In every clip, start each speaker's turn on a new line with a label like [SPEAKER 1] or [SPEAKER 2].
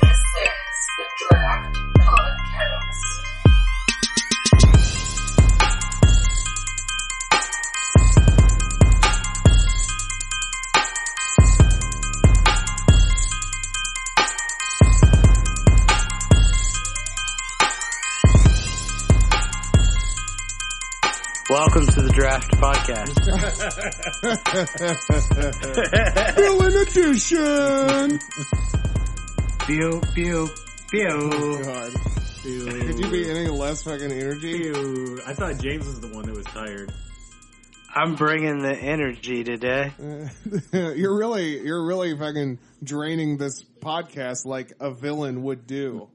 [SPEAKER 1] This is the Draft Podcast.
[SPEAKER 2] Welcome to the Draft Podcast.
[SPEAKER 3] Villain edition.
[SPEAKER 2] Pew, pew, pew.
[SPEAKER 3] God, could you be any less fucking energy?
[SPEAKER 4] Ew, I thought James was the one that was tired.
[SPEAKER 2] I'm bringing the energy today.
[SPEAKER 3] you're really, you're really fucking draining this podcast like a villain would do.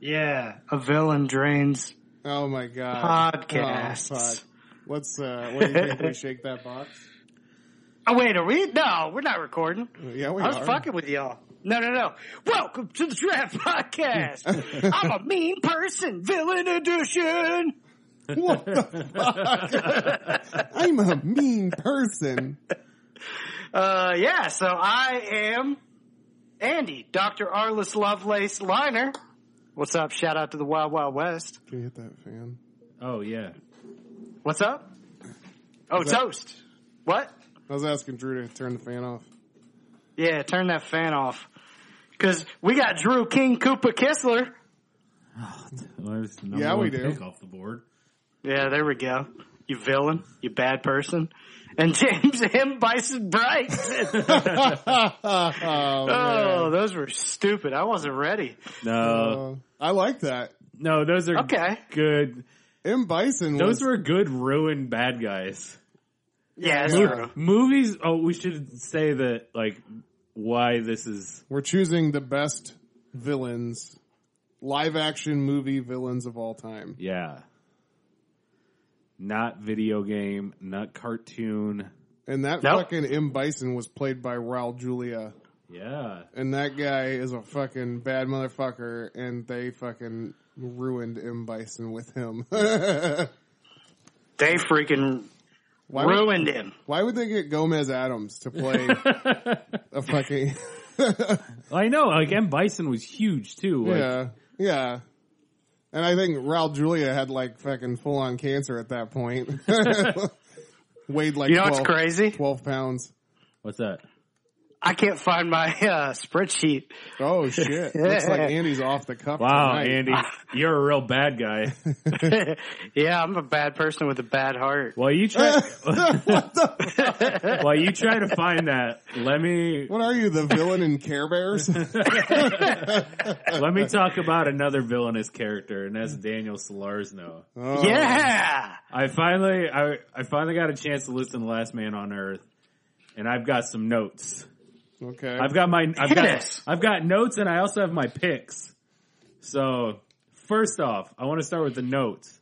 [SPEAKER 2] Yeah, a villain drains.
[SPEAKER 3] Oh my god,
[SPEAKER 2] Podcasts.
[SPEAKER 3] Oh, fuck. Let's. Uh, what do you think? we shake that box?
[SPEAKER 2] Oh, wait, are we? No, we're not recording.
[SPEAKER 3] Yeah, we
[SPEAKER 2] I was
[SPEAKER 3] are.
[SPEAKER 2] fucking with y'all. No, no, no. Welcome to the Draft Podcast. I'm a mean person, villain edition.
[SPEAKER 3] What the fuck? I'm a mean person.
[SPEAKER 2] Uh, yeah, so I am Andy, Dr. Arliss Lovelace Liner. What's up? Shout out to the Wild Wild West.
[SPEAKER 3] Can you hit that fan?
[SPEAKER 4] Oh yeah,
[SPEAKER 2] What's up? Oh,
[SPEAKER 3] What's up?
[SPEAKER 2] toast. What?
[SPEAKER 3] I was asking Drew to turn the fan off.
[SPEAKER 2] Yeah, turn that fan off. Cause we got Drew King Koopa Kessler.
[SPEAKER 4] well, there's number
[SPEAKER 3] Yeah, we
[SPEAKER 4] one
[SPEAKER 3] do.
[SPEAKER 4] pick off the board.
[SPEAKER 2] Yeah, there we go. You villain, you bad person. And James M. Bison Bright.
[SPEAKER 3] Oh,
[SPEAKER 2] oh, those were stupid. I wasn't ready.
[SPEAKER 4] No,
[SPEAKER 3] man. Uh, I like that.
[SPEAKER 4] no, those are
[SPEAKER 2] Okay.
[SPEAKER 4] good.
[SPEAKER 3] M Bison.
[SPEAKER 4] Those
[SPEAKER 3] was,
[SPEAKER 4] were good ruined bad guys.
[SPEAKER 2] Yeah, that's
[SPEAKER 3] Yeah.
[SPEAKER 2] true.
[SPEAKER 4] Movies. Oh, we should say that like why this is.
[SPEAKER 3] We're choosing the best villains, live action movie villains of all time.
[SPEAKER 4] Yeah, not video game, not cartoon.
[SPEAKER 3] And that
[SPEAKER 2] Nope.
[SPEAKER 3] fucking M. Bison was played by Raul Julia.
[SPEAKER 4] Yeah,
[SPEAKER 3] And that guy is a fucking bad motherfucker, and they fucking ruined M. Bison with him. why,
[SPEAKER 2] They freaking
[SPEAKER 3] would,
[SPEAKER 2] ruined him.
[SPEAKER 3] why would they get Gomez Adams to play a fucking.
[SPEAKER 4] I know. Like M Bison was huge too. Like,
[SPEAKER 3] yeah. Yeah. And I think Raul Julia had like fucking full on cancer at that point. Weighed like
[SPEAKER 2] You know what's
[SPEAKER 3] 12
[SPEAKER 2] crazy?
[SPEAKER 3] 12 pounds.
[SPEAKER 4] What's that?
[SPEAKER 2] I can't find my uh, spreadsheet.
[SPEAKER 3] Oh shit! Looks like Andy's off the cuff.
[SPEAKER 4] Wow,
[SPEAKER 3] tonight.
[SPEAKER 4] Andy, you're a real bad guy.
[SPEAKER 2] yeah, I'm a bad person with a bad heart.
[SPEAKER 4] While you try, while you try to find that, let me
[SPEAKER 3] What are you, the villain in Care Bears?
[SPEAKER 4] let me talk about another villainous character, and that's Daniel Solarsno.
[SPEAKER 3] Oh,
[SPEAKER 2] Yeah.
[SPEAKER 4] I finally, I, I finally got a chance to listen to Last Man on Earth, and I've got some notes.
[SPEAKER 3] Okay.
[SPEAKER 4] I've got my, I've
[SPEAKER 2] Hit
[SPEAKER 4] got,
[SPEAKER 2] us.
[SPEAKER 4] I've got notes, and I also have my picks. So, first off, I want to start with the notes.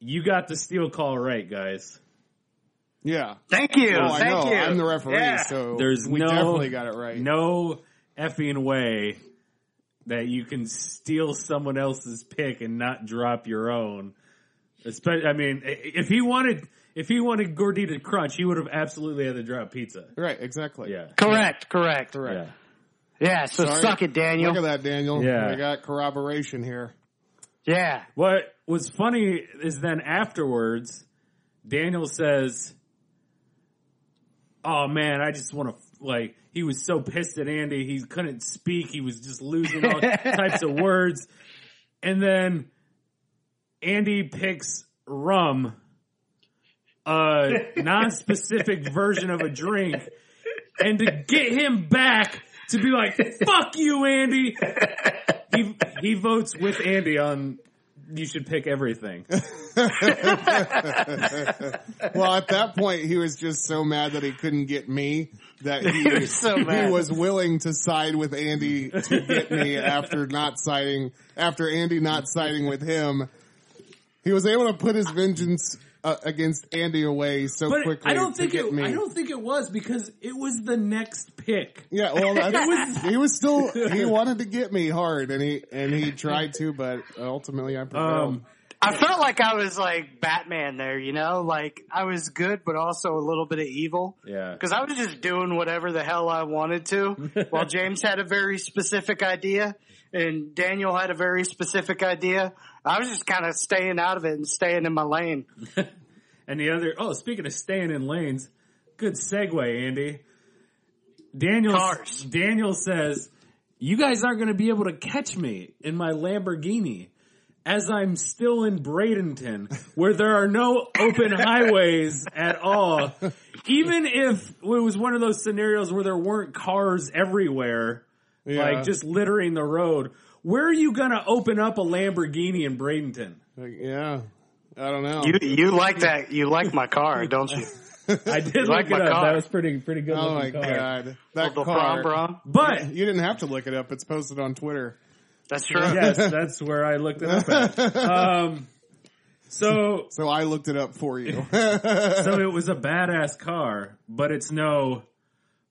[SPEAKER 4] You got the steal call right, guys.
[SPEAKER 3] yeah.
[SPEAKER 2] Thank you.
[SPEAKER 3] Oh, I
[SPEAKER 2] Thank
[SPEAKER 3] know.
[SPEAKER 2] you.
[SPEAKER 3] I'm the referee,
[SPEAKER 2] Yeah.
[SPEAKER 3] so
[SPEAKER 4] There's
[SPEAKER 3] we
[SPEAKER 4] no-
[SPEAKER 3] definitely got it right.
[SPEAKER 4] no effing way that you can steal someone else's pick and not drop your own. Especially, I mean, i- if he wanted, if he wanted Gordita Crunch, he would have absolutely had to drop pizza.
[SPEAKER 3] Right. Exactly.
[SPEAKER 4] Yeah.
[SPEAKER 2] Correct, correct.
[SPEAKER 3] Correct.
[SPEAKER 4] Yeah.
[SPEAKER 2] Yeah, so
[SPEAKER 3] Sorry.
[SPEAKER 2] suck it, Daniel.
[SPEAKER 3] Look at that, Daniel.
[SPEAKER 4] Yeah.
[SPEAKER 3] We got corroboration here.
[SPEAKER 2] Yeah.
[SPEAKER 4] What was funny is then afterwards, Daniel says, "Oh man, I just want to like." He was so pissed at Andy, he couldn't speak. He was just losing all types of words. And then Andy picks rum, a non-specific version of a drink, and to get him back to be like, "Fuck you, Andy." He he votes with Andy on you should pick everything.
[SPEAKER 3] Well, at that point, he was just so mad that he couldn't get me that he,
[SPEAKER 2] was so mad.
[SPEAKER 3] he was willing to side with Andy to get me after not siding after Andy not siding with him. He was able to put his vengeance uh, against Andy away so
[SPEAKER 4] But
[SPEAKER 3] quickly.
[SPEAKER 4] I don't
[SPEAKER 3] to
[SPEAKER 4] think
[SPEAKER 3] get
[SPEAKER 4] it.
[SPEAKER 3] me.
[SPEAKER 4] I don't think it was because it was the next pick.
[SPEAKER 3] Yeah, well, I think he was still he wanted to get me hard, and he and he tried to, but ultimately I prevailed.
[SPEAKER 4] Um,
[SPEAKER 2] I felt like I was like Batman there, you know, like I was good, but also a little bit of evil.
[SPEAKER 4] Yeah.
[SPEAKER 2] Cause I was just doing whatever the hell I wanted to while James had a very specific idea and Daniel had a very specific idea. I was just kind of staying out of it and staying in my lane.
[SPEAKER 4] And the other, oh, speaking of staying in lanes, good segue, Andy. Daniel,
[SPEAKER 2] Cars.
[SPEAKER 4] Daniel says, "You guys aren't going to be able to catch me in my Lamborghini." As I'm still in Bradenton, where there are no open highways at all, even if it was one of those scenarios where there weren't cars everywhere,
[SPEAKER 3] Yeah.
[SPEAKER 4] like just littering the road, where are you gonna open up a Lamborghini in Bradenton?
[SPEAKER 3] Like, yeah, I don't know.
[SPEAKER 2] You, you like that. You like my car, don't you?
[SPEAKER 4] I did
[SPEAKER 2] like
[SPEAKER 4] look it
[SPEAKER 2] my
[SPEAKER 4] up.
[SPEAKER 2] car.
[SPEAKER 4] That was pretty pretty good.
[SPEAKER 3] oh my
[SPEAKER 4] looking car.
[SPEAKER 3] god, that
[SPEAKER 2] The Brom
[SPEAKER 3] car!
[SPEAKER 2] Brom.
[SPEAKER 4] But
[SPEAKER 3] You didn't have to look it up; it's posted on Twitter.
[SPEAKER 2] That's true.
[SPEAKER 4] yes, that's where I looked it up. At. Um, so
[SPEAKER 3] So I looked it up for you.
[SPEAKER 4] so it was a badass car, but it's no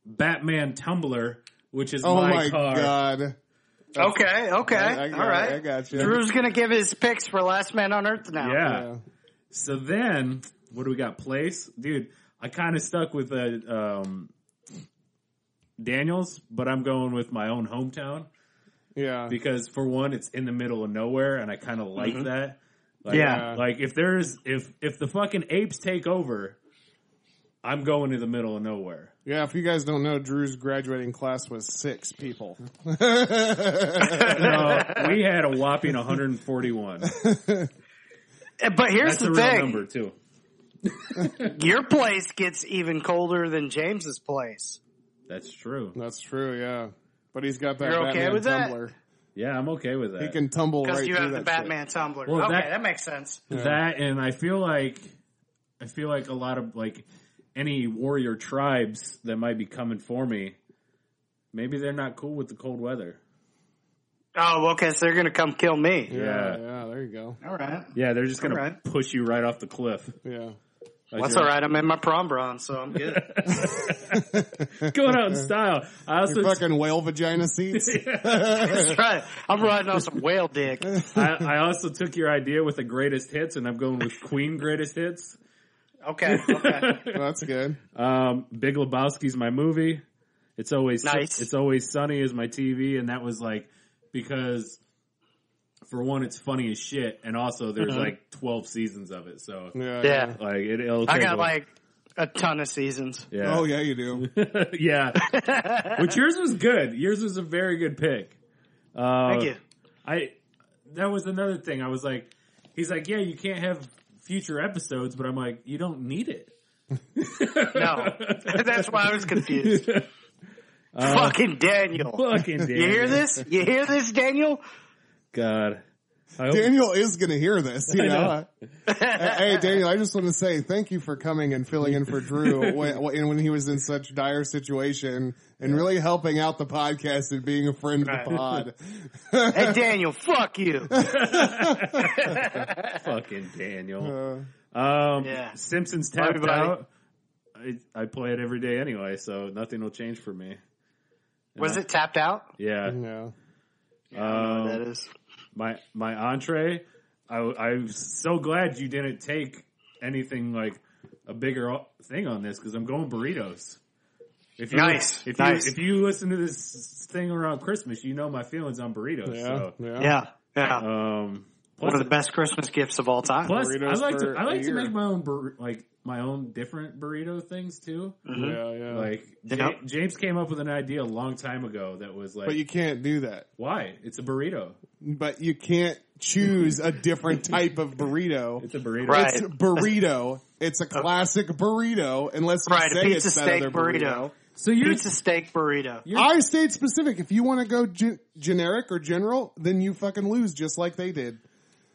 [SPEAKER 4] Batman Tumbler, which is
[SPEAKER 3] oh
[SPEAKER 4] my,
[SPEAKER 3] my
[SPEAKER 4] car.
[SPEAKER 3] god!
[SPEAKER 2] Okay. Okay.
[SPEAKER 3] I, I got,
[SPEAKER 2] All right.
[SPEAKER 3] I got you.
[SPEAKER 2] Drew's gonna give his picks for Last Man on Earth now.
[SPEAKER 4] Yeah.
[SPEAKER 3] Yeah.
[SPEAKER 4] So then, what do we got? Place, dude. I kind of stuck with uh, um, Daniels, but I'm going with my own hometown
[SPEAKER 3] yeah.
[SPEAKER 4] because, for one, it's in the middle of nowhere, and I kind of like that. Like,
[SPEAKER 2] Yeah.
[SPEAKER 4] like if there's if if the fucking apes take over, I'm going to the middle of nowhere.
[SPEAKER 3] Yeah, if you guys don't know, Drew's graduating class was six people.
[SPEAKER 4] No, we had a whopping 141. That's
[SPEAKER 2] Uh, But here's
[SPEAKER 4] a
[SPEAKER 2] the
[SPEAKER 4] real
[SPEAKER 2] thing:
[SPEAKER 4] number too.
[SPEAKER 2] your place gets even colder than James's place.
[SPEAKER 4] That's true.
[SPEAKER 3] That's true. Yeah, but he's got that
[SPEAKER 2] You're okay
[SPEAKER 3] Batman
[SPEAKER 2] with that?
[SPEAKER 3] tumbler.
[SPEAKER 4] Yeah, I'm okay with that.
[SPEAKER 3] He can tumble
[SPEAKER 2] Because
[SPEAKER 3] right
[SPEAKER 2] you
[SPEAKER 3] through
[SPEAKER 2] have the
[SPEAKER 3] that shit.
[SPEAKER 2] Batman tumbler.
[SPEAKER 4] Well,
[SPEAKER 2] okay,
[SPEAKER 4] that-
[SPEAKER 2] that, makes sense.
[SPEAKER 4] That and I feel like I feel like a lot of like any warrior tribes that might be coming for me, maybe they're not cool with the cold weather.
[SPEAKER 2] Oh, okay, so they're gonna come kill me.
[SPEAKER 4] Yeah.
[SPEAKER 3] Yeah, yeah. There you go.
[SPEAKER 2] All right.
[SPEAKER 4] Yeah, they're just gonna
[SPEAKER 2] Alright.
[SPEAKER 4] push you right off the cliff.
[SPEAKER 3] Yeah.
[SPEAKER 4] Like
[SPEAKER 2] That's
[SPEAKER 4] you're
[SPEAKER 2] all right. I'm in my prom bronze, so I'm good.
[SPEAKER 4] Going out in style. I also
[SPEAKER 3] Your fucking whale vagina seats.
[SPEAKER 2] That's right. I'm riding on some whale dick.
[SPEAKER 4] I, I also took your idea with the greatest hits, and I'm going with Queen greatest hits.
[SPEAKER 2] Okay. Okay.
[SPEAKER 3] Well, that's good.
[SPEAKER 4] Um, Big Lebowski's my movie. It's always
[SPEAKER 2] Nice.
[SPEAKER 4] It's always sunny is my TV, and that was like because for one, it's funny as shit, and also there's like twelve seasons of it, so
[SPEAKER 3] Yeah.
[SPEAKER 2] Yeah.
[SPEAKER 4] like it, it'll.
[SPEAKER 2] I
[SPEAKER 4] take a-
[SPEAKER 2] got like a ton of seasons.
[SPEAKER 4] yeah,
[SPEAKER 3] Oh yeah, you do.
[SPEAKER 4] yeah. Which yours was good. Yours was a very good pick. Uh,
[SPEAKER 2] Thank you.
[SPEAKER 4] I that was another thing. I was like, he's like, yeah, you can't have future episodes, but I'm like, you don't need it.
[SPEAKER 2] No, that's why I was confused. Fucking Daniel.
[SPEAKER 4] Fucking damn.
[SPEAKER 2] You hear this? You hear this, Daniel?
[SPEAKER 4] God.
[SPEAKER 2] Oh.
[SPEAKER 4] I hope-
[SPEAKER 3] Daniel is going to hear this, you know.
[SPEAKER 4] know.
[SPEAKER 3] hey, Daniel, I just want to say thank you for coming and filling in for Drew when, when when he was in such dire situation and really helping out the podcast and being a friend of the
[SPEAKER 2] Right.
[SPEAKER 3] pod.
[SPEAKER 2] Hey, Daniel, fuck you.
[SPEAKER 4] fucking Daniel.
[SPEAKER 3] Uh,
[SPEAKER 4] Um,
[SPEAKER 2] Yeah.
[SPEAKER 4] Simpsons tapped
[SPEAKER 2] Everybody.
[SPEAKER 4] out. I, I play it every day anyway, so nothing will change for me.
[SPEAKER 2] Was it tapped out?
[SPEAKER 4] Yeah.
[SPEAKER 3] yeah.
[SPEAKER 4] Um,
[SPEAKER 2] that is.
[SPEAKER 4] my my entree. I, I'm so glad you didn't take anything like a bigger o- thing on this because I'm going burritos. If you,
[SPEAKER 2] Nice,
[SPEAKER 4] If
[SPEAKER 2] nice.
[SPEAKER 4] you if you listen to this thing around Christmas, you know my feelings on burritos.
[SPEAKER 3] Yeah.
[SPEAKER 4] So,
[SPEAKER 3] Yeah.
[SPEAKER 2] Yeah, yeah.
[SPEAKER 4] um,
[SPEAKER 2] One of
[SPEAKER 4] plus-
[SPEAKER 2] the best Christmas gifts of all time.
[SPEAKER 4] Plus,
[SPEAKER 3] burritos
[SPEAKER 4] I like
[SPEAKER 3] for
[SPEAKER 4] to I
[SPEAKER 3] a
[SPEAKER 4] like to
[SPEAKER 3] year.
[SPEAKER 4] make my own bur- like my own different burrito things too.
[SPEAKER 3] Yeah,
[SPEAKER 2] Mm-hmm.
[SPEAKER 3] yeah.
[SPEAKER 4] Like Ja-
[SPEAKER 2] Yep.
[SPEAKER 4] James came up with an idea a long time ago that was like,
[SPEAKER 3] but you can't do that.
[SPEAKER 4] why? It's a burrito.
[SPEAKER 3] But you can't choose a different type of burrito.
[SPEAKER 4] It's a burrito.
[SPEAKER 2] Right.
[SPEAKER 3] It's a burrito. It's a classic burrito unless you
[SPEAKER 2] Right, a
[SPEAKER 3] say
[SPEAKER 2] pizza
[SPEAKER 3] it's that
[SPEAKER 2] steak
[SPEAKER 3] other
[SPEAKER 2] burrito.
[SPEAKER 4] So you're
[SPEAKER 2] Pizza steak burrito.
[SPEAKER 3] I stayed specific. If you want to go gen- generic or general, then you fucking lose, just like they did.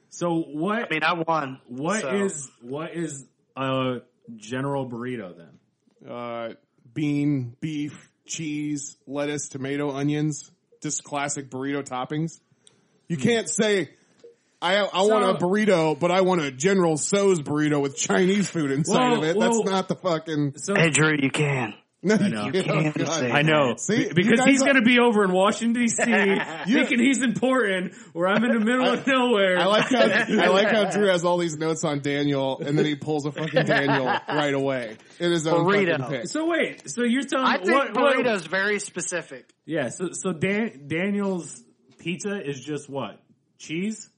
[SPEAKER 4] so what?
[SPEAKER 2] I mean, I won.
[SPEAKER 4] What is
[SPEAKER 2] so.
[SPEAKER 4] what is a general burrito then?
[SPEAKER 3] Uh, bean, beef, cheese, Hmm. lettuce, tomato, onions, just classic burrito toppings. You can't say I, I
[SPEAKER 4] So-
[SPEAKER 3] want a burrito, but I want a General So's burrito with Chinese food inside
[SPEAKER 4] Whoa,
[SPEAKER 3] of it.
[SPEAKER 4] whoa.
[SPEAKER 3] That's not the fucking.
[SPEAKER 4] So
[SPEAKER 2] Hey, Drew, you can.
[SPEAKER 3] No, I
[SPEAKER 4] know.
[SPEAKER 2] can't say
[SPEAKER 4] I know
[SPEAKER 3] See,
[SPEAKER 4] Be-
[SPEAKER 3] you
[SPEAKER 4] because
[SPEAKER 3] guys
[SPEAKER 4] he's
[SPEAKER 3] are-
[SPEAKER 4] going to be over in Washington D.C. thinking he's important, where I'm in the middle of nowhere.
[SPEAKER 3] I like how I like how Drew has all these notes on Daniel, and then he pulls a fucking Daniel right away in his own
[SPEAKER 2] Burrito.
[SPEAKER 3] fucking pick.
[SPEAKER 4] so wait, so you're telling
[SPEAKER 2] I
[SPEAKER 4] me
[SPEAKER 2] think
[SPEAKER 4] what, what-
[SPEAKER 2] burrito's very specific.
[SPEAKER 4] Yeah, so so Dan, Daniel's pizza is just what cheese.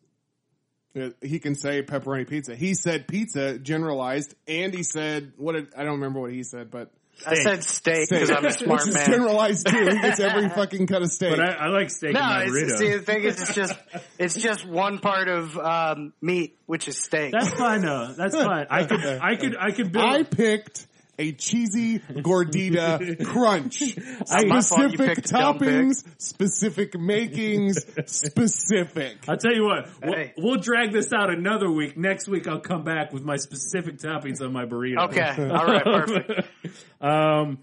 [SPEAKER 3] He can say pepperoni pizza. He said pizza generalized, and he said what? Did, I don't remember what he said, but
[SPEAKER 2] I said steak because I'm a smart
[SPEAKER 3] which is
[SPEAKER 2] man.
[SPEAKER 3] generalized too. He gets every fucking cut of steak.
[SPEAKER 4] But I, I like steak
[SPEAKER 2] No,
[SPEAKER 4] and
[SPEAKER 2] it's,
[SPEAKER 4] margarita.
[SPEAKER 2] see, the thing is, it's just it's just one part of um, meat, which is steak.
[SPEAKER 4] That's fine though. That's fine. I could I could I could build.
[SPEAKER 3] I picked a cheesy gordita crunch.
[SPEAKER 2] my fault you
[SPEAKER 3] Specific
[SPEAKER 2] picked a dumb pick.
[SPEAKER 3] toppings, specific makings, specific.
[SPEAKER 4] I'll tell you what, we'll,
[SPEAKER 2] Hey.
[SPEAKER 4] we'll drag this out another week. Next week, I'll come back with my specific toppings on my burrito.
[SPEAKER 2] Okay, all right, perfect.
[SPEAKER 4] Um,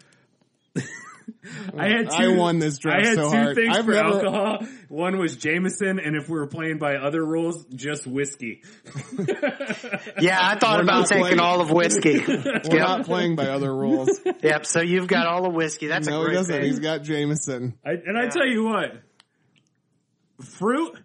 [SPEAKER 4] I had two,
[SPEAKER 3] I won this draft
[SPEAKER 4] I had
[SPEAKER 3] so
[SPEAKER 4] two
[SPEAKER 3] hard.
[SPEAKER 4] things
[SPEAKER 3] I've
[SPEAKER 4] for
[SPEAKER 3] never-
[SPEAKER 4] alcohol. One was Jameson, and if we were playing by other rules, just whiskey.
[SPEAKER 2] Yeah, I thought
[SPEAKER 3] We're
[SPEAKER 2] about
[SPEAKER 3] not
[SPEAKER 2] taking
[SPEAKER 3] playing-
[SPEAKER 2] all of whiskey.
[SPEAKER 3] We're
[SPEAKER 2] yep.
[SPEAKER 3] not playing by other rules.
[SPEAKER 2] yep. So you've got all of whiskey. That's a
[SPEAKER 3] no,
[SPEAKER 2] great
[SPEAKER 3] he doesn't.
[SPEAKER 2] thing.
[SPEAKER 3] He's got Jameson.
[SPEAKER 4] I, and I tell you what, fruit.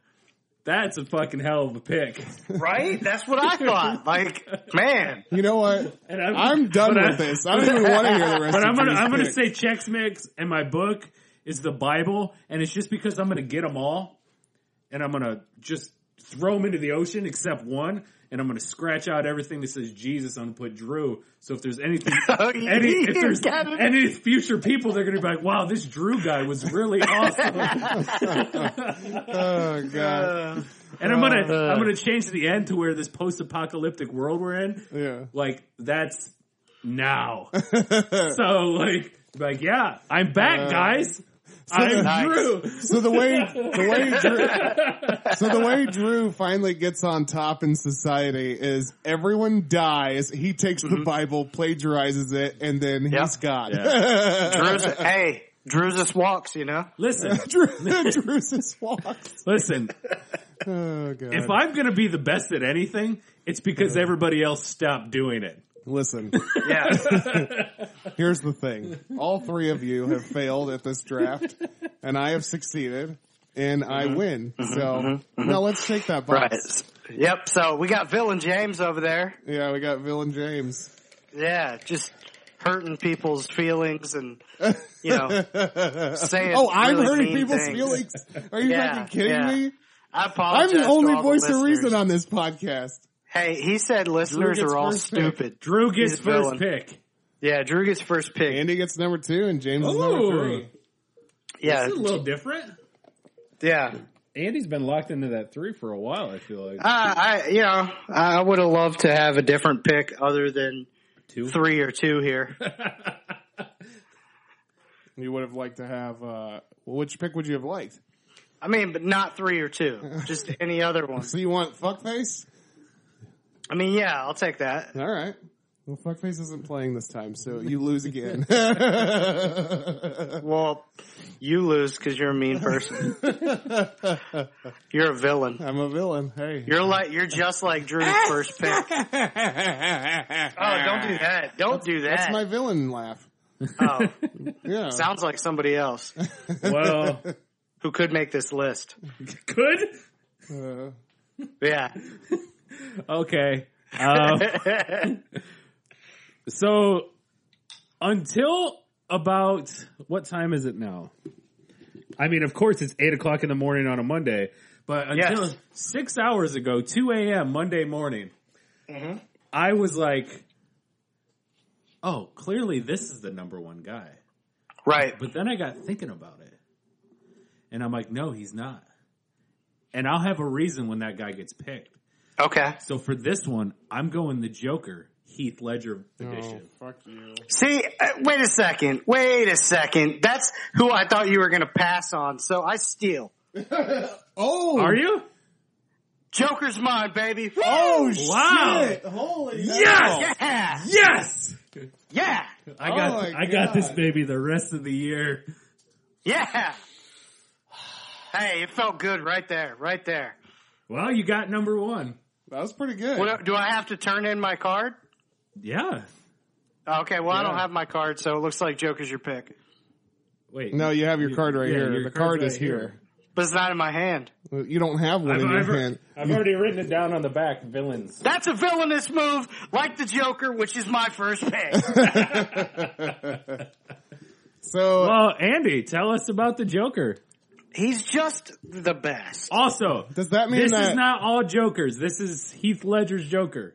[SPEAKER 4] That's a fucking hell of a pick.
[SPEAKER 2] Right? That's what I thought. Like, man,
[SPEAKER 3] You know what?
[SPEAKER 4] And I'm,
[SPEAKER 3] I'm done
[SPEAKER 4] but
[SPEAKER 3] with
[SPEAKER 4] I-
[SPEAKER 3] this. I don't even want to hear the rest.
[SPEAKER 4] But
[SPEAKER 3] of
[SPEAKER 4] I'm gonna
[SPEAKER 3] Drew's
[SPEAKER 4] I'm gonna
[SPEAKER 3] pick.
[SPEAKER 4] say Chex Mix and my book is the Bible, and it's just because I'm gonna get them all, and I'm gonna just throw them into the ocean except one, and I'm gonna scratch out everything that says Jesus. I'm gonna put Drew. So if there's anything, any, if
[SPEAKER 2] You
[SPEAKER 4] there's
[SPEAKER 2] got it.
[SPEAKER 4] any future people, they're gonna be like, "Wow, this Drew guy was really awesome."
[SPEAKER 3] Oh god.
[SPEAKER 2] Uh,
[SPEAKER 4] And I'm gonna I'm gonna change the end to where this post apocalyptic world we're in.
[SPEAKER 3] Yeah.
[SPEAKER 4] Like that's now. so like like yeah, I'm back, guys. I'm
[SPEAKER 2] Nice.
[SPEAKER 4] Drew.
[SPEAKER 3] So the way the way Drew, so the way Drew finally gets on top in society is everyone dies. He takes the Bible, plagiarizes it, and then
[SPEAKER 2] Yeah.
[SPEAKER 3] he's God.
[SPEAKER 2] Drew's, hey, Drew's just walks, you know?
[SPEAKER 4] Listen,
[SPEAKER 3] Drew, Drew's just walks.
[SPEAKER 4] listen.
[SPEAKER 3] Oh god!
[SPEAKER 4] If I'm gonna be the best at anything, it's because everybody else stopped doing it.
[SPEAKER 3] Listen,
[SPEAKER 2] Yeah.
[SPEAKER 3] here's the thing: all three of you have failed at this draft, and I have succeeded, and I win. So now let's take that
[SPEAKER 2] right.
[SPEAKER 3] box.
[SPEAKER 2] Yep. So we got villain James over there.
[SPEAKER 3] Yeah, we got villain James.
[SPEAKER 2] Yeah. Just hurting people's feelings and, you know, saying.
[SPEAKER 3] Oh, I'm
[SPEAKER 2] really
[SPEAKER 3] hurting
[SPEAKER 2] mean
[SPEAKER 3] people's
[SPEAKER 2] things.
[SPEAKER 3] feelings. Are you
[SPEAKER 2] Yeah,
[SPEAKER 3] fucking kidding
[SPEAKER 2] yeah.
[SPEAKER 3] me?
[SPEAKER 2] I apologize.
[SPEAKER 3] I'm the
[SPEAKER 2] to
[SPEAKER 3] only
[SPEAKER 2] all the
[SPEAKER 3] voice of
[SPEAKER 2] listeners.
[SPEAKER 3] reason on this podcast.
[SPEAKER 2] Hey, he said listeners
[SPEAKER 3] gets
[SPEAKER 2] are all
[SPEAKER 3] first pick.
[SPEAKER 2] stupid.
[SPEAKER 4] Drew gets
[SPEAKER 2] He's a villain.
[SPEAKER 4] first pick.
[SPEAKER 2] Yeah, Drew gets first pick.
[SPEAKER 3] Andy gets number two and James is
[SPEAKER 4] Ooh.
[SPEAKER 3] number three.
[SPEAKER 2] yeah,
[SPEAKER 4] This is a little different.
[SPEAKER 2] yeah.
[SPEAKER 4] Andy's been locked into that three for a while. I feel
[SPEAKER 2] Ah,
[SPEAKER 4] like
[SPEAKER 2] I, I, you know, I would have loved to have a different pick other than
[SPEAKER 4] two.
[SPEAKER 2] three or two here.
[SPEAKER 3] You would have liked to have, uh, which pick would you have liked?
[SPEAKER 2] I mean, but not three or two, just any other one.
[SPEAKER 3] So you want fuckface?
[SPEAKER 2] I mean, yeah, I'll take that.
[SPEAKER 3] All right. Well, fuckface isn't playing this time, so you lose again.
[SPEAKER 2] Well, you lose because you're a mean person. you're a villain.
[SPEAKER 3] I'm a villain. Hey.
[SPEAKER 2] You're like you're just like Drew's first pick. Oh, don't do that! Don't do that!
[SPEAKER 3] That's my villain laugh.
[SPEAKER 2] oh,
[SPEAKER 3] Yeah.
[SPEAKER 2] sounds like somebody else
[SPEAKER 4] Well,
[SPEAKER 2] who could make this list.
[SPEAKER 4] good.
[SPEAKER 3] Uh,
[SPEAKER 2] Yeah,
[SPEAKER 4] Okay. Um, so until about what time is it now? I mean, of course, it's eight o'clock in the morning on a Monday, but until
[SPEAKER 2] Yes.
[SPEAKER 4] six hours ago, two a.m. Monday morning, Mm-hmm. I was like, "Oh, clearly this is the number one guy."
[SPEAKER 2] right.
[SPEAKER 4] But then I got thinking about it, and I'm like, "No, he's not." And I'll have a reason when that guy gets picked.
[SPEAKER 2] Okay.
[SPEAKER 4] So for this one, I'm going the Joker, Heath Ledger
[SPEAKER 3] oh,
[SPEAKER 4] edition.
[SPEAKER 3] fuck you.
[SPEAKER 2] See, uh, wait a second. Wait a second. That's who I thought you were going to pass on. So I steal.
[SPEAKER 3] Oh!
[SPEAKER 4] Are you?
[SPEAKER 2] Joker's mine, baby.
[SPEAKER 3] Oh,
[SPEAKER 4] Wow.
[SPEAKER 3] shit! Holy hell.
[SPEAKER 4] Yes!
[SPEAKER 2] Yeah.
[SPEAKER 4] Yes!
[SPEAKER 2] Yeah.
[SPEAKER 4] I got
[SPEAKER 3] Oh my
[SPEAKER 4] I got this
[SPEAKER 3] God.
[SPEAKER 4] baby the rest of the year.
[SPEAKER 2] Yeah. Hey, it felt good right there, right there.
[SPEAKER 4] Well, you got number one.
[SPEAKER 3] That was pretty good.
[SPEAKER 2] What, do I have to turn in my card?
[SPEAKER 4] Yeah.
[SPEAKER 2] Okay, well, I don't
[SPEAKER 4] Yeah.
[SPEAKER 2] have my card, so it looks like Joker's your pick.
[SPEAKER 4] Wait.
[SPEAKER 3] no, you have your
[SPEAKER 4] You-
[SPEAKER 3] card right
[SPEAKER 4] yeah,
[SPEAKER 3] here.
[SPEAKER 4] your
[SPEAKER 3] The
[SPEAKER 4] card's
[SPEAKER 3] card is
[SPEAKER 4] right
[SPEAKER 3] here.
[SPEAKER 2] But it's not in my hand.
[SPEAKER 3] You don't have one
[SPEAKER 4] I've,
[SPEAKER 3] in your
[SPEAKER 4] I've-
[SPEAKER 3] hand.
[SPEAKER 4] I've already written it down on the back. Villains.
[SPEAKER 2] That's a villainous move, like the Joker, which is my first pick.
[SPEAKER 3] So
[SPEAKER 4] Well, Andy, tell us about the Joker.
[SPEAKER 2] He's just the best.
[SPEAKER 4] Also,
[SPEAKER 3] Does that mean
[SPEAKER 4] this is
[SPEAKER 3] that-
[SPEAKER 4] not all Jokers? This is Heath Ledger's Joker.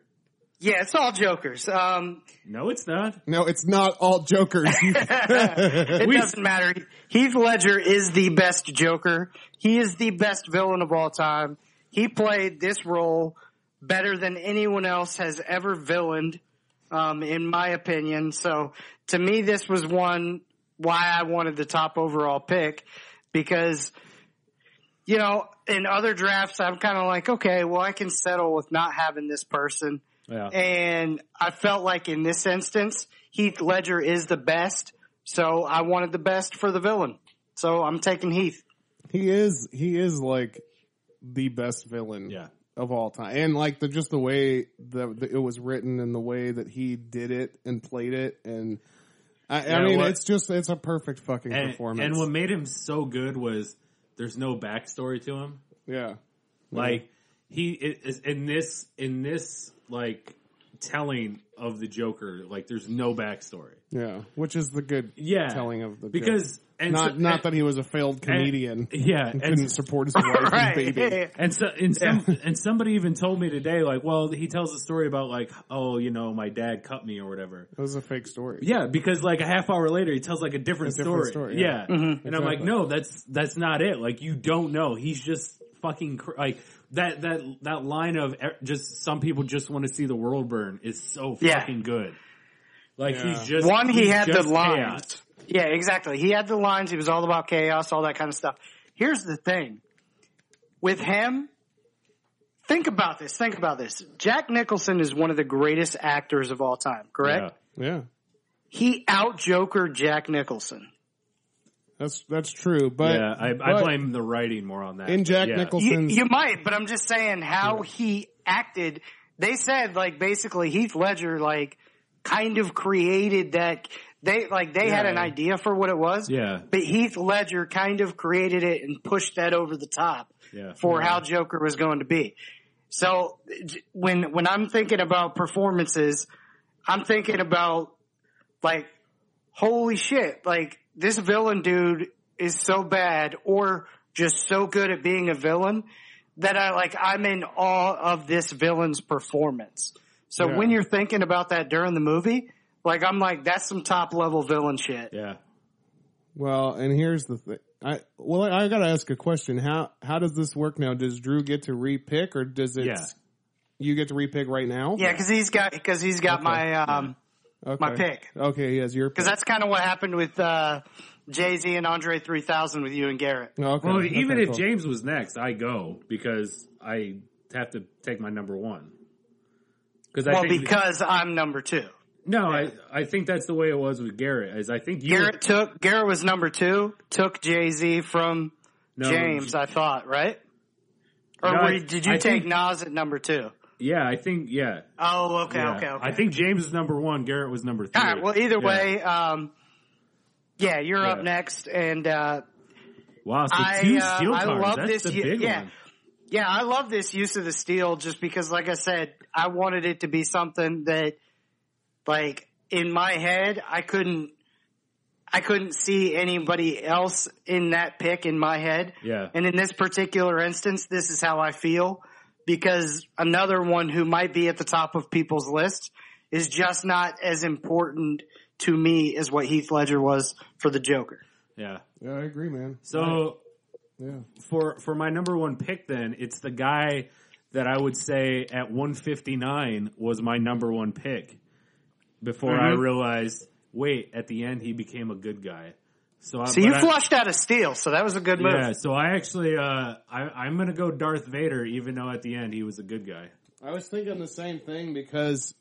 [SPEAKER 2] Yeah, it's all Jokers. Um,
[SPEAKER 4] No, it's not.
[SPEAKER 3] no, it's not all jokers. You-
[SPEAKER 2] it doesn't matter. Heath Ledger is the best Joker. He is the best villain of all time. He played this role better than anyone else has ever villained, um, in my opinion. So to me, this was one why I wanted the top overall pick because you know, in other drafts, I'm kind of like, okay, well, I can settle with not having this person.
[SPEAKER 4] Yeah.
[SPEAKER 2] And I felt like in this instance, Heath Ledger is the best. So I wanted the best for the villain. So I'm taking Heath.
[SPEAKER 3] he is he is like the best villain
[SPEAKER 4] Yeah.
[SPEAKER 3] of all time and like the just the way that that it was written and the way that he did it and played it and i, I
[SPEAKER 4] Yeah,
[SPEAKER 3] mean
[SPEAKER 4] what-
[SPEAKER 3] it's just it's a perfect fucking
[SPEAKER 4] And,
[SPEAKER 3] performance
[SPEAKER 4] and what made him so good was there's no backstory to him.
[SPEAKER 3] yeah
[SPEAKER 4] Like he is in this in this like telling of the Joker. Like there's no backstory.
[SPEAKER 3] yeah which is the good
[SPEAKER 4] Yeah,
[SPEAKER 3] telling of the
[SPEAKER 4] because and
[SPEAKER 3] not
[SPEAKER 4] so-
[SPEAKER 3] not
[SPEAKER 4] and-
[SPEAKER 3] that he was a failed comedian
[SPEAKER 4] and- yeah,
[SPEAKER 3] and couldn't
[SPEAKER 4] and
[SPEAKER 3] support his wife and baby
[SPEAKER 4] and so and some and somebody even told me today like, well, he tells a story about like, oh, you know, my dad cut me or whatever.
[SPEAKER 3] it was a fake story
[SPEAKER 4] Yeah, because like a half hour later, he tells like a different,
[SPEAKER 3] A different
[SPEAKER 4] story.
[SPEAKER 3] story,
[SPEAKER 4] Yeah,
[SPEAKER 3] yeah.
[SPEAKER 4] and
[SPEAKER 2] Mm-hmm.
[SPEAKER 4] I'm like,
[SPEAKER 3] Exactly.
[SPEAKER 4] no, that's that's not it. Like you don't know. He's just fucking cr- like that that that line of e- just some people just want to see the world burn is so
[SPEAKER 2] Yeah.
[SPEAKER 4] fucking good. Like
[SPEAKER 3] Yeah.
[SPEAKER 4] he's just
[SPEAKER 2] One, he
[SPEAKER 4] he's
[SPEAKER 2] had the
[SPEAKER 4] just
[SPEAKER 2] lines.
[SPEAKER 4] chaos.
[SPEAKER 2] Yeah, exactly. He had the lines. He was all about chaos, all that kind of stuff. Here's the thing with him, think about this. Think about this. Jack Nicholson is one of the greatest actors of all time, correct?
[SPEAKER 3] yeah
[SPEAKER 2] He out Jokered Jack Nicholson.
[SPEAKER 3] that's that's true
[SPEAKER 4] Yeah,
[SPEAKER 3] but
[SPEAKER 4] yeah. I, I
[SPEAKER 3] but
[SPEAKER 4] blame the writing more on that.
[SPEAKER 3] in Jack
[SPEAKER 4] Yeah.
[SPEAKER 3] Nicholson's
[SPEAKER 2] You, you might, but I'm just saying how he acted. They said like basically Heath Ledger like kind of created that they like they had an
[SPEAKER 3] Yeah.
[SPEAKER 2] idea for what it was.
[SPEAKER 4] Yeah.
[SPEAKER 2] But Heath Ledger kind of created it and pushed that over the top
[SPEAKER 4] Yeah.
[SPEAKER 2] for how Joker was going to be. So j- when when I'm thinking about performances, I'm thinking about like holy shit, like this villain dude is so bad or just so good at being a villain that I like I'm in awe of this villain's performance. So
[SPEAKER 3] Yeah.
[SPEAKER 2] when you're thinking about that during the movie, like I'm like that's some top level villain shit.
[SPEAKER 4] Yeah.
[SPEAKER 3] Well, and here's the thing. I well, I gotta ask a question. How how does this work now? Does Drew get to repick, or does it?
[SPEAKER 4] Yeah.
[SPEAKER 3] You get to repick right now.
[SPEAKER 2] Yeah, because he's got because he's got my um
[SPEAKER 3] okay.
[SPEAKER 2] my pick.
[SPEAKER 3] Okay, yes, your pick.
[SPEAKER 2] because that's kind of what happened with uh, Jay Z and Andre 3000 with you and Garrett.
[SPEAKER 3] okay.
[SPEAKER 4] Well,
[SPEAKER 3] okay,
[SPEAKER 4] even if
[SPEAKER 3] cool.
[SPEAKER 4] James was next, I go because I have to take my number one. Because I
[SPEAKER 2] well,
[SPEAKER 4] think
[SPEAKER 2] because I'm number two.
[SPEAKER 4] no, I I think that's the way it was with Garrett. Is I think you
[SPEAKER 2] Garrett took Garrett was number two. Took Jay Z from
[SPEAKER 4] no,
[SPEAKER 2] James, I thought, right? Or
[SPEAKER 4] No,
[SPEAKER 2] were
[SPEAKER 4] I-
[SPEAKER 2] you- did you
[SPEAKER 4] I
[SPEAKER 2] take
[SPEAKER 4] think-
[SPEAKER 2] Nas at number two?
[SPEAKER 4] Yeah, I think yeah.
[SPEAKER 2] Oh, okay,
[SPEAKER 4] yeah.
[SPEAKER 2] okay, okay.
[SPEAKER 4] I think James is number one. Garrett was number three.
[SPEAKER 2] All right. Well, either
[SPEAKER 4] Yeah.
[SPEAKER 2] way, um, yeah, you're up
[SPEAKER 4] Yeah.
[SPEAKER 2] next, and uh,
[SPEAKER 4] wow. So
[SPEAKER 2] I,
[SPEAKER 4] two
[SPEAKER 2] uh,
[SPEAKER 4] shield
[SPEAKER 2] I
[SPEAKER 4] cards.
[SPEAKER 2] love
[SPEAKER 4] that's
[SPEAKER 2] this
[SPEAKER 4] the
[SPEAKER 2] ye-
[SPEAKER 4] big
[SPEAKER 2] yeah.
[SPEAKER 4] one.
[SPEAKER 2] Yeah, I love this use of the steel just because, like I said, I wanted it to be something that, like, in my head, I couldn't, I couldn't see anybody else in that pick in my head.
[SPEAKER 4] Yeah.
[SPEAKER 2] And in this particular instance, this is how I feel because another one who might be at the top of people's list is just not as important to me as what Heath Ledger was for the Joker.
[SPEAKER 4] Yeah.
[SPEAKER 3] yeah, I agree, man.
[SPEAKER 4] So.
[SPEAKER 3] Yeah,
[SPEAKER 4] for for my number one pick then it's the guy that i would say at 159 was my number one pick before i
[SPEAKER 2] Mhm.
[SPEAKER 4] realized wait at the end he became a good guy so i
[SPEAKER 2] So you
[SPEAKER 4] but I-
[SPEAKER 2] flushed out a steal, so that was a good move.
[SPEAKER 4] yeah so i actually uh I, i'm gonna go darth vader even though at the end he was a good guy
[SPEAKER 3] I was thinking the same thing because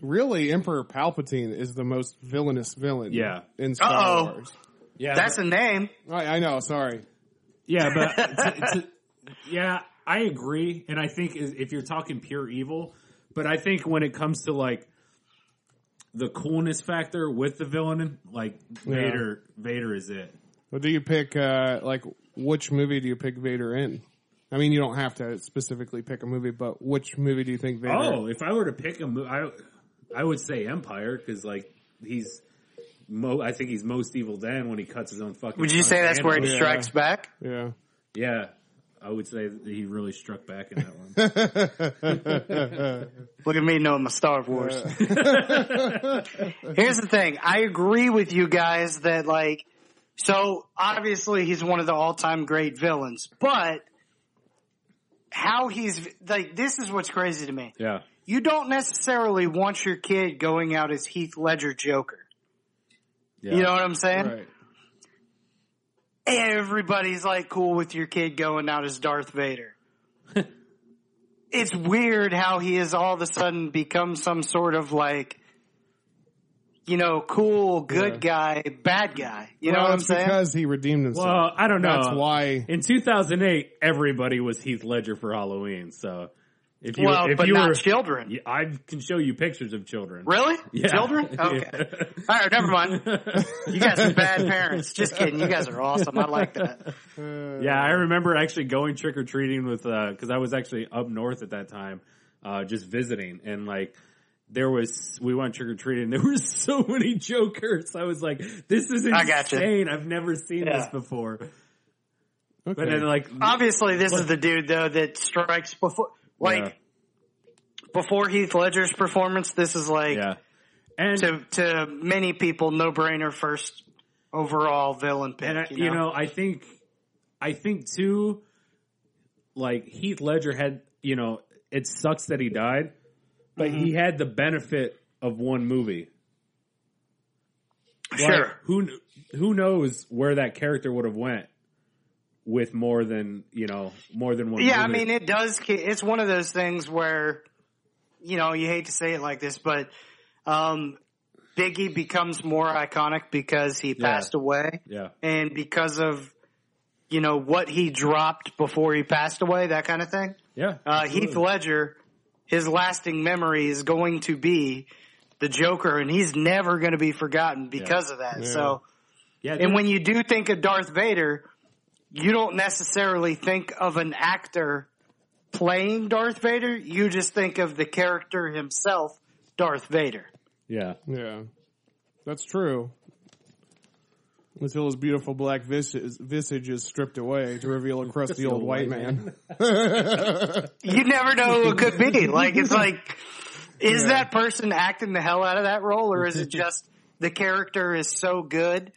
[SPEAKER 3] really, Emperor Palpatine is the most villainous villain.
[SPEAKER 4] Yeah.
[SPEAKER 3] in Star
[SPEAKER 2] Uh-oh.
[SPEAKER 3] Wars.
[SPEAKER 4] yeah
[SPEAKER 2] That's a name.
[SPEAKER 3] I, I know. Sorry.
[SPEAKER 4] yeah but t- t- yeah I agree, and I think is- if you're talking pure evil, but I think when it comes to like the coolness factor with the villain, like Vader, Vader is it.
[SPEAKER 3] What do you pick? Uh, like, which movie do you pick Vader in? I mean, you don't have to specifically pick a movie, but which movie do you think Vader?
[SPEAKER 4] Oh, if I were to pick a movie, I, I would say Empire because like he's, mo- I think he's most evil then when he cuts his own fucking.
[SPEAKER 2] Would you
[SPEAKER 4] son's
[SPEAKER 2] say that's
[SPEAKER 4] hand
[SPEAKER 2] where
[SPEAKER 4] off.
[SPEAKER 2] he
[SPEAKER 3] Yeah.
[SPEAKER 2] strikes back?
[SPEAKER 3] Yeah,
[SPEAKER 4] Yeah, I would say that he really struck back in that one.
[SPEAKER 2] Look at me knowing my Star Wars. Here's the thing. I agree with you guys that like, so obviously he's one of the all time great villains, but how he's like, this is what's crazy to me.
[SPEAKER 4] yeah,
[SPEAKER 2] You don't necessarily want your kid going out as Heath Ledger Joker.
[SPEAKER 4] yeah,
[SPEAKER 2] You know what I'm saying?
[SPEAKER 3] right.
[SPEAKER 2] Everybody's like cool with your kid going out as Darth Vader. it's weird how he has all of a sudden become some sort of like, you know, cool, good guy, bad guy. You know
[SPEAKER 3] Well,
[SPEAKER 2] what I'm
[SPEAKER 3] it's
[SPEAKER 2] saying?
[SPEAKER 3] Because he redeemed himself.
[SPEAKER 4] Well, uh, I don't know.
[SPEAKER 3] That's why.
[SPEAKER 4] In 2008, everybody was Heath Ledger for Halloween. So if you
[SPEAKER 2] well,
[SPEAKER 4] if
[SPEAKER 2] but
[SPEAKER 4] you
[SPEAKER 2] not
[SPEAKER 4] were,
[SPEAKER 2] children.
[SPEAKER 4] Yeah, I can show you pictures of children.
[SPEAKER 2] Really?
[SPEAKER 4] Yeah.
[SPEAKER 2] Children? Okay. All right, never mind. You guys are bad parents. Just kidding. You guys are awesome. I like that.
[SPEAKER 4] Yeah, I remember actually going trick or treating with because I was actually up north at that time, uh, just visiting, and like there was we went trick or treating. There were so many jokers. I was like, this is insane.
[SPEAKER 2] I gotcha.
[SPEAKER 4] I've never seen
[SPEAKER 2] Yeah.
[SPEAKER 4] this before.
[SPEAKER 3] Okay.
[SPEAKER 4] But then like
[SPEAKER 2] Obviously, this is the dude though that strikes before, like
[SPEAKER 4] Yeah.
[SPEAKER 2] before Heath Ledger's performance. This is like
[SPEAKER 4] yeah, and
[SPEAKER 2] to to many people, no brainer first overall villain pick.
[SPEAKER 4] And I,
[SPEAKER 2] you know,
[SPEAKER 4] you know, I think, I think too, like Heath Ledger had, you know, it sucks that he died, but he
[SPEAKER 2] Mm-hmm.
[SPEAKER 4] had the benefit of one movie. Like,
[SPEAKER 2] sure.
[SPEAKER 4] Who kn- who knows where that character would have went with more than you know, more than one.
[SPEAKER 2] Yeah, I
[SPEAKER 4] movie.
[SPEAKER 2] mean, it does. ki- It's one of those things where, you know, you hate to say it like this, but um, Biggie becomes more iconic because he
[SPEAKER 4] Yeah.
[SPEAKER 2] passed away.
[SPEAKER 4] yeah,
[SPEAKER 2] and because of you know what he dropped before he passed away, that kind of thing.
[SPEAKER 4] yeah.
[SPEAKER 2] Uh,
[SPEAKER 4] absolutely.
[SPEAKER 2] Heath Ledger, his lasting memory is going to be the Joker, and he's never going to be forgotten because of that. So,
[SPEAKER 4] Yeah,
[SPEAKER 2] and when you do think of Darth Vader, you don't necessarily think of an actor playing Darth Vader. You just think of the character himself, Darth Vader.
[SPEAKER 4] yeah,
[SPEAKER 3] Yeah, that's true. Until his beautiful black visage, visage is stripped away to reveal a crusty old white man.
[SPEAKER 2] you never know who it could be. Like it's like, is that person acting the hell out of that role, or is it just the character is so good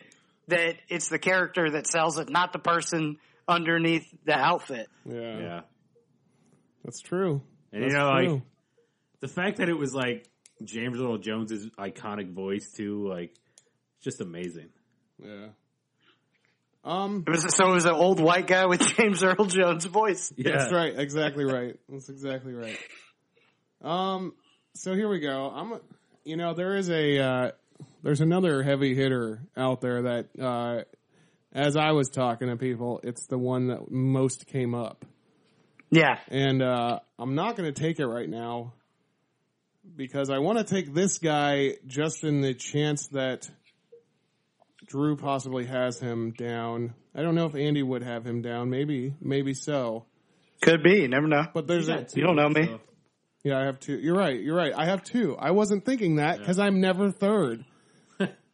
[SPEAKER 2] that it's the character that sells it, not the person underneath the outfit?
[SPEAKER 3] Yeah,
[SPEAKER 4] yeah.
[SPEAKER 3] that's true.
[SPEAKER 4] And
[SPEAKER 3] That's
[SPEAKER 4] you know,
[SPEAKER 3] true.
[SPEAKER 4] like the fact that it was like James Earl Jones' iconic voice too, like just amazing.
[SPEAKER 3] yeah. Um,
[SPEAKER 2] It was so it was an old white guy with James Earl Jones' voice.
[SPEAKER 4] Yeah.
[SPEAKER 3] That's right. Exactly right. That's exactly right. Um. So here we go. I'm. You know, there is a. Uh, there's another heavy hitter out there that, uh, as I was talking to people, it's the one that most came up,
[SPEAKER 2] Yeah,
[SPEAKER 3] and uh, I'm not going to take it right now because I want to take this guy just in the chance that Drew possibly has him down. I don't know if Andy would have him down. Maybe, maybe so.
[SPEAKER 2] could be. You never know.
[SPEAKER 3] But there's a,
[SPEAKER 2] You don't know me.
[SPEAKER 4] So-
[SPEAKER 3] Yeah, I have two. You're right. You're right. I have two. I wasn't thinking that because I'm never third.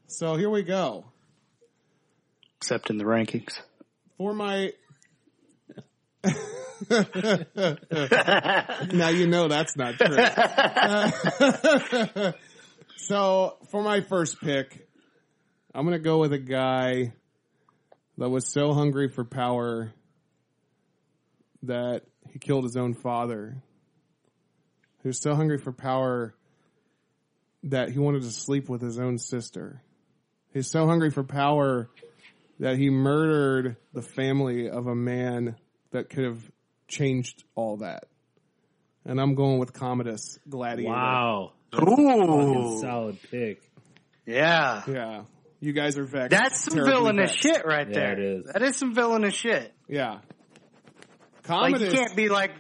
[SPEAKER 3] so here we go.
[SPEAKER 2] Except in the rankings.
[SPEAKER 3] For my. now you know that's not true. Uh, so for my first pick, I'm going to go with a guy that was so hungry for power that he killed his own father. He was so hungry for power that he wanted to sleep with his own sister. He's so hungry for power that he murdered the family of a man that could have changed all that. And I'm going with Commodus Gladiator.
[SPEAKER 4] Wow.
[SPEAKER 2] Ooh,
[SPEAKER 4] Fucking solid pick.
[SPEAKER 2] yeah.
[SPEAKER 3] Yeah. You guys are vexed.
[SPEAKER 2] That's some
[SPEAKER 3] Terribly
[SPEAKER 2] villainous
[SPEAKER 3] vexed.
[SPEAKER 2] shit right
[SPEAKER 4] Yeah,
[SPEAKER 2] there.
[SPEAKER 4] it is.
[SPEAKER 2] That is some villainous shit.
[SPEAKER 3] Yeah.
[SPEAKER 2] Like you
[SPEAKER 3] Commodus.
[SPEAKER 2] can't be like,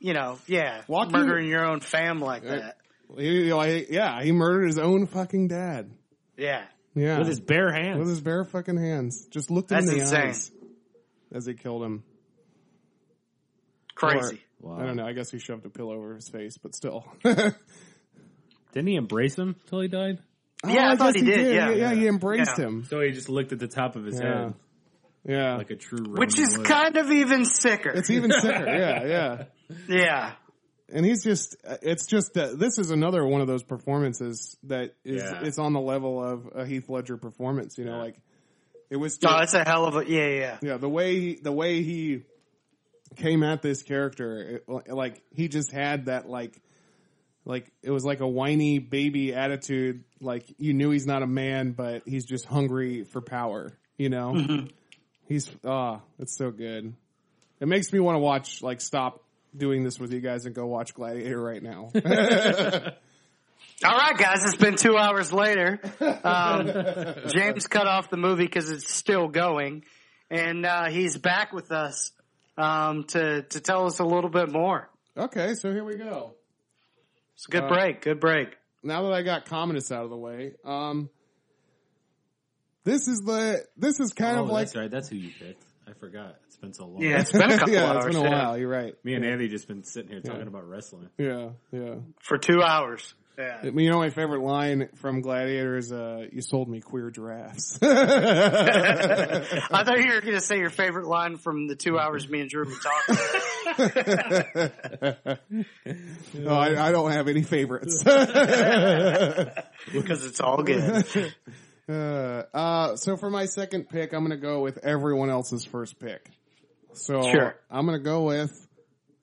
[SPEAKER 2] you know, yeah,
[SPEAKER 3] Walk you-
[SPEAKER 2] murdering your own fam like that.
[SPEAKER 3] he, like, yeah, he murdered his own fucking dad.
[SPEAKER 2] Yeah,
[SPEAKER 3] Yeah,
[SPEAKER 4] with his bare hands.
[SPEAKER 3] with his bare fucking hands. Just looked him in
[SPEAKER 2] That's
[SPEAKER 3] the
[SPEAKER 2] insane.
[SPEAKER 3] eyes as he killed him.
[SPEAKER 2] crazy.
[SPEAKER 3] Or-
[SPEAKER 4] Wow.
[SPEAKER 3] I don't know. I guess he shoved a pillow over his face, but still.
[SPEAKER 4] Didn't he embrace him till he died?
[SPEAKER 3] Oh,
[SPEAKER 2] Yeah, I, thought
[SPEAKER 3] guess
[SPEAKER 2] he did. Yeah,
[SPEAKER 3] yeah, he embraced
[SPEAKER 2] Yeah.
[SPEAKER 3] him.
[SPEAKER 4] So he just licked at the top of his
[SPEAKER 3] Yeah,
[SPEAKER 4] head
[SPEAKER 3] yeah.
[SPEAKER 4] like a true Roman
[SPEAKER 2] which is
[SPEAKER 4] would.
[SPEAKER 2] kind of even sicker.
[SPEAKER 3] it's even sicker. Yeah, yeah.
[SPEAKER 2] yeah,
[SPEAKER 3] and he's just it's just uh, this is another one of those performances that is
[SPEAKER 4] Yeah.
[SPEAKER 3] it's on the level of a Heath Ledger performance you know
[SPEAKER 4] Yeah.
[SPEAKER 3] like it was
[SPEAKER 2] no,
[SPEAKER 3] just,
[SPEAKER 2] it's Oh, a hell of a yeah, yeah.
[SPEAKER 3] yeah the way he, the way he came at this character it, like he just had that like like it was like a whiny baby attitude like you knew he's not a man but he's just hungry for power you know
[SPEAKER 4] Mm-hmm.
[SPEAKER 3] he's ah it's so good it makes me want to watch like stop doing this with you guys and go watch gladiator right now
[SPEAKER 2] All right, guys, it's been two hours later. Um, James cut off the movie because it's still going, and uh, he's back with us um, to to tell us a little bit more.
[SPEAKER 3] Okay, so here we go.
[SPEAKER 2] It's a good
[SPEAKER 3] Uh,
[SPEAKER 2] break. Good break.
[SPEAKER 3] Now that I got Commodus out of the way, um, this is the this is kind
[SPEAKER 4] Oh,
[SPEAKER 3] of like
[SPEAKER 4] that's right. That's who you picked. I forgot. It's been so long.
[SPEAKER 2] Yeah, it's been a couple
[SPEAKER 3] yeah,
[SPEAKER 2] hours
[SPEAKER 3] it's been a
[SPEAKER 2] yeah,
[SPEAKER 3] while. You're right.
[SPEAKER 4] Me and Andy just been sitting here talking
[SPEAKER 3] Yeah.
[SPEAKER 4] about wrestling.
[SPEAKER 3] Yeah, yeah.
[SPEAKER 2] for two hours. Yeah.
[SPEAKER 3] I mean, You know, my favorite line from Gladiator is, uh, "You sold me queer giraffes." yeah,
[SPEAKER 2] I thought you were going to say your favorite line from the two hours me and Drew were talking.
[SPEAKER 3] no, I, I don't have any favorites.
[SPEAKER 2] because it's all good.
[SPEAKER 3] uh, uh, so for my second pick, I'm going to go with everyone else's first pick. So
[SPEAKER 2] Sure.
[SPEAKER 3] I'm going to go with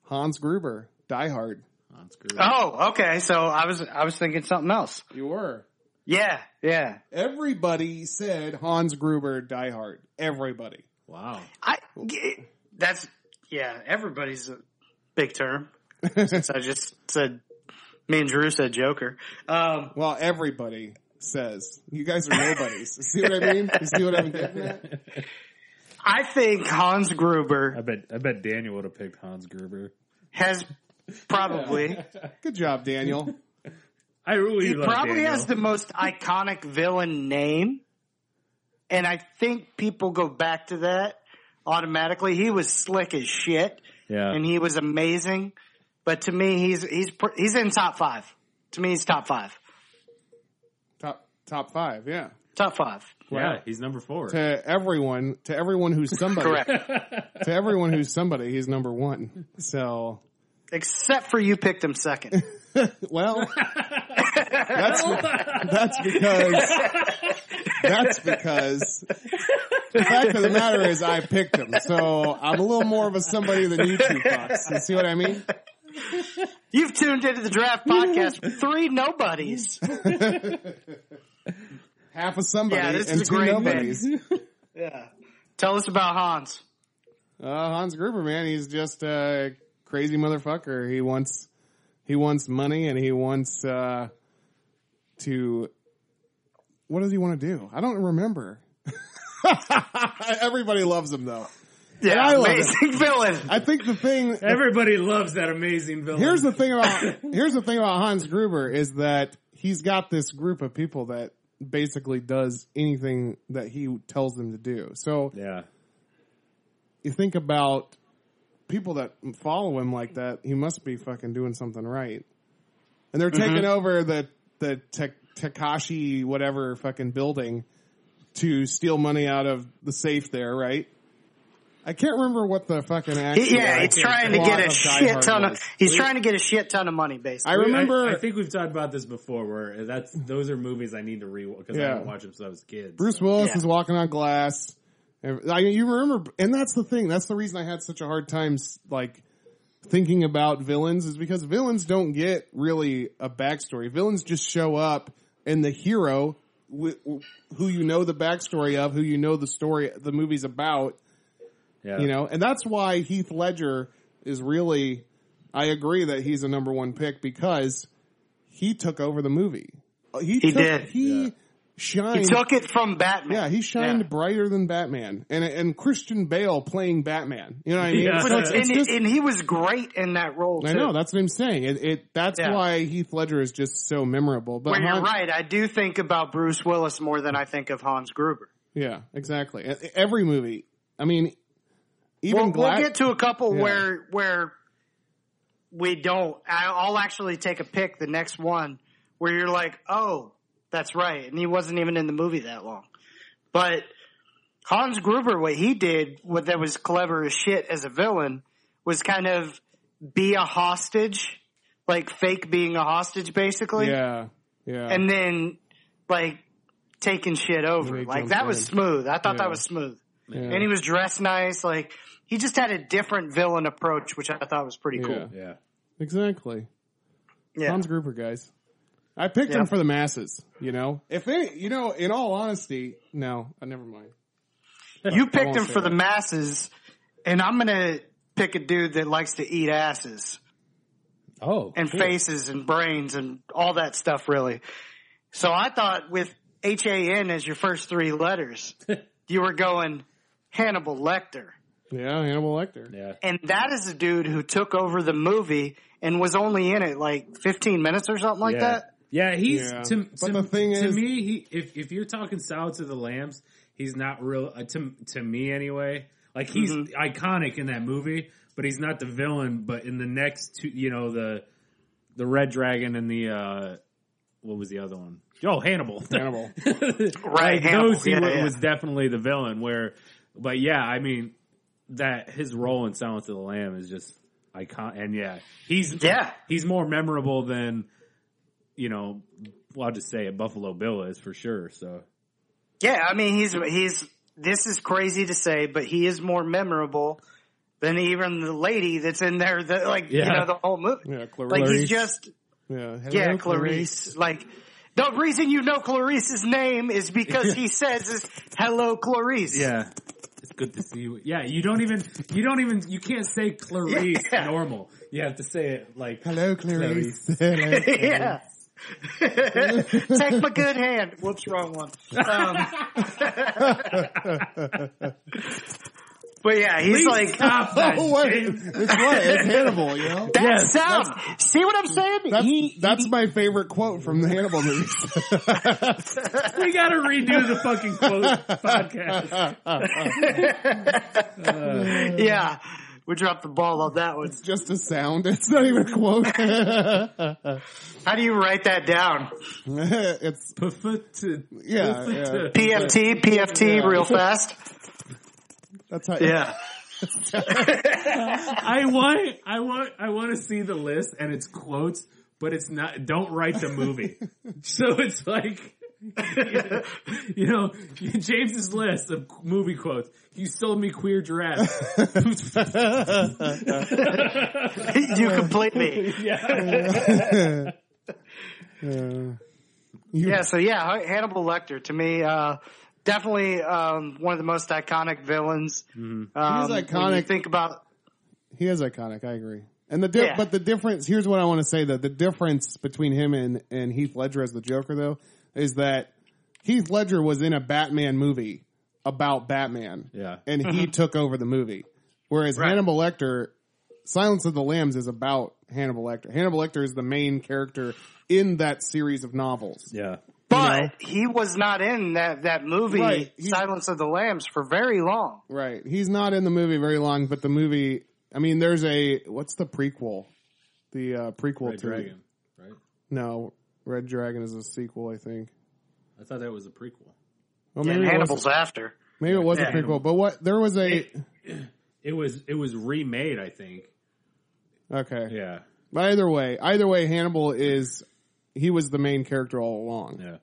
[SPEAKER 3] Hans Gruber, Die Hard.
[SPEAKER 4] That's great.
[SPEAKER 2] Oh, okay. So I was I was thinking something else.
[SPEAKER 3] You were.
[SPEAKER 2] Yeah, yeah.
[SPEAKER 3] Everybody said Hans Gruber Die Hard. Everybody.
[SPEAKER 4] Wow.
[SPEAKER 2] I g- that's yeah. Everybody's a big term. Since I just said me and Drew said Joker. Um,
[SPEAKER 3] Well, everybody says. You guys are nobodies. see what I mean? You see what I'm getting at?
[SPEAKER 2] I think Hans
[SPEAKER 4] I
[SPEAKER 2] Gruber
[SPEAKER 4] bet I bet Daniel would have picked Hans Gruber.
[SPEAKER 2] has probably
[SPEAKER 3] Good job, Daniel.
[SPEAKER 4] I really
[SPEAKER 2] he
[SPEAKER 4] love
[SPEAKER 2] probably
[SPEAKER 4] Daniel.
[SPEAKER 2] has the most iconic villain name, and I think people go back to that automatically. He was slick as shit.
[SPEAKER 4] yeah.
[SPEAKER 2] and he was amazing. But to me, he's he's pr- he's in top five. To me, he's top five.
[SPEAKER 3] Top top five, yeah.
[SPEAKER 2] Top five.
[SPEAKER 4] yeah, he's number four.
[SPEAKER 3] To everyone to everyone who's somebody.
[SPEAKER 2] Correct.
[SPEAKER 3] To everyone who's somebody, he's number one. So
[SPEAKER 2] Except for you picked him second.
[SPEAKER 3] well that's that's because that's because the fact of the matter is I picked him, so I'm a little more of a somebody than you two fucks. You see what I mean?
[SPEAKER 2] You've tuned into the draft podcast with three nobodies.
[SPEAKER 3] Half of somebody
[SPEAKER 2] Yeah, this
[SPEAKER 3] and
[SPEAKER 2] is a
[SPEAKER 3] two
[SPEAKER 2] great
[SPEAKER 3] nobodies.
[SPEAKER 2] Yeah. Tell us about Hans.
[SPEAKER 3] Uh, Hans Gruber, man, he's just a crazy motherfucker. He wants he wants money and he wants uh, to. What does he want to do? I don't remember. Everybody loves him though.
[SPEAKER 2] Yeah,
[SPEAKER 3] I love
[SPEAKER 2] amazing villain.
[SPEAKER 3] I think the thing
[SPEAKER 4] Everybody loves that amazing villain.
[SPEAKER 3] Here's the thing about here's the thing about Hans Gruber is that he's got this group of people that basically does anything that he tells them to do. So
[SPEAKER 4] yeah.
[SPEAKER 3] you think about people that follow him like that, he must be fucking doing something right. And they're taking over the the Te- Takashi whatever fucking building to steal money out of the safe there, right? I can't remember what the fucking actual
[SPEAKER 2] He- yeah, he's
[SPEAKER 3] actual
[SPEAKER 2] trying to
[SPEAKER 3] plot
[SPEAKER 2] get a
[SPEAKER 3] of Die
[SPEAKER 2] shit
[SPEAKER 3] Hard
[SPEAKER 2] ton of.
[SPEAKER 3] was.
[SPEAKER 2] He's trying to get a shit ton of money,
[SPEAKER 3] I
[SPEAKER 2] basically.
[SPEAKER 3] remember
[SPEAKER 4] I, I think we've talked about this before. Where that's those are movies I need to rewatch because I
[SPEAKER 3] Yeah.
[SPEAKER 4] haven't watched them since I was a kid.
[SPEAKER 3] Bruce Willis
[SPEAKER 2] Yeah.
[SPEAKER 3] is walking on glass. And I, you remember, and that's the thing. That's the reason I had such a hard time, s- like, thinking about villains is because villains don't get really a backstory. Villains just show up and the hero wi- who you know the backstory of, who you know the story, the movie's about,
[SPEAKER 4] yeah.
[SPEAKER 3] you know, and that's why Heath Ledger is really, I agree that he's a number one pick because he took over the movie. He,
[SPEAKER 2] He
[SPEAKER 3] took-
[SPEAKER 2] did.
[SPEAKER 3] He
[SPEAKER 4] Yeah.
[SPEAKER 3] shined.
[SPEAKER 2] He took it from Batman.
[SPEAKER 3] yeah, he shined
[SPEAKER 2] Yeah.
[SPEAKER 3] brighter than Batman, and and Christian Bale playing Batman. You know what I mean?
[SPEAKER 4] Yeah.
[SPEAKER 3] So
[SPEAKER 2] But
[SPEAKER 3] it's,
[SPEAKER 2] it's-
[SPEAKER 3] it's
[SPEAKER 2] and,
[SPEAKER 3] just,
[SPEAKER 2] and he was great in that role too.
[SPEAKER 3] I know that's what I'm saying. It, it that's
[SPEAKER 2] Yeah.
[SPEAKER 3] why Heath Ledger is just so memorable. But
[SPEAKER 2] Where you're
[SPEAKER 3] Hans-
[SPEAKER 2] right, I do think about Bruce Willis more than I think of Hans Gruber.
[SPEAKER 3] Yeah, exactly. E- Every movie. I mean, even
[SPEAKER 2] We'll,
[SPEAKER 3] Glad-
[SPEAKER 2] we'll get to a couple
[SPEAKER 3] Yeah.
[SPEAKER 2] where where we don't. I- I'll actually take a pick the next one where you're like, oh, that's right, and he wasn't even in the movie that long. But Hans Gruber, what he did, what that was clever as shit as a villain, was kind of be a hostage, like fake being a hostage, basically.
[SPEAKER 3] yeah, yeah.
[SPEAKER 2] and then like taking shit
[SPEAKER 3] And
[SPEAKER 2] over.
[SPEAKER 3] he
[SPEAKER 2] Like
[SPEAKER 3] jumped
[SPEAKER 2] that was
[SPEAKER 3] in.
[SPEAKER 2] smooth. I thought
[SPEAKER 3] Yeah.
[SPEAKER 2] that was smooth.
[SPEAKER 3] yeah.
[SPEAKER 2] And he was dressed nice. Like he just had a different villain approach, which I thought was pretty
[SPEAKER 3] yeah,
[SPEAKER 2] cool.
[SPEAKER 4] Yeah.
[SPEAKER 3] exactly.
[SPEAKER 2] Yeah.
[SPEAKER 3] Hans Gruber, guys. I picked
[SPEAKER 2] Yeah.
[SPEAKER 3] him for the masses. You know, if any, you know, in all honesty, no, I never mind.
[SPEAKER 2] you
[SPEAKER 3] I
[SPEAKER 2] picked
[SPEAKER 3] won't
[SPEAKER 2] him
[SPEAKER 3] say
[SPEAKER 2] for the
[SPEAKER 3] that.
[SPEAKER 2] masses, and I'm gonna pick a dude that likes to eat asses
[SPEAKER 4] Oh.
[SPEAKER 2] and
[SPEAKER 4] cool.
[SPEAKER 2] faces and brains and all that stuff, really. So I thought with H A N as your first three letters, you were going Hannibal Lecter.
[SPEAKER 3] Yeah, Hannibal Lecter.
[SPEAKER 4] Yeah.
[SPEAKER 2] and that is a dude who took over the movie and was only in it like 15 minutes or something like
[SPEAKER 4] yeah.
[SPEAKER 2] that.
[SPEAKER 4] Yeah, he's
[SPEAKER 3] Yeah.
[SPEAKER 4] to,
[SPEAKER 3] But
[SPEAKER 4] to-
[SPEAKER 3] the thing
[SPEAKER 4] to
[SPEAKER 3] is-
[SPEAKER 4] me, he if if you're talking Silence of the Lambs, he's not real uh, to to me anyway. Like he's
[SPEAKER 2] Mm-hmm.
[SPEAKER 4] iconic in that movie, but he's not the villain. But in the next two, you know the the Red Dragon and the uh what was the other one? Oh, Hannibal.
[SPEAKER 3] Hannibal.
[SPEAKER 2] Right,
[SPEAKER 4] Like,
[SPEAKER 2] Hannibal.
[SPEAKER 4] Those he
[SPEAKER 2] Yeah,
[SPEAKER 4] wa-
[SPEAKER 2] yeah.
[SPEAKER 4] was definitely the villain. Where, but yeah, I mean that his role in Silence of the Lamb is just icon. And yeah, he's
[SPEAKER 2] Yeah.
[SPEAKER 4] he's more memorable than you know. Well, I'll just say it. Buffalo Bill is for sure. So
[SPEAKER 2] Yeah, I mean, he's, he's, this is crazy to say, but he is more memorable than even the lady that's in there, that like, you
[SPEAKER 4] Yeah.
[SPEAKER 2] know, the whole movie.
[SPEAKER 3] Yeah, Clarice.
[SPEAKER 2] Like, he's just,
[SPEAKER 3] yeah,
[SPEAKER 2] yeah,
[SPEAKER 3] Hello,
[SPEAKER 2] Clarice. Like, the reason you know Clarice's name is because he says is hello Clarice.
[SPEAKER 4] yeah, it's good to see you. Yeah, you don't even you don't even you can't say Clarice
[SPEAKER 2] Yeah.
[SPEAKER 4] normal. You have to say it like
[SPEAKER 3] Hello, Clarice. Hello, Clarice.
[SPEAKER 2] yeah. Take my good hand. Whoops, wrong one. Um, but yeah, he's
[SPEAKER 4] Please
[SPEAKER 2] like
[SPEAKER 4] stop that
[SPEAKER 3] Oh wait,
[SPEAKER 4] shit.
[SPEAKER 3] it's what it's Hannibal. You know,
[SPEAKER 2] that
[SPEAKER 4] Yes,
[SPEAKER 2] sounds. See what I'm saying?
[SPEAKER 3] that's
[SPEAKER 2] He-
[SPEAKER 3] that's my favorite quote from the Hannibal movies.
[SPEAKER 4] We gotta redo the fucking quote podcast.
[SPEAKER 2] yeah, we dropped the ball on that one.
[SPEAKER 3] just a sound. It's not even a quote.
[SPEAKER 2] How do you write that down?
[SPEAKER 3] it's
[SPEAKER 4] Pfft.
[SPEAKER 3] yeah, yeah.
[SPEAKER 2] PFT, PFT,
[SPEAKER 3] Yeah.
[SPEAKER 2] real fast.
[SPEAKER 3] That's how.
[SPEAKER 2] Yeah,
[SPEAKER 4] I want, I want, I want to see the list and it's quotes, but it's not. Don't write the movie. so it's like, you know, James's list of movie quotes. You sold me queer dress.
[SPEAKER 2] you complete me.
[SPEAKER 4] yeah,
[SPEAKER 3] Uh,
[SPEAKER 2] Yeah, so yeah, Hannibal Lecter to me, uh, definitely um, one of the most iconic villains. Um,
[SPEAKER 3] He's
[SPEAKER 2] when you
[SPEAKER 3] Mm-hmm. iconic.
[SPEAKER 2] think about
[SPEAKER 3] he is iconic. I agree. And the di-
[SPEAKER 2] Yeah.
[SPEAKER 3] but the difference here's what I want to say though the difference between him and and Heath Ledger as the Joker though is that Heath Ledger was in a Batman movie about Batman.
[SPEAKER 4] yeah,
[SPEAKER 3] and he took over the movie. Whereas
[SPEAKER 2] Mm-hmm. Right.
[SPEAKER 3] Hannibal Lecter, Silence of the Lambs is about Hannibal Lecter. Hannibal Lecter is the main character in that series of novels.
[SPEAKER 4] yeah.
[SPEAKER 2] But he was not in that, that movie,
[SPEAKER 3] Right, he-
[SPEAKER 2] Silence of the Lambs, for very long.
[SPEAKER 3] Right. He's not in the movie very long, but the movie, I mean, there's a, what's the prequel? The uh, prequel
[SPEAKER 4] Red
[SPEAKER 3] to,
[SPEAKER 4] Dragon, right?
[SPEAKER 3] no, Red Dragon is a sequel, I think.
[SPEAKER 4] I thought that was a prequel.
[SPEAKER 2] And
[SPEAKER 3] Well, maybe it,
[SPEAKER 2] Hannibal's
[SPEAKER 3] was,
[SPEAKER 2] after.
[SPEAKER 3] maybe it was a
[SPEAKER 2] Yeah.
[SPEAKER 3] prequel, but what, there was a,
[SPEAKER 4] It was, it was remade, I think.
[SPEAKER 3] okay.
[SPEAKER 4] Yeah,
[SPEAKER 3] But either way, either way, Hannibal is, he was the main character all along.
[SPEAKER 4] yeah,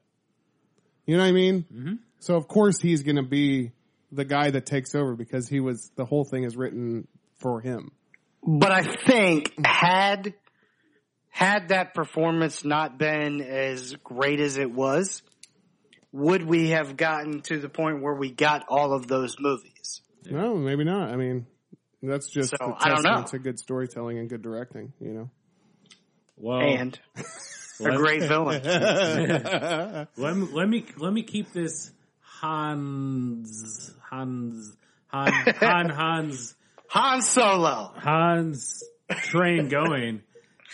[SPEAKER 3] You know what I mean? Mm-hmm. So of course he's going to be the guy that takes over because he was the whole thing is written for him.
[SPEAKER 2] But I think had had that performance not been as great as it was, would we have gotten to the point where we got all of those movies?
[SPEAKER 3] No, maybe not. I mean, that's just
[SPEAKER 2] So,
[SPEAKER 3] the
[SPEAKER 2] I don't
[SPEAKER 3] testament
[SPEAKER 2] know.
[SPEAKER 4] Oh.
[SPEAKER 3] to good storytelling and good directing. You know?
[SPEAKER 4] Well,
[SPEAKER 2] And a great villain.
[SPEAKER 4] Let me, let me let me keep this Hans Hans Han Han Hans
[SPEAKER 2] Han Solo.
[SPEAKER 4] Hans train going,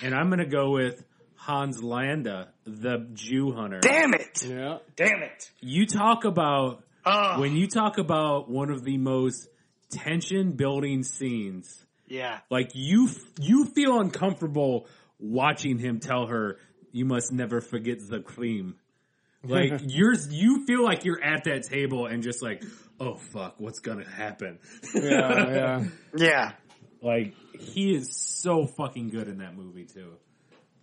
[SPEAKER 4] and I'm gonna go with Hans Landa, the Jew hunter.
[SPEAKER 2] Damn it!
[SPEAKER 3] Yeah.
[SPEAKER 2] Damn it!
[SPEAKER 4] You talk about
[SPEAKER 2] Oh,
[SPEAKER 4] when you talk about one of the most tension building scenes.
[SPEAKER 2] yeah.
[SPEAKER 4] Like you, f- you feel uncomfortable watching him tell her, "You must never forget the cream." Like you're, you feel like you're at that table and just like, "Oh fuck, what's gonna happen?"
[SPEAKER 3] Yeah, Uh, yeah.
[SPEAKER 2] Yeah.
[SPEAKER 4] Like he is so fucking good in that movie too.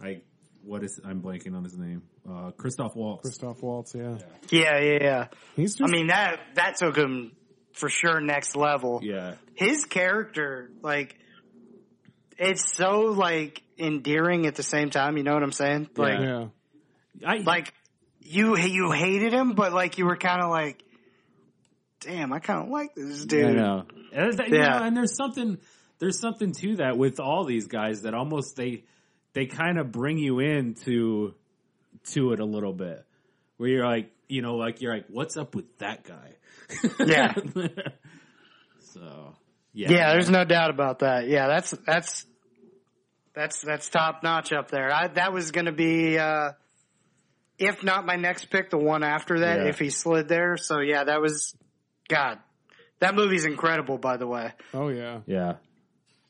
[SPEAKER 4] Like what is I'm blanking on his name, uh, Christoph Waltz.
[SPEAKER 3] Christoph Waltz, yeah.
[SPEAKER 2] Yeah, yeah, yeah.
[SPEAKER 3] He's
[SPEAKER 2] I
[SPEAKER 3] just
[SPEAKER 2] mean that that took him for sure next level.
[SPEAKER 4] Yeah,
[SPEAKER 2] His character, like, it's so like endearing at the same time. You know what I'm saying? Like,
[SPEAKER 3] yeah.
[SPEAKER 4] I
[SPEAKER 2] like you you hated him, but like you were kind of like, damn, I kind of like this dude.
[SPEAKER 4] I know. And, th- you
[SPEAKER 2] Yeah.
[SPEAKER 4] know, and there's something there's something to that with all these guys that almost they they kind of bring you into to it a little bit where you're like you know like you're like what's up with that guy
[SPEAKER 2] Yeah.
[SPEAKER 4] so yeah
[SPEAKER 2] Yeah, there's no doubt about that. Yeah, that's that's that's that's top notch up there. I, that was going to be, uh, if not my next pick, the one after that,
[SPEAKER 4] Yeah.
[SPEAKER 2] if he slid there. So yeah, that was God. That movie's incredible, by the way.
[SPEAKER 3] Oh yeah.
[SPEAKER 4] yeah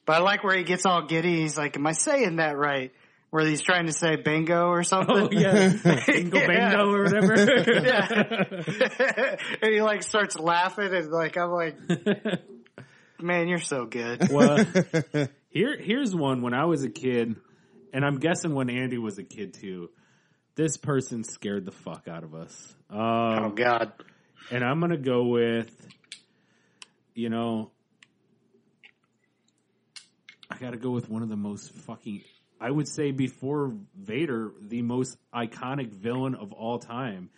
[SPEAKER 2] But I like where he gets all giddy. He's like, "Am I saying that right?" Where he's trying to say bingo or something.
[SPEAKER 4] oh yeah bingo
[SPEAKER 2] Yeah.
[SPEAKER 4] bango or whatever
[SPEAKER 2] and he like starts laughing and like I'm like, man, you're so good.
[SPEAKER 4] well here here's one when I was a kid and I'm guessing when Andy was a kid too this person scared the fuck out of us um,
[SPEAKER 2] Oh God,
[SPEAKER 4] And I'm gonna go with, you know, I gotta go with one of the most fucking. I would say before Vader, the most iconic villain of all time,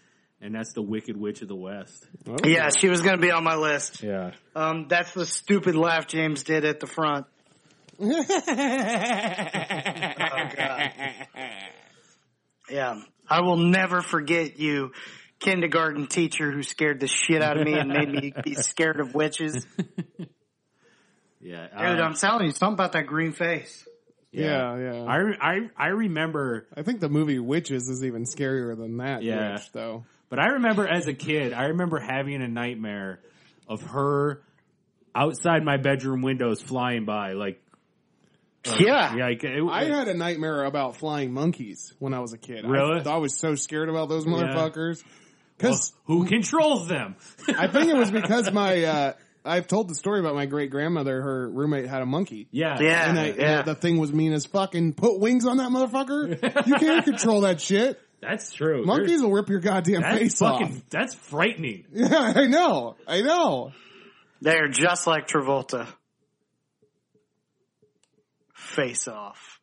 [SPEAKER 4] and that's the Wicked Witch of the West.
[SPEAKER 3] Oh,
[SPEAKER 2] yeah, she was gonna be on my list.
[SPEAKER 4] Yeah,
[SPEAKER 2] Um, that's the stupid laugh James did at the front. oh God, yeah, I will never forget you. Kindergarten teacher who scared the shit out of me and made me be scared of witches. Dude,
[SPEAKER 4] yeah, um,
[SPEAKER 2] I'm telling you, something about that green face.
[SPEAKER 3] Yeah, yeah.
[SPEAKER 4] I re- I I remember,
[SPEAKER 3] I think the movie Witches is even scarier than that
[SPEAKER 4] Yeah.
[SPEAKER 3] witch, though.
[SPEAKER 4] but I remember as a kid, I remember having a nightmare of her outside my bedroom windows flying by, like
[SPEAKER 2] Yeah.
[SPEAKER 4] yeah, like, it,
[SPEAKER 3] I had a nightmare about flying monkeys when I was a kid. I-
[SPEAKER 4] Really?
[SPEAKER 3] I, was so scared about those motherfuckers. Because
[SPEAKER 4] who controls them?
[SPEAKER 3] I think it was because my, uh, I've told the story about my great grandmother, her roommate had a monkey.
[SPEAKER 4] Yeah.
[SPEAKER 2] Yeah.
[SPEAKER 3] And I,
[SPEAKER 2] yeah.
[SPEAKER 3] the thing was mean as fucking put wings on that motherfucker. You can't control that shit.
[SPEAKER 4] That's true.
[SPEAKER 3] Monkeys will rip your goddamn
[SPEAKER 4] There's-
[SPEAKER 3] face
[SPEAKER 4] that's fucking
[SPEAKER 3] off.
[SPEAKER 4] that's frightening.
[SPEAKER 3] Yeah, I know. I know.
[SPEAKER 2] They're just like Travolta. Face off.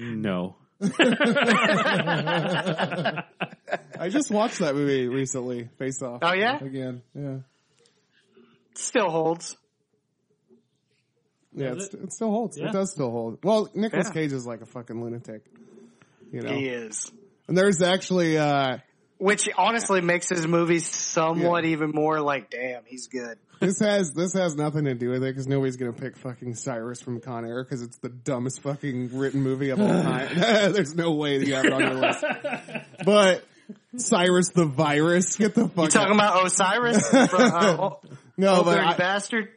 [SPEAKER 4] No.
[SPEAKER 3] I just watched that movie recently, Face Off.
[SPEAKER 2] Oh, yeah?
[SPEAKER 3] Again. Yeah.
[SPEAKER 2] Still holds.
[SPEAKER 3] Yeah,
[SPEAKER 4] Does
[SPEAKER 3] it's, it still holds.
[SPEAKER 4] Yeah.
[SPEAKER 3] It does still hold. Well, Nicolas
[SPEAKER 2] Yeah.
[SPEAKER 3] Cage is like a fucking lunatic, you know.
[SPEAKER 2] He is.
[SPEAKER 3] And there's actually uh
[SPEAKER 2] Which honestly makes his movies somewhat even more like, damn, he's good.
[SPEAKER 3] this has this has nothing to do with it because nobody's gonna pick fucking Cyrus from Con Air because it's the dumbest fucking written movie of all time. there's no way that you have it on your list. But Cyrus the Virus, get the fuck.
[SPEAKER 2] You talking
[SPEAKER 3] out.
[SPEAKER 2] about Osiris from uh, Old
[SPEAKER 3] no, but
[SPEAKER 2] Dirty
[SPEAKER 3] I,
[SPEAKER 2] Bastard?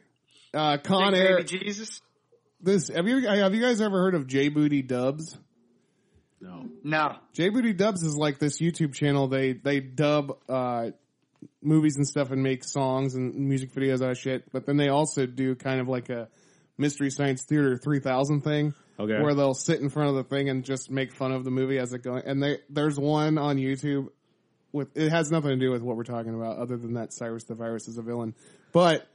[SPEAKER 3] uh, Con
[SPEAKER 2] Big
[SPEAKER 3] Air.
[SPEAKER 2] Baby Jesus?
[SPEAKER 3] This have you have you guys ever heard of J Booty Dubs?
[SPEAKER 4] No.
[SPEAKER 2] No.
[SPEAKER 3] J Booty Dubs is like this YouTube channel. They they dub uh, movies and stuff and make songs and music videos out of shit. But then they also do kind of like a Mystery Science Theater three thousand thing,
[SPEAKER 4] Okay.
[SPEAKER 3] where they'll sit in front of the thing and just make fun of the movie as it going. And they, there's one on YouTube with it has nothing to do with what we're talking about, other than that Cyrus the Virus is a villain, but.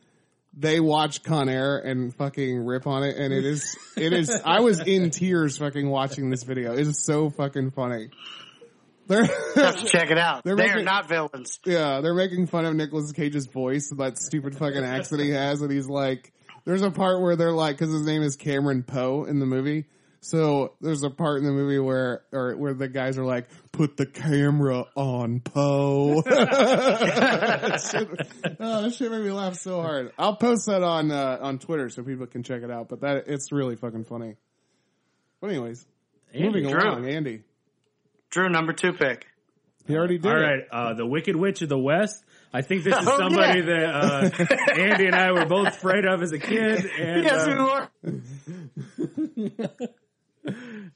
[SPEAKER 3] They watch Con Air and fucking rip on it, and it is, it is. I was in tears fucking watching this video. It is so fucking funny. They're,
[SPEAKER 2] Have to check it out. They're,
[SPEAKER 3] making-
[SPEAKER 2] not villains.
[SPEAKER 3] yeah, they're making fun of Nicolas Cage's voice and that stupid fucking accent he has, and he's like, There's a part where they're like, because his name is Cameron Poe in the movie. So there's a part in the movie where, or where the guys are like, "Put the camera on Poe." That shit- oh, that shit made me laugh so hard. I'll post that on uh, on Twitter so people can check it out. But that it's really fucking funny. But anyways, moving
[SPEAKER 2] Drew.
[SPEAKER 3] along, Andy.
[SPEAKER 2] Drew, number two pick.
[SPEAKER 3] He already did.
[SPEAKER 4] All
[SPEAKER 3] it.
[SPEAKER 4] right, uh, the Wicked Witch of the West. I think this is
[SPEAKER 2] Oh,
[SPEAKER 4] somebody
[SPEAKER 2] yeah.
[SPEAKER 4] that uh, Andy and I were both afraid of as a kid. And,
[SPEAKER 2] Yes, we
[SPEAKER 4] uh,
[SPEAKER 2] were.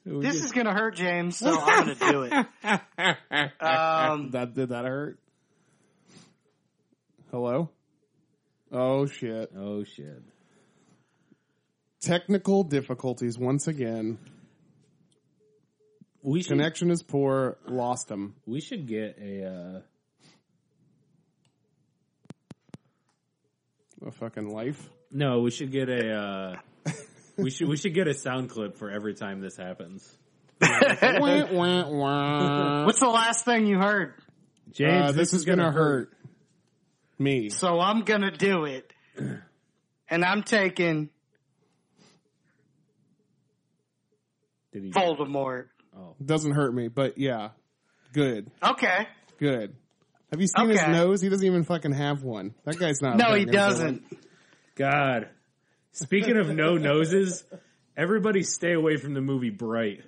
[SPEAKER 2] this is gonna hurt, James. So I'm gonna do it. Um,
[SPEAKER 3] That did that hurt? Hello? Oh shit.
[SPEAKER 4] oh shit!
[SPEAKER 3] Technical difficulties once again.
[SPEAKER 4] We should
[SPEAKER 3] Connection is poor. Lost them.
[SPEAKER 4] we should get a uh,
[SPEAKER 3] A fucking life.
[SPEAKER 4] no. We should get a uh, we should we should get a sound clip for every time this happens.
[SPEAKER 3] Wah, wah, wah.
[SPEAKER 2] what's the last thing you heard?
[SPEAKER 4] James,
[SPEAKER 3] Uh, this, is gonna, hurt. me.
[SPEAKER 2] So I'm gonna do it, and I'm taking
[SPEAKER 4] Did he?
[SPEAKER 2] Voldemort.
[SPEAKER 3] Doesn't hurt me, but yeah. Good.
[SPEAKER 2] Okay.
[SPEAKER 3] Good. Have you seen his
[SPEAKER 2] Okay.
[SPEAKER 3] nose? He doesn't even fucking have one. That guy's not.
[SPEAKER 2] No,
[SPEAKER 3] a
[SPEAKER 2] he
[SPEAKER 3] fucking villain.
[SPEAKER 2] doesn't.
[SPEAKER 4] God. Speaking of no noses, everybody stay away from the movie Bright.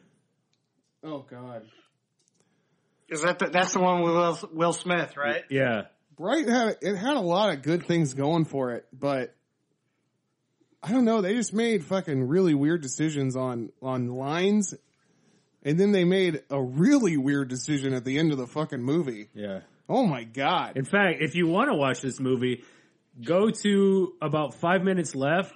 [SPEAKER 3] Oh god.
[SPEAKER 2] Is that the, that's the one with Will, Will Smith, right?
[SPEAKER 4] Yeah.
[SPEAKER 3] Bright had it had a lot of good things going for it, but I don't know. They just made fucking really weird decisions on on lines, and then they made a really weird decision at the end of the fucking movie.
[SPEAKER 4] Yeah.
[SPEAKER 3] Oh my god!
[SPEAKER 4] In fact, if you want to watch this movie, go to about five minutes left,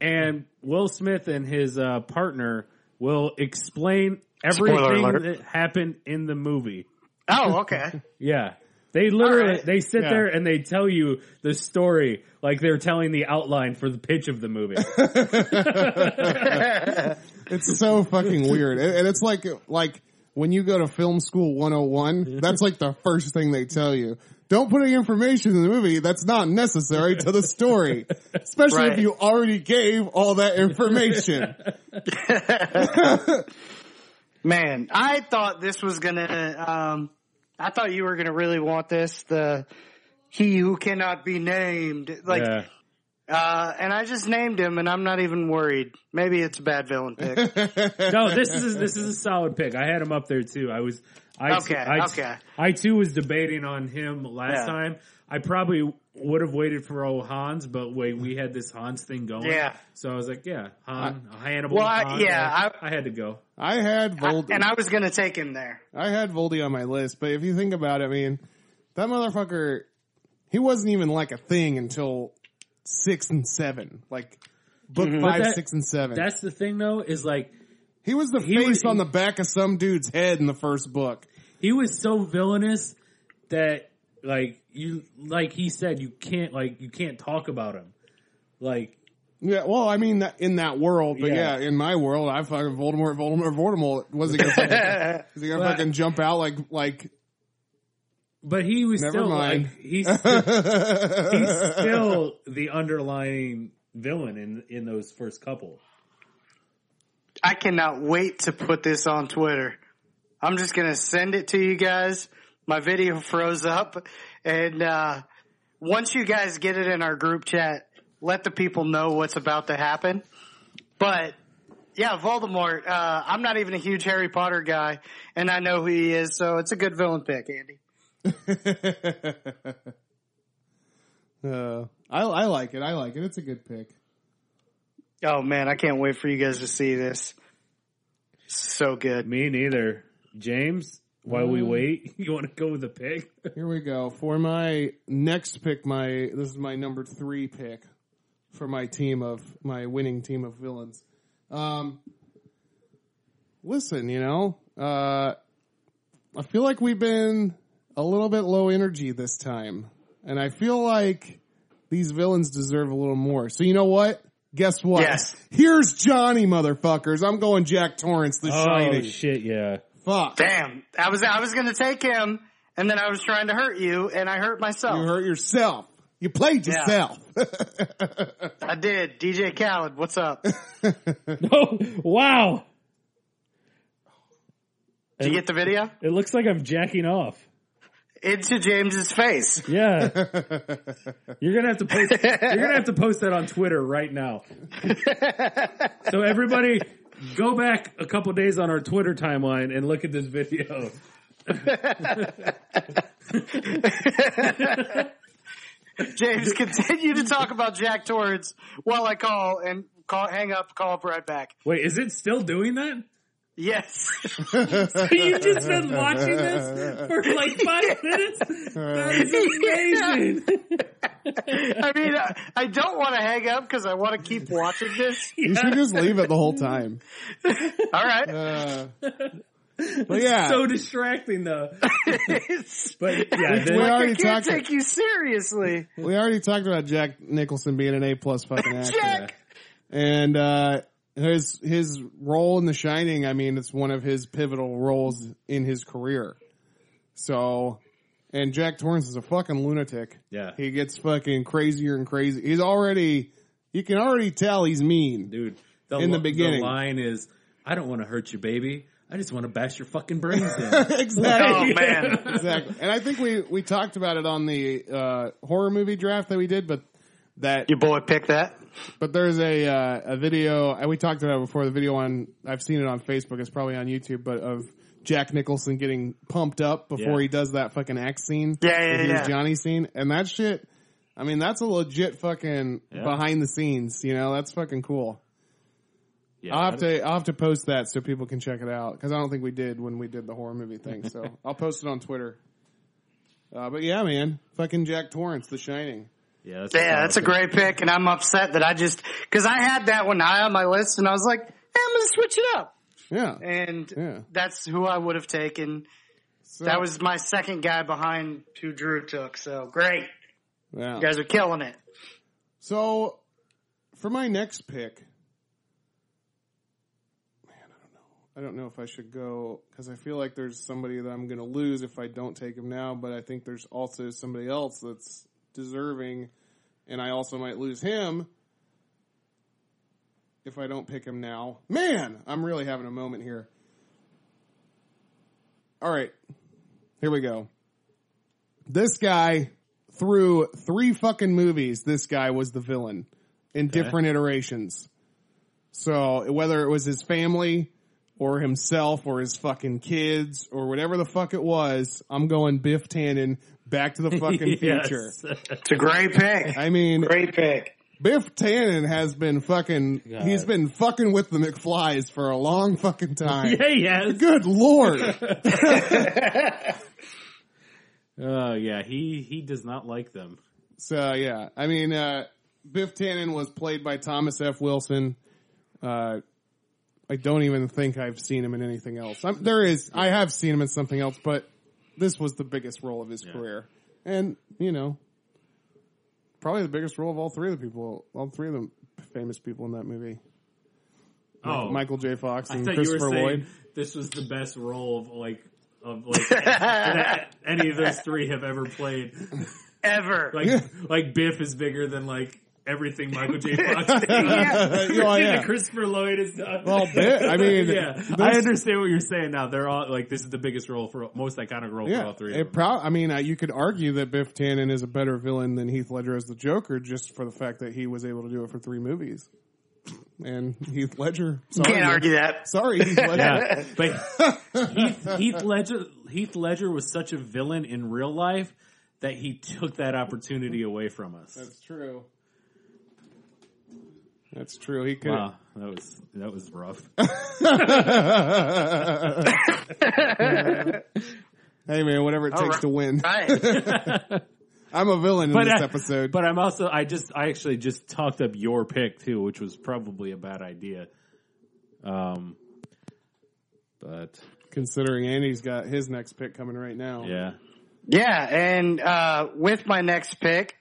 [SPEAKER 4] and Will Smith and his uh, partner will explain everything
[SPEAKER 2] alert.
[SPEAKER 4] that happened in the movie.
[SPEAKER 2] Oh, okay.
[SPEAKER 4] Yeah. They literally
[SPEAKER 2] right.
[SPEAKER 4] they sit
[SPEAKER 3] Yeah.
[SPEAKER 4] there and they tell you the story like they're telling the outline for the pitch of the movie.
[SPEAKER 3] It's so fucking weird, and, and it's like like when you go to film school 101, that's like the first thing they tell you. Don't put any information in the movie that's not necessary to the story, especially if
[SPEAKER 2] Right.
[SPEAKER 3] you already gave all that information.
[SPEAKER 2] Man, I thought this was gonna. Um, I thought you were gonna really want this. The he who cannot be named, like,
[SPEAKER 4] yeah.
[SPEAKER 2] uh, and I just named him, and I'm not even worried. Maybe it's a bad villain pick.
[SPEAKER 4] No, this is this is a solid pick. I had him up there too. I was I
[SPEAKER 2] Okay,
[SPEAKER 4] I,
[SPEAKER 2] okay.
[SPEAKER 4] I too was debating on him last
[SPEAKER 2] Yeah.
[SPEAKER 4] time. I probably would have waited for old Hans, but wait, we had this Hans thing going.
[SPEAKER 2] Yeah.
[SPEAKER 4] So I was like, yeah, Han, Hannibal.
[SPEAKER 2] Well, I-
[SPEAKER 4] Han,
[SPEAKER 2] yeah,
[SPEAKER 4] I, had to go.
[SPEAKER 3] I had Voldy.
[SPEAKER 2] and I was gonna take him there.
[SPEAKER 3] I had Voldy on my list, but if you think about it, I mean, that motherfucker, he wasn't even like a thing until six and seven, like book five,
[SPEAKER 4] Mm-hmm. that-
[SPEAKER 3] six, and seven.
[SPEAKER 4] That's the thing though, is like
[SPEAKER 3] he was the
[SPEAKER 4] he
[SPEAKER 3] face
[SPEAKER 4] was-
[SPEAKER 3] on the back of some dude's head in the first book.
[SPEAKER 4] he was so villainous that like you like he said you can't like you can't talk about him. Like
[SPEAKER 3] Yeah, well, I mean, that, in that world, but yeah.
[SPEAKER 4] Yeah.
[SPEAKER 3] in my world, I fucking Voldemort, Voldemort, Voldemort. Was he gonna, fucking, was he gonna
[SPEAKER 4] But-
[SPEAKER 3] fucking jump out like like?
[SPEAKER 4] But he was
[SPEAKER 3] Never
[SPEAKER 4] still
[SPEAKER 3] mind.
[SPEAKER 4] like he's still,
[SPEAKER 3] Uh,
[SPEAKER 4] he's still the underlying villain in in those first couple.
[SPEAKER 2] I cannot wait to put this on Twitter. I'm just gonna send it to you guys. My video froze up, and uh, once you guys get it in our group chat, let the people know what's about to happen. But yeah, Voldemort. Uh, I'm not even a huge Harry Potter guy, and I know who he is, so it's a good villain pick, Andy.
[SPEAKER 3] Uh, I I like it. I like it. It's a good pick.
[SPEAKER 2] Oh man, I can't wait for you guys to see this. So good.
[SPEAKER 4] Me neither, James. While we wait, you want to go with the pig?
[SPEAKER 3] Here we go. For my next pick, my this is my number three pick for my team of my winning team of villains. Um, listen, you know, uh, I feel like we've been a little bit low energy this time, and I feel like these villains deserve a little more. So you know what? Guess what?
[SPEAKER 2] Yes.
[SPEAKER 3] Here's Johnny, motherfuckers. I'm going Jack Torrance, The Shining.
[SPEAKER 4] shit! Yeah,
[SPEAKER 3] Fuck.
[SPEAKER 2] Oh, Damn, I was I was gonna take him, and then I was trying to hurt you, and I hurt myself.
[SPEAKER 3] You hurt yourself. You played
[SPEAKER 2] Yeah.
[SPEAKER 3] yourself.
[SPEAKER 2] I did. DJ Khaled, what's up? Did
[SPEAKER 5] Oh, wow.
[SPEAKER 2] you get the video?
[SPEAKER 5] It looks like I'm jacking off.
[SPEAKER 2] Into James's face.
[SPEAKER 5] Yeah.
[SPEAKER 4] You're gonna have to post. you're gonna have to post that on Twitter right now. so everybody, go back a couple days on our Twitter timeline and look at this video.
[SPEAKER 2] James, continue to talk about Jack Torrance while I call and call, hang up, call up right back.
[SPEAKER 4] Wait, is it still doing that?
[SPEAKER 2] Yes.
[SPEAKER 4] You've just been watching this for like five minutes. That is amazing.
[SPEAKER 2] I mean, I, I don't want to hang up because I want to keep watching this.
[SPEAKER 3] You should just leave it the whole time.
[SPEAKER 2] All right.
[SPEAKER 3] Uh, but yeah,
[SPEAKER 4] So distracting though.
[SPEAKER 2] It's-
[SPEAKER 4] But yeah,
[SPEAKER 3] We
[SPEAKER 4] then,
[SPEAKER 2] like, I
[SPEAKER 3] already
[SPEAKER 2] can't
[SPEAKER 3] talked-
[SPEAKER 2] take you seriously.
[SPEAKER 3] we already talked about Jack Nicholson being an A plus fucking actor.
[SPEAKER 2] Jack!
[SPEAKER 3] and uh his his role in The Shining, I mean, it's one of his pivotal roles in his career. So, and Jack Torrance is a fucking lunatic.
[SPEAKER 4] yeah,
[SPEAKER 3] He gets fucking crazier and crazy. He's already, you can already tell he's mean.
[SPEAKER 4] dude. The
[SPEAKER 3] In the
[SPEAKER 4] li-
[SPEAKER 3] beginning.
[SPEAKER 4] the line is, "I don't want to hurt you, baby. I just want to bash your fucking brains in."
[SPEAKER 2] Oh,
[SPEAKER 3] exactly.
[SPEAKER 2] man.
[SPEAKER 3] exactly. And I think we we talked about it on the uh horror movie draft that we did, but that
[SPEAKER 2] Your boy picked that?
[SPEAKER 3] But there's a uh, a video and we talked about it before. The video on I've seen it on Facebook. It's probably on YouTube, but of Jack Nicholson getting pumped up before
[SPEAKER 4] Yeah.
[SPEAKER 3] he does that fucking axe scene,
[SPEAKER 2] Yeah, yeah,
[SPEAKER 3] with his
[SPEAKER 2] yeah.
[SPEAKER 3] Johnny scene, and that shit. I mean, that's a legit fucking behind the scenes. You know, that's fucking cool.
[SPEAKER 4] Yeah,
[SPEAKER 3] I'll have to I'll have to post that so people can check it out because I don't think we did when we did the horror movie thing. So I'll post it on Twitter. Uh, but yeah, man, fucking Jack Torrance, The Shining.
[SPEAKER 4] yeah, that's,
[SPEAKER 2] Yeah, that's a great pick, and I'm upset that I just because I had that one high on my list, and I was like, hey, I'm gonna switch it up,
[SPEAKER 3] Yeah,
[SPEAKER 2] and
[SPEAKER 3] Yeah.
[SPEAKER 2] that's who I would have taken.
[SPEAKER 3] So-
[SPEAKER 2] That was my second guy behind who Drew took. So great,
[SPEAKER 3] yeah.
[SPEAKER 2] you guys are killing it.
[SPEAKER 3] So, for my next pick, man, I don't know. I don't know if I should go because I feel like there's somebody that I'm going to lose if I don't take him now, but I think there's also somebody else that's deserving, and I also might lose him if I don't pick him now. Man, I'm really having a moment here. All right, here we go. This guy through three fucking movies, this guy was the villain in different iterations. So whether it was his family or himself or his fucking kids or whatever the fuck it was, I'm going Biff Tannen back to the fucking future.
[SPEAKER 2] It's a great pick,
[SPEAKER 3] I mean,
[SPEAKER 2] great pick.
[SPEAKER 3] Biff Tannen has been fucking, he's been fucking with the McFlys for a long fucking time.
[SPEAKER 4] Yeah, yeah.
[SPEAKER 3] Good lord.
[SPEAKER 4] Oh yeah, he he does not like them.
[SPEAKER 3] So yeah, I mean, uh, Biff Tannen was played by Thomas F. Wilson. Uh, I don't even think I've seen him in anything else. I'm, there is, I have seen him in something else, but this was the biggest role of his career, and you know, probably the biggest role of all three of the people, all three of the famous people in that movie.
[SPEAKER 4] Oh,
[SPEAKER 3] Michael J. Fox
[SPEAKER 4] I
[SPEAKER 3] and
[SPEAKER 4] thought you were
[SPEAKER 3] Christopher
[SPEAKER 4] saying
[SPEAKER 3] Lloyd.
[SPEAKER 4] this was the best role of like of like that any of those three have ever played.
[SPEAKER 2] Ever,
[SPEAKER 4] Like like Biff is bigger than like everything Michael J. Fox did.
[SPEAKER 3] Uh, oh, yeah.
[SPEAKER 4] Christopher Lloyd is done.
[SPEAKER 3] Well, Biff, I mean,
[SPEAKER 4] yeah, I
[SPEAKER 3] this-
[SPEAKER 4] understand what you're saying now. They're all like this is the biggest role for most iconic role for all three.
[SPEAKER 3] it
[SPEAKER 4] Of them.
[SPEAKER 3] pro- I mean, uh, you could argue that Biff Tannen is a better villain than Heath Ledger as the Joker, just for the fact that he was able to do it for three movies. And Heath Ledger, sorry,
[SPEAKER 2] can't argue that.
[SPEAKER 3] Sorry, Heath Ledger.
[SPEAKER 4] Yeah, but Heath, Heath Ledger Heath Ledger was such a villain in real life that he took that opportunity away from us.
[SPEAKER 3] that's true. That's true. He could.
[SPEAKER 4] Wow, that was that was rough.
[SPEAKER 3] Hey man, whatever it takes
[SPEAKER 2] right.
[SPEAKER 3] to win.
[SPEAKER 2] Right,
[SPEAKER 3] I'm a villain in
[SPEAKER 4] But
[SPEAKER 3] this
[SPEAKER 4] I-
[SPEAKER 3] episode.
[SPEAKER 4] But I'm also I just I actually just talked up your pick too, which was probably a bad idea. Um, but
[SPEAKER 3] considering Andy's got his next pick coming right now.
[SPEAKER 4] yeah,
[SPEAKER 2] yeah. And uh, with my next pick,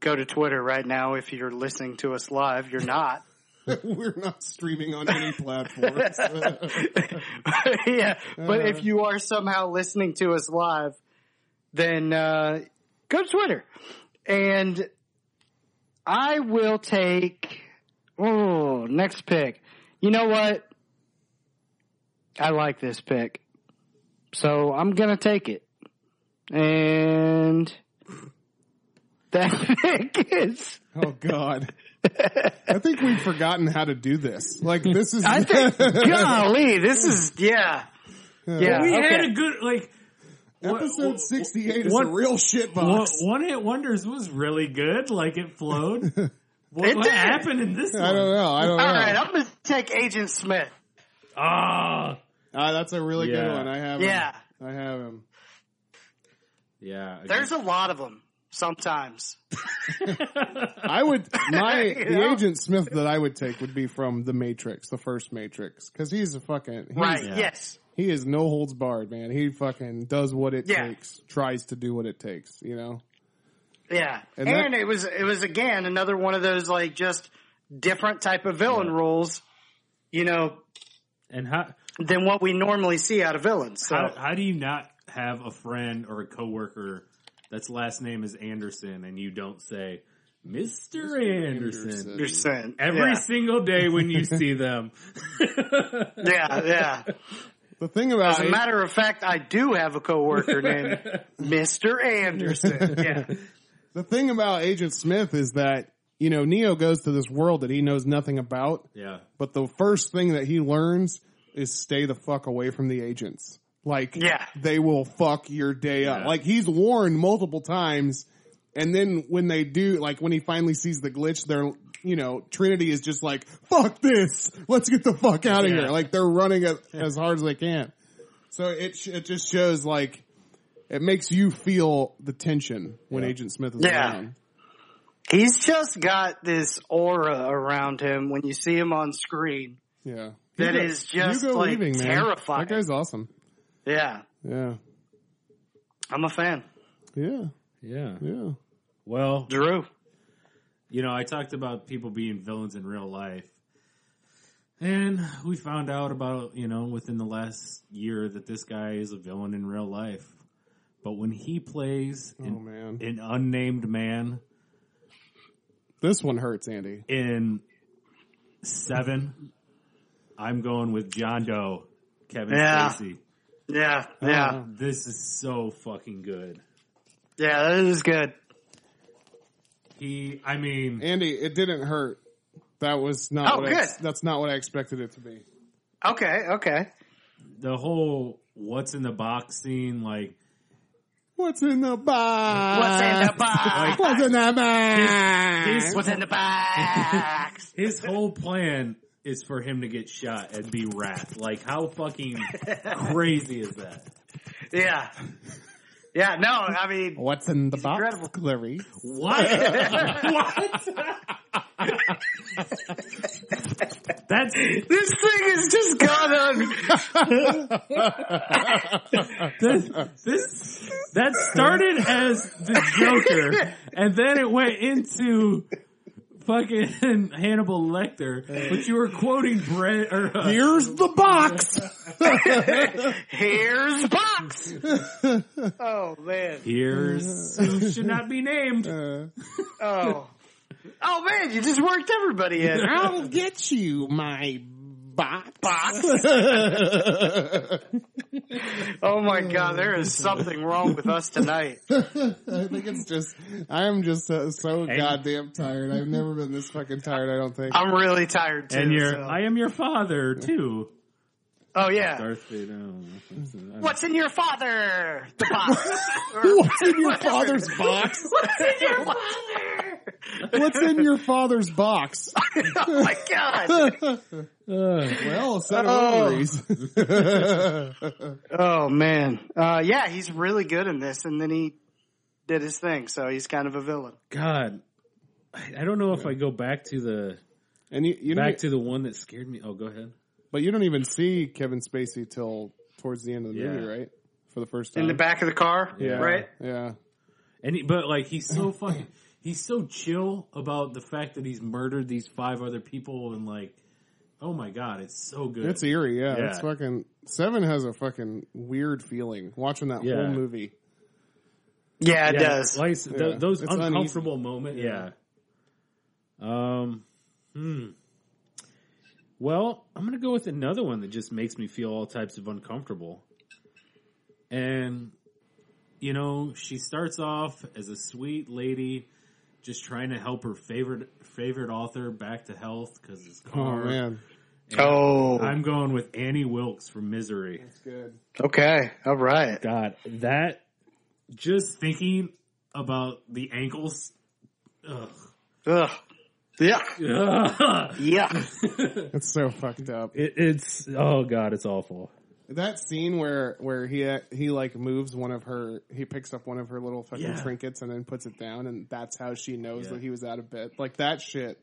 [SPEAKER 2] go to Twitter right now if you're listening to us live. You're not.
[SPEAKER 3] We're not streaming on any platforms.
[SPEAKER 2] yeah, but if you are somehow listening to us live, then uh, go to Twitter And I will take. Oh, next pick. You know what? I like this pick. So I'm going to take it. And that pick is.
[SPEAKER 3] Oh God. I think we've forgotten how to do this. Like this is
[SPEAKER 2] I think, golly, this is, yeah. Yeah.
[SPEAKER 4] We
[SPEAKER 2] okay.
[SPEAKER 4] had a good like
[SPEAKER 3] episode
[SPEAKER 4] what-
[SPEAKER 3] sixty eight is
[SPEAKER 4] what-
[SPEAKER 3] a real shit
[SPEAKER 4] one,
[SPEAKER 3] box.
[SPEAKER 4] one hit wonders was really good. Like it flowed. What,
[SPEAKER 2] It
[SPEAKER 4] what
[SPEAKER 2] did.
[SPEAKER 4] happened in this
[SPEAKER 3] I
[SPEAKER 4] one?
[SPEAKER 3] don't know. I don't know.
[SPEAKER 2] All right, I'm going to take Agent Smith.
[SPEAKER 4] Ah,
[SPEAKER 3] Ah, that's a really good
[SPEAKER 4] Yeah.
[SPEAKER 3] one. I have
[SPEAKER 2] Yeah.
[SPEAKER 3] him. I have him.
[SPEAKER 4] yeah.
[SPEAKER 2] There's a lot of them sometimes.
[SPEAKER 3] I would my the
[SPEAKER 2] know?
[SPEAKER 3] agent Smith that I would take would be from the Matrix, the first Matrix, because he's a fucking he's,
[SPEAKER 2] Right,
[SPEAKER 4] Yeah.
[SPEAKER 2] yes.
[SPEAKER 3] He is no holds barred, man. He fucking does what it
[SPEAKER 2] Yeah.
[SPEAKER 3] takes, tries to do what it takes. You know,
[SPEAKER 2] Yeah.
[SPEAKER 3] And
[SPEAKER 2] And,
[SPEAKER 3] that-
[SPEAKER 2] it was it was again another one of those like just different type of villain roles, you know,
[SPEAKER 4] and how,
[SPEAKER 2] than what we normally see out of villains. So
[SPEAKER 4] how how do you not have a friend or a coworker that's last name is Anderson and you don't say Mr. Anderson,
[SPEAKER 3] Anderson.
[SPEAKER 2] you're saying
[SPEAKER 4] every
[SPEAKER 2] yeah.
[SPEAKER 4] single day when you see them?
[SPEAKER 2] yeah, yeah.
[SPEAKER 3] the thing
[SPEAKER 2] As
[SPEAKER 3] about
[SPEAKER 2] a
[SPEAKER 3] it-
[SPEAKER 2] matter of fact, I do have a coworker named Mr. Anderson. Yeah.
[SPEAKER 3] the thing about Agent Smith is that you know Neo goes to this world that he knows nothing about,
[SPEAKER 4] yeah.
[SPEAKER 3] but the first thing that he learns is stay the fuck away from the agents. Like,
[SPEAKER 2] Yeah.
[SPEAKER 3] they will fuck your day up.
[SPEAKER 4] Yeah.
[SPEAKER 3] Like he's warned multiple times, and then when they do, like when he finally sees the glitch, they're you know Trinity is just like fuck this, let's get the fuck out of
[SPEAKER 4] Yeah.
[SPEAKER 3] here. Like they're running as, as hard as they can. So it sh- it just shows like it makes you feel the tension when Agent Smith is
[SPEAKER 2] Yeah.
[SPEAKER 3] around.
[SPEAKER 2] He's just got this aura around him when you see him on screen.
[SPEAKER 3] Yeah.
[SPEAKER 2] That
[SPEAKER 3] That
[SPEAKER 2] is
[SPEAKER 3] is
[SPEAKER 2] just, like, terrifying.
[SPEAKER 3] That guy's awesome.
[SPEAKER 2] Yeah.
[SPEAKER 3] Yeah.
[SPEAKER 2] I'm a fan.
[SPEAKER 3] Yeah.
[SPEAKER 4] Yeah.
[SPEAKER 3] Yeah.
[SPEAKER 4] Well,
[SPEAKER 2] Drew.
[SPEAKER 4] you know, I talked about people being villains in real life. And we found out about, you know, within the last year that this guy is a villain in real life. But when he plays
[SPEAKER 3] Oh
[SPEAKER 4] an,
[SPEAKER 3] man.
[SPEAKER 4] an unnamed man
[SPEAKER 3] This one hurts, Andy.
[SPEAKER 4] in Seven, I'm going with John Doe, Kevin
[SPEAKER 2] Yeah.
[SPEAKER 4] Spacey.
[SPEAKER 2] Yeah. Yeah.
[SPEAKER 4] This is so fucking good.
[SPEAKER 2] Yeah, that is good.
[SPEAKER 4] He, I mean,
[SPEAKER 3] Andy, it didn't hurt. That was not
[SPEAKER 2] Oh,
[SPEAKER 3] what I,
[SPEAKER 2] good.
[SPEAKER 3] that's not what I expected it to be.
[SPEAKER 2] Okay, okay.
[SPEAKER 4] the whole what's in the box scene, like,
[SPEAKER 3] What's in the box?
[SPEAKER 2] What's in the box?
[SPEAKER 3] What's in the box?
[SPEAKER 4] his
[SPEAKER 2] What's in the box?
[SPEAKER 4] His whole plan is for him to get shot and be wrapped. Like, how fucking crazy is that?
[SPEAKER 2] yeah. Yeah, no, I mean,
[SPEAKER 3] What's in the box,
[SPEAKER 2] incredible.
[SPEAKER 3] Clarice?
[SPEAKER 4] What? what? That's
[SPEAKER 2] this thing has just gone on.
[SPEAKER 4] this, this that started as the Joker, and then it went into fucking Hannibal Lecter. But you were quoting Brett or uh,
[SPEAKER 3] Here's the box.
[SPEAKER 2] Here's box. Oh man.
[SPEAKER 4] Here's who should not be named.
[SPEAKER 3] Uh,
[SPEAKER 2] Oh. Oh man, you just worked everybody in.
[SPEAKER 3] I'll get you, my box.
[SPEAKER 2] Box. Oh my god, there is something wrong with us tonight.
[SPEAKER 3] I think it's just I'm just so, so goddamn tired. I've never been this fucking tired. I don't think.
[SPEAKER 2] I'm really tired too.
[SPEAKER 4] And you're,
[SPEAKER 2] so-
[SPEAKER 4] I am your father too.
[SPEAKER 2] oh yeah.
[SPEAKER 4] Darth Vader. I don't know.
[SPEAKER 2] What's in your father? The box.
[SPEAKER 3] What's in your father's box?
[SPEAKER 2] What's in your father?
[SPEAKER 3] What's in your father's box?
[SPEAKER 2] Oh my god.
[SPEAKER 3] Well, a set of
[SPEAKER 2] Oh.
[SPEAKER 3] ovaries.
[SPEAKER 2] Oh man. Uh, yeah, he's really good in this, and then he did his thing, so he's kind of a villain.
[SPEAKER 4] God, I I don't know if I go back to the
[SPEAKER 3] and you, you
[SPEAKER 4] back
[SPEAKER 3] don't, e-,
[SPEAKER 4] to the one that scared me. Oh, go ahead.
[SPEAKER 3] but you don't even see Kevin Spacey till towards the end of the
[SPEAKER 4] Yeah.
[SPEAKER 3] movie, right? For the first time
[SPEAKER 2] In the back of the car,
[SPEAKER 3] yeah.
[SPEAKER 2] right?
[SPEAKER 3] Yeah,
[SPEAKER 4] And he, but like he's so fucking, he's so chill about the fact that he's murdered these five other people, and like, oh my God, it's so good.
[SPEAKER 3] it's eerie. Yeah,
[SPEAKER 4] Yeah.
[SPEAKER 3] it's fucking. Seven has a fucking weird feeling watching that
[SPEAKER 4] Yeah.
[SPEAKER 3] whole movie.
[SPEAKER 2] Yeah, it
[SPEAKER 4] yeah,
[SPEAKER 2] does.
[SPEAKER 4] like I said, th-
[SPEAKER 3] Yeah,
[SPEAKER 4] those
[SPEAKER 3] it's
[SPEAKER 4] uncomfortable moments. Yeah. Um. Hmm. Well, I'm gonna go with another one that just makes me feel all types of uncomfortable. And you know, she starts off as a sweet lady, just trying to help her favorite favorite author back to health because his
[SPEAKER 3] Oh
[SPEAKER 4] car.
[SPEAKER 3] man,
[SPEAKER 2] oh,
[SPEAKER 4] I'm going with Annie Wilkes from Misery.
[SPEAKER 3] that's good.
[SPEAKER 2] okay. All right.
[SPEAKER 5] God, that
[SPEAKER 4] Just thinking about the ankles. Ugh.
[SPEAKER 2] Ugh. Yeah.
[SPEAKER 4] Ugh.
[SPEAKER 2] Yeah.
[SPEAKER 3] That's so fucked up.
[SPEAKER 5] it, it's oh god, it's awful.
[SPEAKER 3] That scene where where he he like moves one of her, he picks up one of her little fucking
[SPEAKER 4] Yeah.
[SPEAKER 3] trinkets and then puts it down, and that's how she knows
[SPEAKER 4] Yeah.
[SPEAKER 3] that he was out of bed. Like that shit.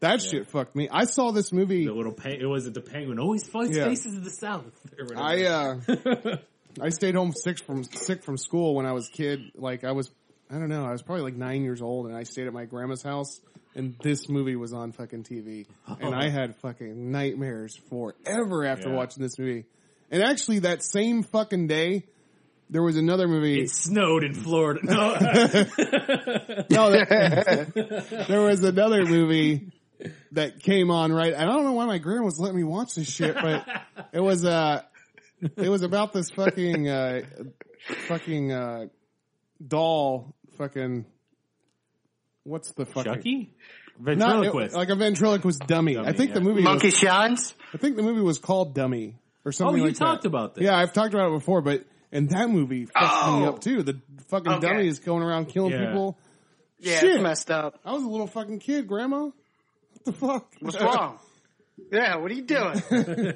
[SPEAKER 3] That shit fucked me. I saw this movie.
[SPEAKER 4] the little peng- it was it the penguin always fights
[SPEAKER 3] Yeah.
[SPEAKER 4] faces of the south or whatever.
[SPEAKER 3] I uh, I stayed home sick from sick from school when I was a kid. Like I was, I don't know, I was probably like nine years old, and I stayed at my grandma's house, and this movie was on fucking TV, and I had fucking nightmares forever after
[SPEAKER 4] Oh. Yeah.
[SPEAKER 3] watching this movie. And actually, that same fucking day, there was another movie.
[SPEAKER 4] it snowed in Florida. No,
[SPEAKER 3] No, that, there was another movie that came on right. I don't know why my grandma was letting me watch this shit, but it was uh it was about this fucking uh fucking uh doll fucking what's the fucking
[SPEAKER 4] Chucky
[SPEAKER 3] Not, it-
[SPEAKER 4] ventriloquist.
[SPEAKER 3] like a ventriloquist dummy.
[SPEAKER 4] Dummy,
[SPEAKER 3] I think the
[SPEAKER 4] yeah.
[SPEAKER 3] movie
[SPEAKER 2] Monkey
[SPEAKER 3] was,
[SPEAKER 2] shines.
[SPEAKER 3] I think the movie was called Dummy or
[SPEAKER 4] oh,
[SPEAKER 3] something
[SPEAKER 4] you
[SPEAKER 3] like that.
[SPEAKER 4] talked about this.
[SPEAKER 3] Yeah, I've talked about it before, but and that movie fucked me
[SPEAKER 2] Oh.
[SPEAKER 3] up too. The fucking
[SPEAKER 2] Okay.
[SPEAKER 3] dummy is going around killing
[SPEAKER 4] Yeah.
[SPEAKER 3] people.
[SPEAKER 2] Yeah,
[SPEAKER 3] Shit.
[SPEAKER 2] it's messed up.
[SPEAKER 3] I was a little fucking kid, Grandma. What the fuck?
[SPEAKER 2] What's wrong? Yeah, what are you doing?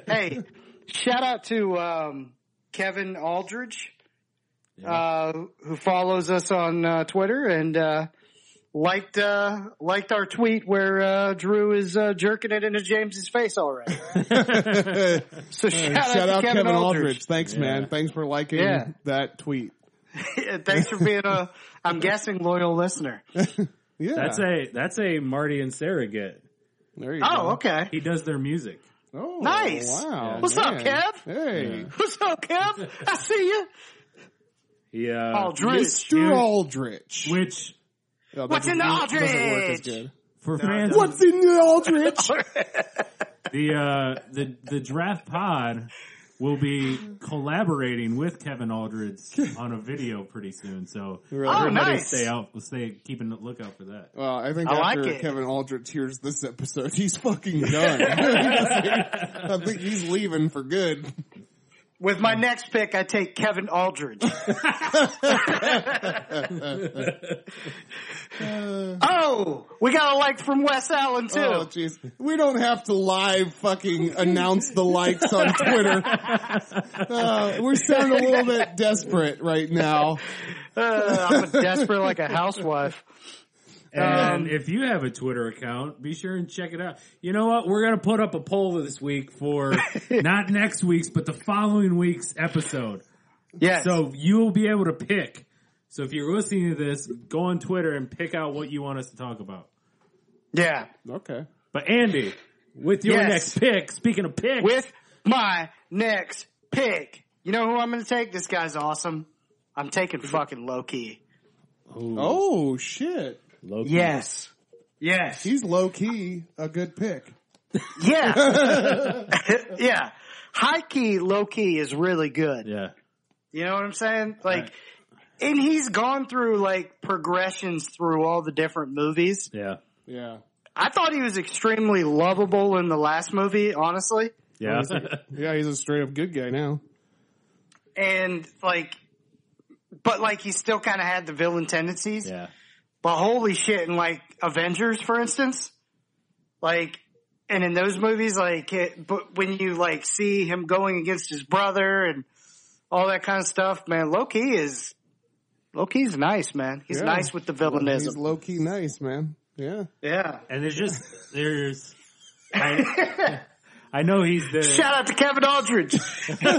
[SPEAKER 2] hey, shout out to um, Kevin Aldridge, uh, who follows us on uh, Twitter and uh, liked uh, liked our tweet where uh, Drew is uh, jerking it into James's face already. so shout,
[SPEAKER 3] Shout,
[SPEAKER 2] out, to
[SPEAKER 3] out
[SPEAKER 2] Kevin, Aldridge.
[SPEAKER 3] Thanks, man. Thanks for liking
[SPEAKER 2] Yeah.
[SPEAKER 3] that tweet.
[SPEAKER 2] Yeah, Thanks for being a, I'm guessing, loyal listener.
[SPEAKER 3] Yeah,
[SPEAKER 4] that's a that's a Marty and Sarah get.
[SPEAKER 3] There you go.
[SPEAKER 2] Oh, okay.
[SPEAKER 4] He does their music.
[SPEAKER 3] Oh,
[SPEAKER 2] Nice.
[SPEAKER 3] Wow.
[SPEAKER 2] What's up,
[SPEAKER 3] man.
[SPEAKER 2] Kev?
[SPEAKER 3] Hey,
[SPEAKER 2] What's up, Kev? I see you.
[SPEAKER 4] He, uh,
[SPEAKER 3] Oh,
[SPEAKER 2] Aldridge.
[SPEAKER 3] Mr. Aldrich.
[SPEAKER 4] which
[SPEAKER 3] Oh, that
[SPEAKER 2] What's in the
[SPEAKER 3] doesn't- doesn't work as
[SPEAKER 2] Aldridge?
[SPEAKER 3] good.
[SPEAKER 4] for fans of
[SPEAKER 3] What's in the Aldrich?
[SPEAKER 4] the uh, the the draft pod will be collaborating with Kevin Aldridge on a video pretty soon. So
[SPEAKER 3] Really?
[SPEAKER 2] Oh,
[SPEAKER 4] everybody
[SPEAKER 2] nice.
[SPEAKER 4] stay out, stay keeping a lookout for that.
[SPEAKER 3] well, I think
[SPEAKER 2] I like
[SPEAKER 3] after
[SPEAKER 2] it.
[SPEAKER 3] Kevin Aldrich hears this episode, he's fucking done. I think he's leaving for good.
[SPEAKER 2] With my next pick, I take Kevin Aldridge. oh, we got a like from Wes Allen too.
[SPEAKER 3] Oh, jeez. We don't have to live fucking announce the likes on Twitter. Uh, we're sounding a little bit desperate right now.
[SPEAKER 2] Uh, I'm desperate like a housewife. Um,
[SPEAKER 4] And if you have a Twitter account, be sure and check it out. You know what? We're going to put up a poll this week for not next week's, but the following week's episode.
[SPEAKER 2] Yes.
[SPEAKER 4] So you will be able to pick. So if you're listening to this, go on Twitter and pick out what you want us to talk about.
[SPEAKER 2] yeah.
[SPEAKER 3] Okay.
[SPEAKER 4] But Andy, with your
[SPEAKER 2] Yes.
[SPEAKER 4] next pick, speaking of picks,
[SPEAKER 2] With my next pick, you know who I'm going to take? This guy's awesome. I'm taking fucking low key.
[SPEAKER 3] Oh shit.
[SPEAKER 5] Loki.
[SPEAKER 2] Yes. Yes.
[SPEAKER 3] He's low key a good pick.
[SPEAKER 2] Yeah. yeah. High key, low key is really good.
[SPEAKER 4] yeah,
[SPEAKER 2] You know what I'm saying? Like, and he's gone through like progressions through all the different movies.
[SPEAKER 4] yeah,
[SPEAKER 3] Yeah.
[SPEAKER 2] I thought he was extremely lovable in the last movie, honestly.
[SPEAKER 4] yeah.
[SPEAKER 3] Yeah, he's a straight up good guy now.
[SPEAKER 2] And like, but like he still kind of had the villain tendencies.
[SPEAKER 4] yeah.
[SPEAKER 2] But holy shit, in like Avengers, for instance, like, and in those movies, like, it, but when you like see him going against his brother and all that kind of stuff, man, Loki is Loki's nice, man. He's
[SPEAKER 3] Yeah.
[SPEAKER 2] nice with the
[SPEAKER 3] He's
[SPEAKER 2] villainism.
[SPEAKER 3] low key nice, man. Yeah.
[SPEAKER 2] yeah.
[SPEAKER 4] And there's just there's. I, I know he's the
[SPEAKER 2] Shout out to Kevin Aldridge.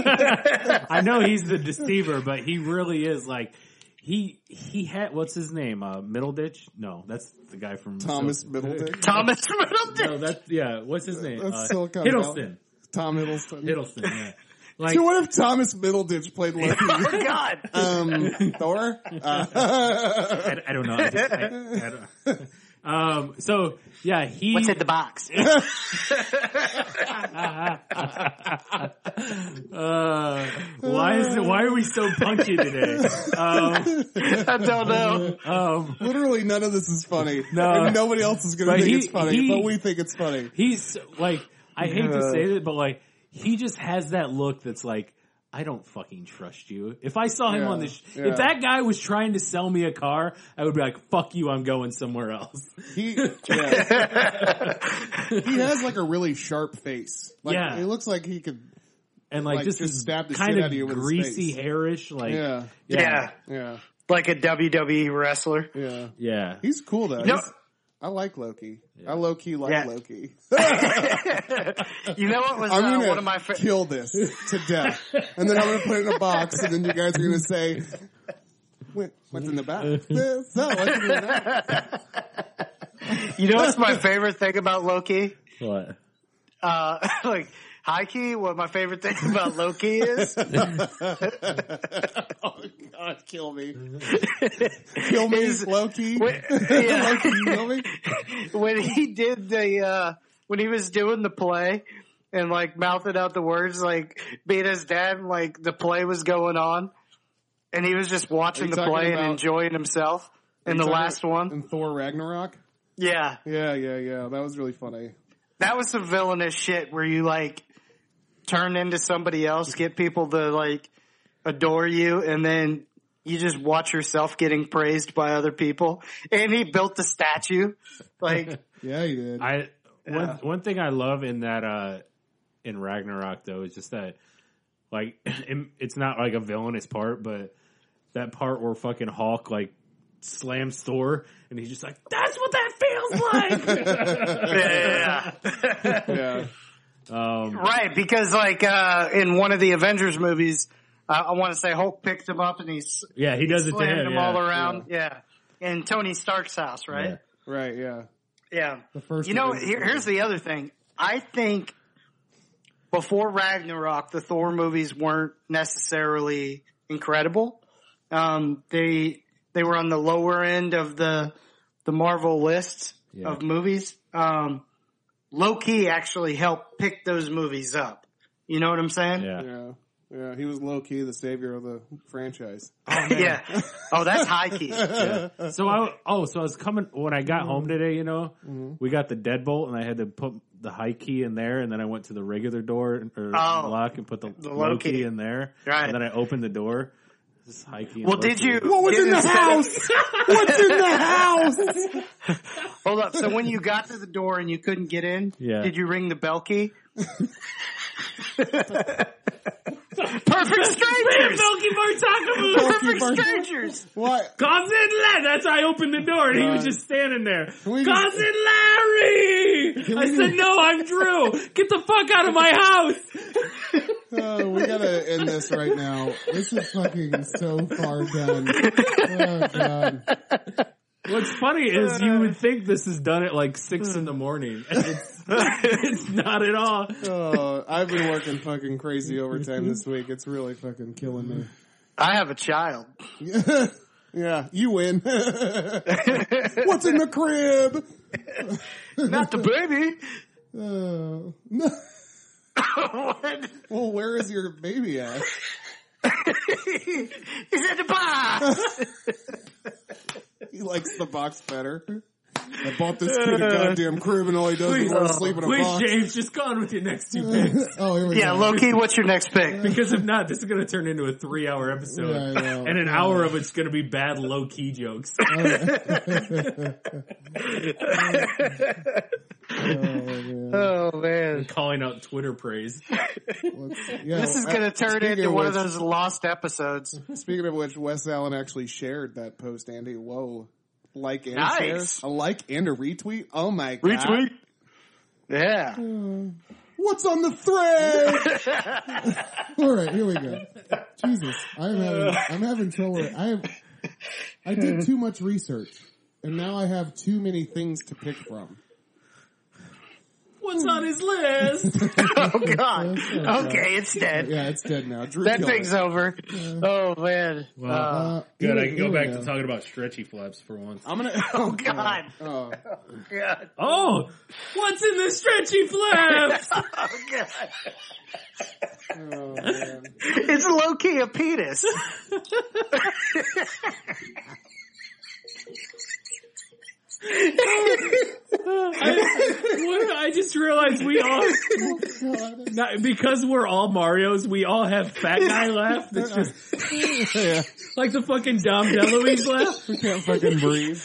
[SPEAKER 4] I know he's the deceiver, but he really is like he he had what's his name? Uh Middleditch? No, that's the guy from
[SPEAKER 3] Thomas Middleton.
[SPEAKER 2] Thomas Middleton.
[SPEAKER 4] No, that's yeah. What's his name?
[SPEAKER 3] That's
[SPEAKER 4] Uh,
[SPEAKER 3] Silicon
[SPEAKER 4] Hiddleston.
[SPEAKER 3] Tom Hiddleston.
[SPEAKER 4] Hiddleston. Yeah. Like,
[SPEAKER 3] so what if Thomas Middleditch played Loki?
[SPEAKER 2] Oh, God.
[SPEAKER 3] um, Thor? Uh,
[SPEAKER 4] I, I don't know. I just- I- I don't- um, so yeah, he.
[SPEAKER 2] What's in the box?
[SPEAKER 4] Uh, why is it, why are we so punchy today? Um,
[SPEAKER 2] I don't know.
[SPEAKER 4] um,
[SPEAKER 3] literally none of this is funny.
[SPEAKER 4] No.
[SPEAKER 3] And nobody else is going to
[SPEAKER 4] But
[SPEAKER 3] think
[SPEAKER 4] he-
[SPEAKER 3] it's funny,
[SPEAKER 4] he-
[SPEAKER 3] but we think it's funny.
[SPEAKER 4] he's like, I hate to say that, but like, he just has that look that's like, I don't fucking trust you. If I saw him
[SPEAKER 3] Yeah,
[SPEAKER 4] on the, sh-
[SPEAKER 3] yeah.
[SPEAKER 4] if that guy was trying to sell me a car, I would be like, fuck you, I'm going somewhere else.
[SPEAKER 3] He, yeah. he has like a really sharp face. Like,
[SPEAKER 4] Yeah.
[SPEAKER 3] He looks like he could,
[SPEAKER 4] And like,
[SPEAKER 3] Like,
[SPEAKER 4] just,
[SPEAKER 3] just
[SPEAKER 4] this
[SPEAKER 3] stab the
[SPEAKER 4] kind
[SPEAKER 3] shit
[SPEAKER 4] of
[SPEAKER 3] out of you with his
[SPEAKER 4] greasy,
[SPEAKER 3] face.
[SPEAKER 4] hairish, like,
[SPEAKER 3] yeah,
[SPEAKER 2] Yeah.
[SPEAKER 3] yeah,
[SPEAKER 2] Like a WWE wrestler.
[SPEAKER 3] yeah.
[SPEAKER 4] yeah.
[SPEAKER 3] He's cool though.
[SPEAKER 2] No.
[SPEAKER 3] He's- I like Loki. I low key like
[SPEAKER 2] Yeah.
[SPEAKER 3] Loki.
[SPEAKER 2] You know what was
[SPEAKER 3] I'm
[SPEAKER 2] uh,
[SPEAKER 3] gonna
[SPEAKER 2] one of my fa-
[SPEAKER 3] kill this to death, and then I'm gonna put it in a box, and then you guys are gonna say, "What- "What's in the box?" so, what's in the box?
[SPEAKER 2] You know what's my favorite thing about Loki?
[SPEAKER 5] What?
[SPEAKER 2] Uh, like, high key, what my favorite thing about Loki is?
[SPEAKER 3] Oh God, kill me, kill me,
[SPEAKER 2] Is-
[SPEAKER 3] Loki.
[SPEAKER 2] When, yeah.
[SPEAKER 3] Loki, kill me.
[SPEAKER 2] when he did the uh when he was doing the play and like mouthing out the words like being his dad like the play was going on and he was just watching
[SPEAKER 3] you
[SPEAKER 2] the
[SPEAKER 3] talking
[SPEAKER 2] play and
[SPEAKER 3] about-
[SPEAKER 2] enjoying himself in the last one
[SPEAKER 3] in Thor Ragnarok.
[SPEAKER 2] yeah
[SPEAKER 3] Yeah, yeah, yeah. That was really funny.
[SPEAKER 2] that was some villainous shit where you like turn into somebody else get people to like adore you and then you just watch yourself getting praised by other people and he built the statue like
[SPEAKER 3] Yeah, he did.
[SPEAKER 4] I one
[SPEAKER 2] Yeah.
[SPEAKER 4] one thing I love in that uh in Ragnarok though is just that like it- it's not like a villainous part, but that part where fucking Hawk like slams Thor and he's just like, "That's what that feels like."
[SPEAKER 2] yeah.
[SPEAKER 3] yeah,
[SPEAKER 4] um,
[SPEAKER 2] Right, because like uh, in one of the Avengers movies, uh, I want to say Hulk picked him up and he s-
[SPEAKER 4] yeah, he does it to
[SPEAKER 2] slammed
[SPEAKER 4] him.
[SPEAKER 2] him
[SPEAKER 4] yeah.
[SPEAKER 2] all around. Yeah. in Tony Stark's house, right?
[SPEAKER 3] right. Yeah,
[SPEAKER 2] Yeah.
[SPEAKER 3] the first.
[SPEAKER 2] You know,
[SPEAKER 3] Avengers
[SPEAKER 2] here,
[SPEAKER 3] movie.
[SPEAKER 2] here's the other thing. I think before Ragnarok, the Thor movies weren't necessarily incredible. Um, they they were on the lower end of the the Marvel list of movies. Um, Loki actually helped pick those movies up. You know what I'm saying?
[SPEAKER 4] Yeah.
[SPEAKER 3] Yeah, yeah. He was low key the savior of the franchise.
[SPEAKER 2] yeah. Oh, that's high key.
[SPEAKER 4] yeah. So I oh, so I was coming when I got
[SPEAKER 2] Mm-hmm.
[SPEAKER 4] home today. You know, we got the deadbolt, and I had to put the high key in there, and then I went to the regular door or
[SPEAKER 2] Oh.
[SPEAKER 4] lock and put the,
[SPEAKER 2] The
[SPEAKER 4] low
[SPEAKER 2] low
[SPEAKER 4] key.
[SPEAKER 2] key.
[SPEAKER 4] in there,
[SPEAKER 2] Right.
[SPEAKER 4] and then I opened the door. This high key. and
[SPEAKER 2] Well,
[SPEAKER 4] low
[SPEAKER 2] did
[SPEAKER 4] key.
[SPEAKER 2] you?
[SPEAKER 3] What was
[SPEAKER 2] did
[SPEAKER 3] in the
[SPEAKER 2] it-
[SPEAKER 3] house? What's in the house?
[SPEAKER 2] Hold up. So when you got to the door and you couldn't get in,
[SPEAKER 4] Yeah.
[SPEAKER 2] did you ring the bell key? Perfect strangers.
[SPEAKER 4] Milky Bar Taco Booth.
[SPEAKER 3] Milky Bar-
[SPEAKER 2] Perfect strangers.
[SPEAKER 3] What?
[SPEAKER 4] Gods and Larry. That's how I opened the door, and he was
[SPEAKER 3] God.
[SPEAKER 4] just standing there.
[SPEAKER 3] we
[SPEAKER 4] Gods
[SPEAKER 3] just-
[SPEAKER 4] and Larry. I
[SPEAKER 3] we
[SPEAKER 4] said,
[SPEAKER 3] just-
[SPEAKER 4] "No, I'm Drew. Get the fuck out of my house."
[SPEAKER 3] Oh, we gotta end this right now. This is fucking so far done. Oh god.
[SPEAKER 4] What's funny is you
[SPEAKER 5] Uh.
[SPEAKER 4] would think this is done at like six in the morning. and It's, it's not at all.
[SPEAKER 3] Oh, I've been working fucking crazy overtime this week. It's really fucking killing me.
[SPEAKER 2] I have a child.
[SPEAKER 3] yeah, you win. What's in the crib?
[SPEAKER 2] Not the baby.
[SPEAKER 3] Oh, no.
[SPEAKER 2] What?
[SPEAKER 3] Well, where is your baby at?
[SPEAKER 2] He's in the box.
[SPEAKER 3] He likes the box better. I bought this kid a goddamn crib and all he does is want to sleep in a
[SPEAKER 4] Please,
[SPEAKER 3] box.
[SPEAKER 4] James, just go on with your next two picks.
[SPEAKER 3] Oh, here we
[SPEAKER 2] Yeah,
[SPEAKER 3] go.
[SPEAKER 2] low key. What's your next pick?
[SPEAKER 4] Because if not, this is going to turn into a three hour episode.
[SPEAKER 3] Yeah, I know.
[SPEAKER 4] and an hour of it's going to be bad low key jokes.
[SPEAKER 3] Oh,
[SPEAKER 2] Oh man,
[SPEAKER 4] calling out Twitter praise.
[SPEAKER 3] man. Yeah,
[SPEAKER 2] this is
[SPEAKER 3] I-
[SPEAKER 2] gonna turn
[SPEAKER 3] speaking
[SPEAKER 2] into one of
[SPEAKER 3] which-
[SPEAKER 2] those lost episodes.
[SPEAKER 3] Speaking of which, Wes Allen actually shared that post, Andy. Whoa. Like and
[SPEAKER 2] Nice.
[SPEAKER 3] share. A like and a retweet. Oh my god.
[SPEAKER 2] Retweet. Yeah.
[SPEAKER 3] What's on the thread? All right, here we go. Jesus, I'm having I'm having trouble. I have I did too much research, and now I have too many things to pick from.
[SPEAKER 4] What's on his list?
[SPEAKER 2] Oh God. Okay, it's dead.
[SPEAKER 3] Yeah, it's dead now. Drew
[SPEAKER 2] That
[SPEAKER 3] killed
[SPEAKER 2] thing's
[SPEAKER 3] it.
[SPEAKER 2] over. Oh man. Oh,
[SPEAKER 5] Wow.
[SPEAKER 3] Uh,
[SPEAKER 5] Good, I
[SPEAKER 3] even-
[SPEAKER 5] can go back
[SPEAKER 3] even-
[SPEAKER 5] to talking about stretchy flaps for once.
[SPEAKER 3] I'm gonna. Oh
[SPEAKER 2] God.
[SPEAKER 3] Oh,
[SPEAKER 2] God.
[SPEAKER 4] Oh, what's in the stretchy flaps?
[SPEAKER 2] Oh God.
[SPEAKER 3] oh, man.
[SPEAKER 2] It's low key a penis.
[SPEAKER 4] I, what- I just realized we all, not, because we're all Mario's, we all have fat guy laugh. That's just
[SPEAKER 3] yeah,
[SPEAKER 4] like the fucking Dom DeLuise laugh.
[SPEAKER 3] we can't fucking breathe.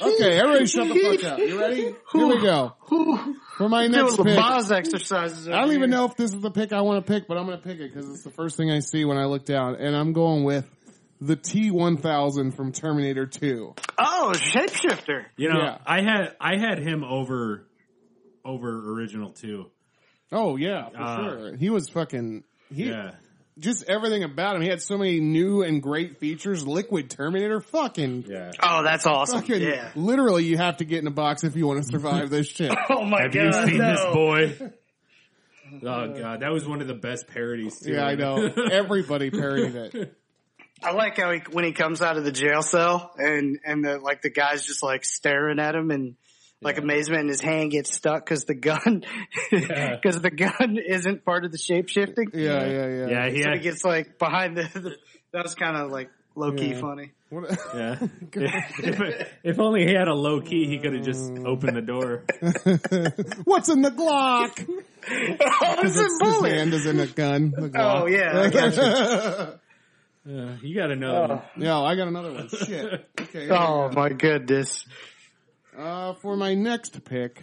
[SPEAKER 3] Okay, everybody, shut the fuck up. You ready? Here we go. For my next
[SPEAKER 2] Doing
[SPEAKER 3] pick,
[SPEAKER 2] Lamaze exercises.
[SPEAKER 3] I don't even know if this is the pick I want to pick, but I'm going to pick it because it's the first thing I see when I look down, and I'm going with the T1000 from Terminator 2.
[SPEAKER 2] Oh, shapeshifter.
[SPEAKER 4] You know,
[SPEAKER 3] Yeah.
[SPEAKER 4] I had, I had him over, over original too.
[SPEAKER 3] Oh yeah, for
[SPEAKER 4] Ah.
[SPEAKER 3] sure. He was fucking. He,
[SPEAKER 4] Yeah.
[SPEAKER 3] Just everything about him. He had so many new and great features. Liquid Terminator, fucking,
[SPEAKER 5] Yeah.
[SPEAKER 2] Oh, that's awesome.
[SPEAKER 3] fucking.
[SPEAKER 2] Yeah.
[SPEAKER 3] Literally, you have to get in a box if you want to survive this shit.
[SPEAKER 2] Oh my
[SPEAKER 4] Have you seen this boy? Oh god, that was one of the best parodies. Too.
[SPEAKER 3] yeah, I know. Everybody parodied it.
[SPEAKER 2] I like how he, when he comes out of the jail cell and, and the, like the guy's just like staring at him and like amazement and his hand gets stuck cause the gun, cause the gun isn't part of the shape shifting.
[SPEAKER 3] Yeah, yeah, yeah.
[SPEAKER 4] yeah, he
[SPEAKER 2] So he
[SPEAKER 4] had,
[SPEAKER 2] gets like behind the, the that was kind of like low key
[SPEAKER 3] Yeah.
[SPEAKER 2] funny.
[SPEAKER 3] What-
[SPEAKER 4] yeah. if, if only he had a low key, he could have just
[SPEAKER 3] Mm.
[SPEAKER 4] opened the door.
[SPEAKER 3] What's in the Glock?
[SPEAKER 2] Oh, it's a
[SPEAKER 3] His
[SPEAKER 2] bullet.
[SPEAKER 3] hand is in a gun. The Glock.
[SPEAKER 2] Oh yeah. I gotcha.
[SPEAKER 4] Uh, you got another.
[SPEAKER 3] Yeah, I got another one. Shit. Okay.
[SPEAKER 2] oh my goodness.
[SPEAKER 3] Uh, for my next pick,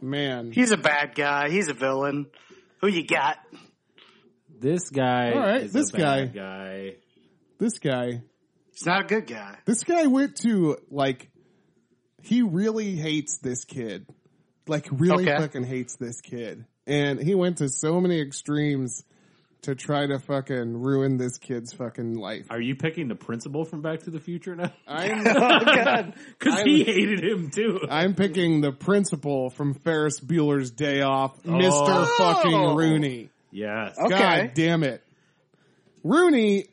[SPEAKER 3] man.
[SPEAKER 2] He's a bad guy. He's a villain. Who you got?
[SPEAKER 4] This guy.
[SPEAKER 3] All right, is this a bad
[SPEAKER 4] Guy.
[SPEAKER 3] This guy.
[SPEAKER 2] He's not a good guy.
[SPEAKER 3] This guy went to like. He really hates this kid. Like really
[SPEAKER 2] Okay.
[SPEAKER 3] fucking hates this kid, and he went to so many extremes to try to fucking ruin this kid's fucking life.
[SPEAKER 4] Are you picking the principal from Back to the Future now?
[SPEAKER 3] I'm
[SPEAKER 4] Because
[SPEAKER 3] I
[SPEAKER 4] he
[SPEAKER 3] was-
[SPEAKER 4] hated him too.
[SPEAKER 3] I'm picking the principal from Ferris Bueller's Day Off, Mister
[SPEAKER 2] Oh.
[SPEAKER 3] fucking Rooney.
[SPEAKER 4] yes.
[SPEAKER 2] Okay.
[SPEAKER 3] God damn it. Rooney,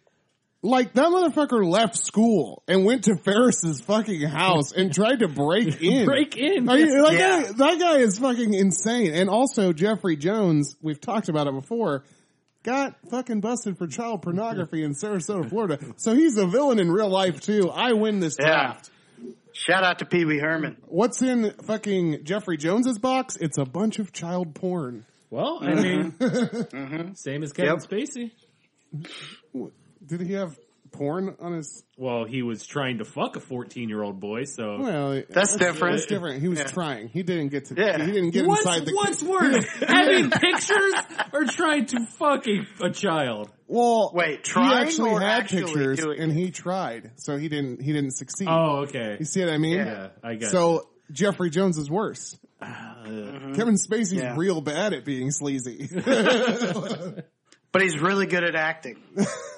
[SPEAKER 3] like that motherfucker left school and went to Ferris's fucking house and tried to break in.
[SPEAKER 4] Break in.
[SPEAKER 3] Are you, like,
[SPEAKER 2] Yeah.
[SPEAKER 3] that, that guy is fucking insane. And also Jeffrey Jones, we've talked about it before, got fucking busted for child pornography in Sarasota, Florida. So he's a villain in real life too. I win this
[SPEAKER 2] Yeah.
[SPEAKER 3] draft.
[SPEAKER 2] Shout out to Pee Wee Herman.
[SPEAKER 3] What's in fucking Jeffrey Jones's box? It's a bunch of child porn.
[SPEAKER 4] Well, I
[SPEAKER 3] Uh-huh.
[SPEAKER 4] mean, same as Kevin
[SPEAKER 2] Yep.
[SPEAKER 4] Spacey.
[SPEAKER 3] Did he have porn on his?
[SPEAKER 4] Well, he was trying to fuck a 14 year old boy, so.
[SPEAKER 3] Well,
[SPEAKER 2] That's different.
[SPEAKER 3] That's different. He was
[SPEAKER 2] Yeah.
[SPEAKER 3] trying. He didn't get to.
[SPEAKER 2] Yeah.
[SPEAKER 3] He didn't get
[SPEAKER 4] what's,
[SPEAKER 3] inside the.
[SPEAKER 4] what's worse, having pictures or trying to fuck a, a child?
[SPEAKER 3] Well,
[SPEAKER 2] Wait,
[SPEAKER 3] he
[SPEAKER 2] trying
[SPEAKER 3] actually
[SPEAKER 2] or
[SPEAKER 3] had
[SPEAKER 2] actually
[SPEAKER 3] pictures,
[SPEAKER 2] doing
[SPEAKER 3] and he tried, so he didn't. He didn't succeed.
[SPEAKER 4] Oh, okay.
[SPEAKER 3] You see what I mean?
[SPEAKER 4] Yeah, I Uh, guess.
[SPEAKER 3] So Jeffrey Jones is worse. Kevin Spacey's
[SPEAKER 2] Yeah.
[SPEAKER 3] real bad at being sleazy.
[SPEAKER 2] But he's really good at acting.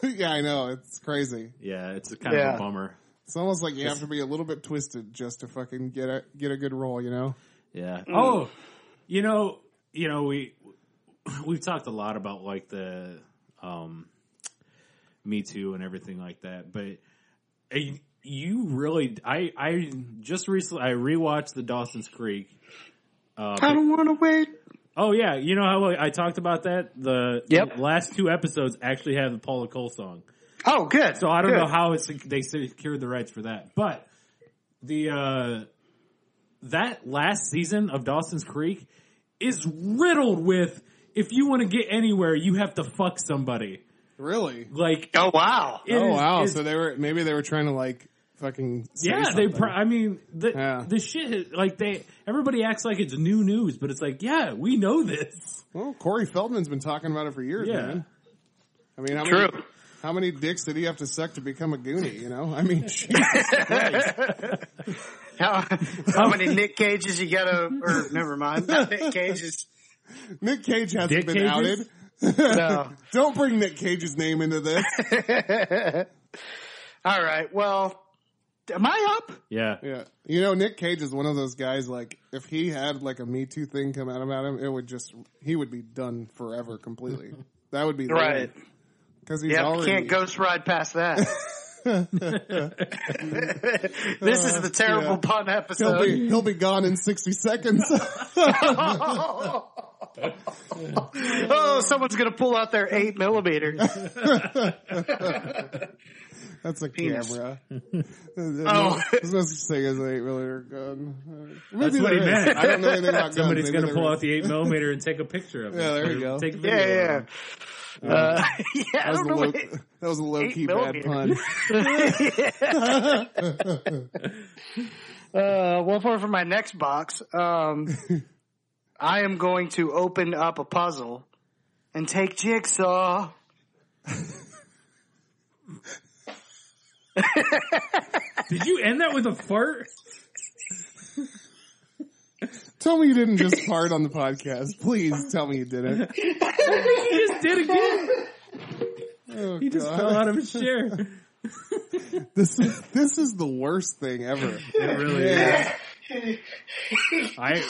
[SPEAKER 3] yeah, I know. It's crazy.
[SPEAKER 4] yeah, it's kind of
[SPEAKER 2] Yeah.
[SPEAKER 4] a bummer.
[SPEAKER 3] It's almost like you have to be a little bit twisted just to fucking get a get a good role. You know?
[SPEAKER 4] Yeah. Oh, you know, you know, we we've talked a lot about like the um, Me Too and everything like that, but I- you really, I I just recently I rewatched the Dawson's Creek.
[SPEAKER 2] I don't want to wait.
[SPEAKER 4] Oh yeah, you know how I talked about that. The
[SPEAKER 2] Yep.
[SPEAKER 4] the last two episodes actually have the Paula Cole song.
[SPEAKER 2] Oh, good.
[SPEAKER 4] So I don't
[SPEAKER 2] Good.
[SPEAKER 4] know how it's they secured the rights for that, but the uh that last season of Dawson's Creek is riddled with if you want to get anywhere, you have to fuck somebody.
[SPEAKER 3] Really?
[SPEAKER 4] Like,
[SPEAKER 2] Oh, wow.
[SPEAKER 4] it
[SPEAKER 3] oh
[SPEAKER 4] is-
[SPEAKER 3] wow!
[SPEAKER 4] is-
[SPEAKER 3] So they were maybe they were trying to like fucking say
[SPEAKER 4] yeah,
[SPEAKER 3] something.
[SPEAKER 4] they. Pro- I mean, the
[SPEAKER 3] Yeah.
[SPEAKER 4] the shit like they everybody acts like it's new news, but it's like, yeah, we know this.
[SPEAKER 3] Well, Corey Feldman's been talking about it for years,
[SPEAKER 4] Yeah.
[SPEAKER 3] man. I mean, how
[SPEAKER 2] True.
[SPEAKER 3] many how many dicks did he have to suck to become a goonie? You know, I mean, shit.
[SPEAKER 2] How, how many Nick Cages you gotta, or never mind, not Nick Cages.
[SPEAKER 3] Nick Cage hasn't
[SPEAKER 4] Dick
[SPEAKER 3] been
[SPEAKER 4] Cages?
[SPEAKER 3] outed.
[SPEAKER 2] No.
[SPEAKER 3] Don't bring Nick Cage's name into this.
[SPEAKER 2] All right. Well, Am I up?
[SPEAKER 4] Yeah.
[SPEAKER 3] Yeah. You know, Nick Cage is one of those guys, like, if he had, like, a Me Too thing come out about him, it would just, he would be done forever completely. That would be the
[SPEAKER 2] Right.
[SPEAKER 3] end. Cause he's
[SPEAKER 2] Yeah,
[SPEAKER 3] already,
[SPEAKER 2] can't ghost ride past that. this is the terrible
[SPEAKER 3] Yeah.
[SPEAKER 2] pun
[SPEAKER 3] he'll
[SPEAKER 2] episode.
[SPEAKER 3] be, he'll be gone in 60 seconds.
[SPEAKER 2] Oh, someone's gonna pull out their eight millimeter.
[SPEAKER 3] That's a
[SPEAKER 2] Penis.
[SPEAKER 3] camera. Uh,
[SPEAKER 2] Oh.
[SPEAKER 3] I was supposed to say is an eight millimeter gun. Maybe
[SPEAKER 4] That's what he
[SPEAKER 3] there is.
[SPEAKER 4] meant.
[SPEAKER 3] I don't know anything about guns.
[SPEAKER 4] Somebody's
[SPEAKER 3] Maybe
[SPEAKER 4] going to
[SPEAKER 3] there
[SPEAKER 4] pull
[SPEAKER 3] is.
[SPEAKER 4] out the 8 millimeter and take a picture of it.
[SPEAKER 3] Yeah, there you go.
[SPEAKER 4] Take a video.
[SPEAKER 2] Yeah, yeah. yeah.
[SPEAKER 4] of
[SPEAKER 2] Uh, yeah, I
[SPEAKER 3] That was,
[SPEAKER 2] don't
[SPEAKER 3] a
[SPEAKER 2] know.
[SPEAKER 3] low,
[SPEAKER 2] What,
[SPEAKER 3] that was a low
[SPEAKER 2] Eight
[SPEAKER 3] key bad
[SPEAKER 2] millimeter.
[SPEAKER 3] pun.
[SPEAKER 2] uh, well, for for my next box, um, I am going to open up a puzzle and take jigsaw.
[SPEAKER 4] it. Did you end that with a fart?
[SPEAKER 3] Tell me you didn't just fart on the podcast. Please tell me you didn't.
[SPEAKER 4] He just did again.
[SPEAKER 3] Oh,
[SPEAKER 4] He just
[SPEAKER 3] God.
[SPEAKER 4] fell out of his chair.
[SPEAKER 3] This is this is the worst thing ever.
[SPEAKER 4] It really is. I,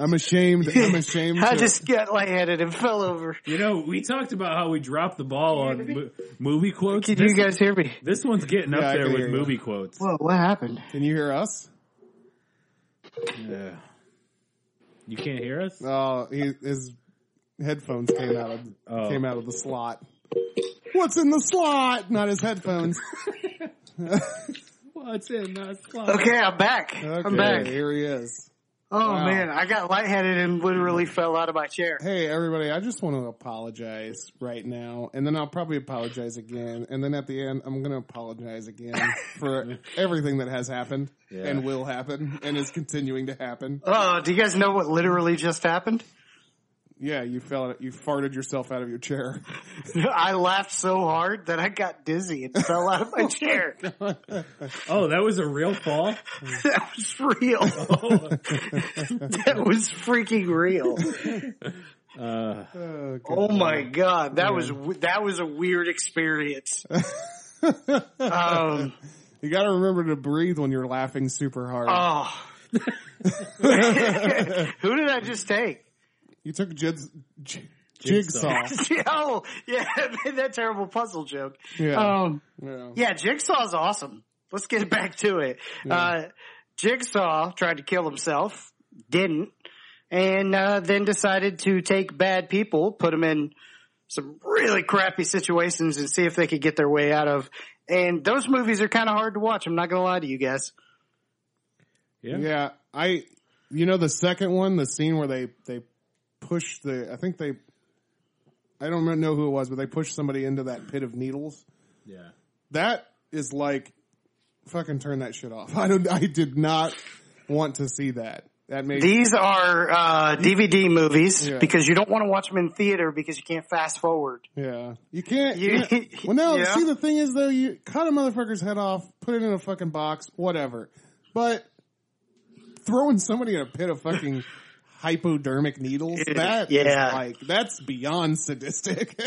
[SPEAKER 3] I'm ashamed. I'm ashamed.
[SPEAKER 2] I
[SPEAKER 3] to-
[SPEAKER 2] just got lightheaded and fell over.
[SPEAKER 4] you know, we talked about how we dropped the ball on mo- movie quotes.
[SPEAKER 2] Can
[SPEAKER 4] This-
[SPEAKER 2] you guys hear me?
[SPEAKER 4] This one's getting
[SPEAKER 3] Yeah,
[SPEAKER 4] up
[SPEAKER 3] I
[SPEAKER 4] there
[SPEAKER 3] can
[SPEAKER 4] with
[SPEAKER 3] hear you.
[SPEAKER 4] movie quotes.
[SPEAKER 2] Whoa, what happened?
[SPEAKER 3] can you hear us?
[SPEAKER 4] Yeah. You can't hear us?
[SPEAKER 3] Oh, he, his headphones came out of
[SPEAKER 4] Oh.
[SPEAKER 3] came out of the slot. What's in the slot? Not his headphones.
[SPEAKER 4] What's in that slot?
[SPEAKER 2] Okay, I'm back.
[SPEAKER 3] Okay,
[SPEAKER 2] I'm back.
[SPEAKER 3] here he is.
[SPEAKER 2] Oh man, I got lightheaded and literally fell out of my chair.
[SPEAKER 3] Hey everybody, I just want to apologize right now, and then I'll probably apologize again, and then at the end, I'm going to apologize again for everything that has happened
[SPEAKER 4] Yeah.
[SPEAKER 3] and will happen and is continuing to happen.
[SPEAKER 2] Oh, do you guys know what literally just happened?
[SPEAKER 3] Yeah, you fell. You farted yourself out of your chair.
[SPEAKER 2] I laughed so hard that I got dizzy and fell out of my chair.
[SPEAKER 4] Oh, that was a real fall?
[SPEAKER 2] That was real. that was freaking real.
[SPEAKER 4] Uh,
[SPEAKER 3] Oh,
[SPEAKER 2] Oh my god, that was w- that was a weird experience. Um,
[SPEAKER 3] You got to remember to breathe when you're laughing super hard.
[SPEAKER 2] oh, who did I just take?
[SPEAKER 3] you took jigs, j- jigsaw.
[SPEAKER 2] oh, yeah, I made that terrible puzzle joke.
[SPEAKER 3] Yeah.
[SPEAKER 2] Um,
[SPEAKER 3] yeah.
[SPEAKER 2] yeah, Jigsaw's awesome. Let's get back to it. Uh, Jigsaw tried to kill himself, didn't, and uh, then decided to take bad people, put them in some really crappy situations, and see if they could get their way out of. And those movies are kind of hard to watch. I'm not gonna lie to you guys.
[SPEAKER 4] yeah.
[SPEAKER 3] Yeah, I. You know the second one, the scene where they they push the. I think they. I don't know who it was, but they pushed somebody into that pit of needles.
[SPEAKER 4] Yeah.
[SPEAKER 3] That is like, fucking turn that shit off. I don't. I did not want to see that. That made
[SPEAKER 2] These are uh, DVD movies
[SPEAKER 3] Yeah.
[SPEAKER 2] because you don't want to watch them in theater because you can't fast forward.
[SPEAKER 3] Yeah, you can't.
[SPEAKER 2] You-
[SPEAKER 3] yeah. Well, no.
[SPEAKER 2] Yeah.
[SPEAKER 3] See, the thing is, though, you cut a motherfucker's head off, put it in a fucking box, whatever. But throwing somebody in a pit of fucking hypodermic needles—that
[SPEAKER 2] Yeah.
[SPEAKER 3] like that's beyond sadistic.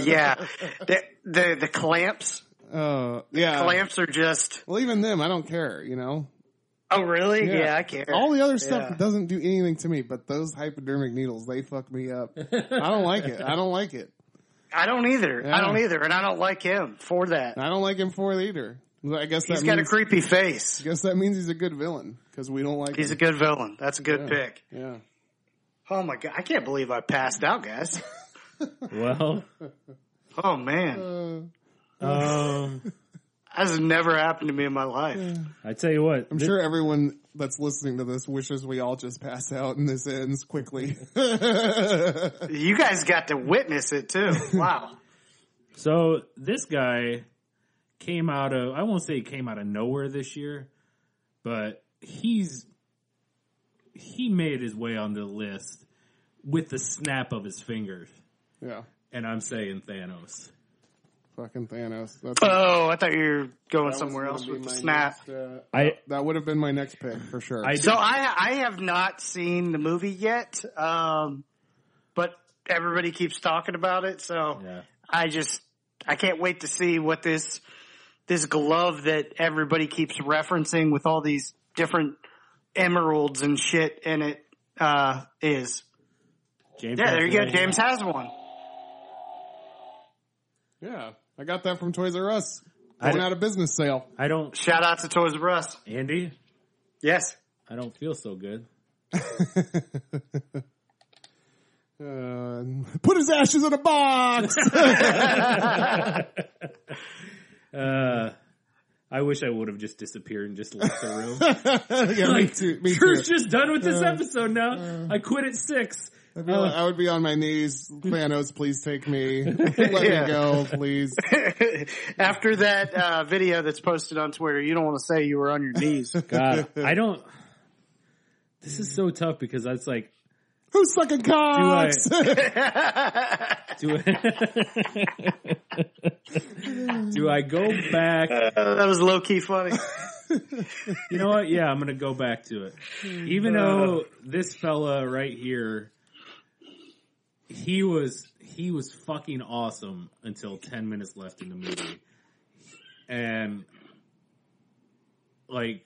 [SPEAKER 2] Yeah, the the, the clamps
[SPEAKER 3] Oh, yeah.
[SPEAKER 2] clamps are just.
[SPEAKER 3] Well, even them, I don't care. You know,
[SPEAKER 2] Oh really? Yeah, I care.
[SPEAKER 3] All the other stuff
[SPEAKER 2] Yeah.
[SPEAKER 3] doesn't do anything to me, but those hypodermic needles—they fuck me up. I don't like it. I don't like it.
[SPEAKER 2] I don't either.
[SPEAKER 3] Yeah.
[SPEAKER 2] I don't either, and I don't like him for that.
[SPEAKER 3] I don't like him for it either. I guess that
[SPEAKER 2] He's got a
[SPEAKER 3] means-
[SPEAKER 2] creepy face.
[SPEAKER 3] Guess that means he's a good villain because we don't like
[SPEAKER 2] He's a
[SPEAKER 3] him.
[SPEAKER 2] good villain. That's a good
[SPEAKER 3] Yeah.
[SPEAKER 2] pick.
[SPEAKER 3] yeah.
[SPEAKER 2] Oh my god, I can't believe I passed out, guys.
[SPEAKER 4] Well,
[SPEAKER 2] Oh man,
[SPEAKER 3] Uh,
[SPEAKER 4] um,
[SPEAKER 2] that has never happened to me in my life.
[SPEAKER 4] I tell you what.
[SPEAKER 3] I'm sure everyone that's listening to this wishes we all just pass out and this ends quickly.
[SPEAKER 2] You guys got to witness it too. Wow.
[SPEAKER 4] So this guy came out of, I won't say he came out of nowhere this year, but he's, he made his way on the list with the snap of his fingers.
[SPEAKER 3] yeah,
[SPEAKER 4] And I'm saying Thanos.
[SPEAKER 3] fucking Thanos. That's,
[SPEAKER 2] oh, I thought you were going
[SPEAKER 3] that
[SPEAKER 2] somewhere
[SPEAKER 3] was
[SPEAKER 2] else
[SPEAKER 3] gonna
[SPEAKER 2] with
[SPEAKER 3] be
[SPEAKER 2] the
[SPEAKER 3] my
[SPEAKER 2] snap.
[SPEAKER 3] next, uh,
[SPEAKER 4] I,
[SPEAKER 3] that would have been my next pick for sure.
[SPEAKER 4] I
[SPEAKER 2] So I I have not seen the movie yet, um, but everybody keeps talking about it. So
[SPEAKER 4] yeah.
[SPEAKER 2] I just I can't wait to see what this this glove that everybody keeps referencing with all these different emeralds and shit in it uh, is.
[SPEAKER 4] James
[SPEAKER 2] Yeah, there you go.
[SPEAKER 4] has one.
[SPEAKER 2] James has one.
[SPEAKER 3] Yeah, I got that from Toys R Us.
[SPEAKER 4] I
[SPEAKER 3] Going
[SPEAKER 4] d-
[SPEAKER 3] out of business sale.
[SPEAKER 4] I don't,
[SPEAKER 2] Shout out to Toys R Us.
[SPEAKER 4] Andy.
[SPEAKER 2] Yes.
[SPEAKER 4] I don't feel so good.
[SPEAKER 3] Uh, put his ashes in a box.
[SPEAKER 4] Uh, I wish I would have just disappeared and just left the room.
[SPEAKER 3] yeah, me
[SPEAKER 4] like,
[SPEAKER 3] too. Me too. Uh,
[SPEAKER 4] Drew's just done with this episode now. I quit at six.
[SPEAKER 3] I'd be like- I would be on my knees. Thanos, please take me. Let
[SPEAKER 2] Yeah.
[SPEAKER 3] me go, please.
[SPEAKER 2] After that uh, video that's posted on Twitter, you don't want to say you were on your knees.
[SPEAKER 4] God, I don't. This is so tough because that's like,
[SPEAKER 3] Who's sucking cocks?
[SPEAKER 4] do I, do I go back?
[SPEAKER 2] that was low key funny.
[SPEAKER 4] You know what? Yeah, I'm gonna go back to it. Even though this fella right here, he was he was fucking awesome until ten minutes left in the movie, and like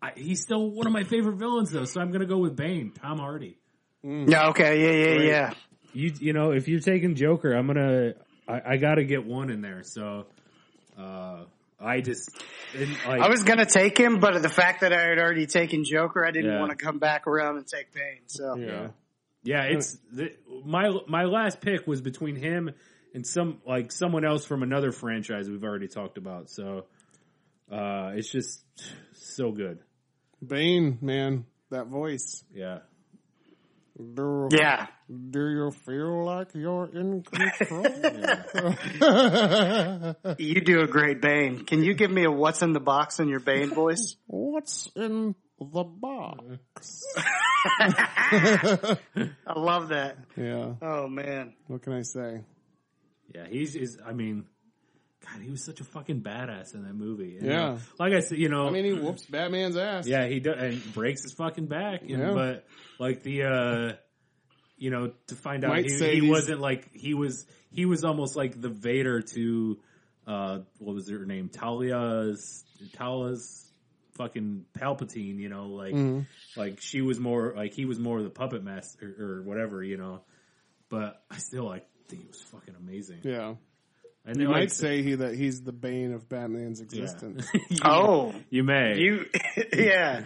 [SPEAKER 4] I, he's still one of my favorite villains though. So I'm gonna go with Bane, Tom Hardy.
[SPEAKER 2] Yeah. Okay. Yeah. Yeah. Yeah.
[SPEAKER 4] You you know if you're taking Joker, I'm gonna I, I gotta get one in there. So uh I just and, like,
[SPEAKER 2] I was gonna take him, but the fact that I had already taken Joker, I didn't
[SPEAKER 4] Yeah.
[SPEAKER 2] want to come back around and take Bane. So
[SPEAKER 3] Yeah.
[SPEAKER 4] Yeah, it's the, my my last pick was between him and some like someone else from another franchise we've already talked about. So uh, it's just so good.
[SPEAKER 3] Bane, man, that voice.
[SPEAKER 4] Yeah,
[SPEAKER 3] Do,
[SPEAKER 2] yeah,
[SPEAKER 3] do you feel like you're in control?
[SPEAKER 2] you do a great Bane. Can you give me a what's in the box in your Bane voice?
[SPEAKER 3] What's in the box?
[SPEAKER 2] I love that.
[SPEAKER 3] Yeah.
[SPEAKER 2] Oh man,
[SPEAKER 3] What can I say?
[SPEAKER 4] yeah, he's is. I mean, God, he was such a fucking badass in that movie. And,
[SPEAKER 3] Yeah.
[SPEAKER 4] uh, like I said, you know,
[SPEAKER 3] I mean, he whoops Batman's ass.
[SPEAKER 4] yeah, he does and breaks his fucking back. You know,
[SPEAKER 3] Yeah.
[SPEAKER 4] but like the. uh you know, to find out
[SPEAKER 3] Might say
[SPEAKER 4] he, he
[SPEAKER 3] he's-
[SPEAKER 4] wasn't like he was. He was almost like the Vader to uh, what was her name? Talia's Talia's fucking Palpatine. You know, like
[SPEAKER 3] Mm-hmm.
[SPEAKER 4] like she was more like he was more the puppet master or whatever. You know, but I still like think it was fucking amazing.
[SPEAKER 3] Yeah.
[SPEAKER 4] And
[SPEAKER 3] You
[SPEAKER 4] like-
[SPEAKER 3] might say he that he's the bane of Batman's
[SPEAKER 4] yeah.
[SPEAKER 3] existence.
[SPEAKER 4] You-
[SPEAKER 2] Oh.
[SPEAKER 4] you may.
[SPEAKER 2] you, yeah,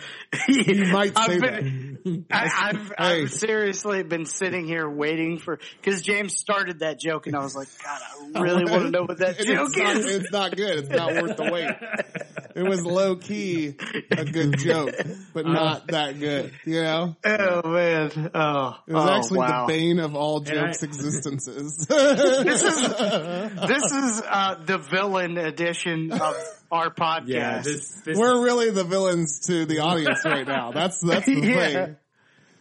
[SPEAKER 3] You might say
[SPEAKER 2] I've been, I, I've,
[SPEAKER 3] Hey.
[SPEAKER 2] I've seriously been sitting here waiting for because James started that joke, and I was like, God, I really want to know what that
[SPEAKER 3] And
[SPEAKER 2] joke
[SPEAKER 3] it's, not,
[SPEAKER 2] is.
[SPEAKER 3] it's not good. It's not worth the wait. It was low key a good joke, but not that good. You know,
[SPEAKER 2] Oh man! Oh,
[SPEAKER 3] it was
[SPEAKER 2] oh,
[SPEAKER 3] actually
[SPEAKER 2] wow.
[SPEAKER 3] the bane of all
[SPEAKER 4] I-
[SPEAKER 3] jokes' existences. this
[SPEAKER 2] This is uh, the villain edition of our podcast.
[SPEAKER 4] yeah, this this
[SPEAKER 3] We're really the villains to the audience right now. That's that's the
[SPEAKER 2] Yeah.
[SPEAKER 3] thing.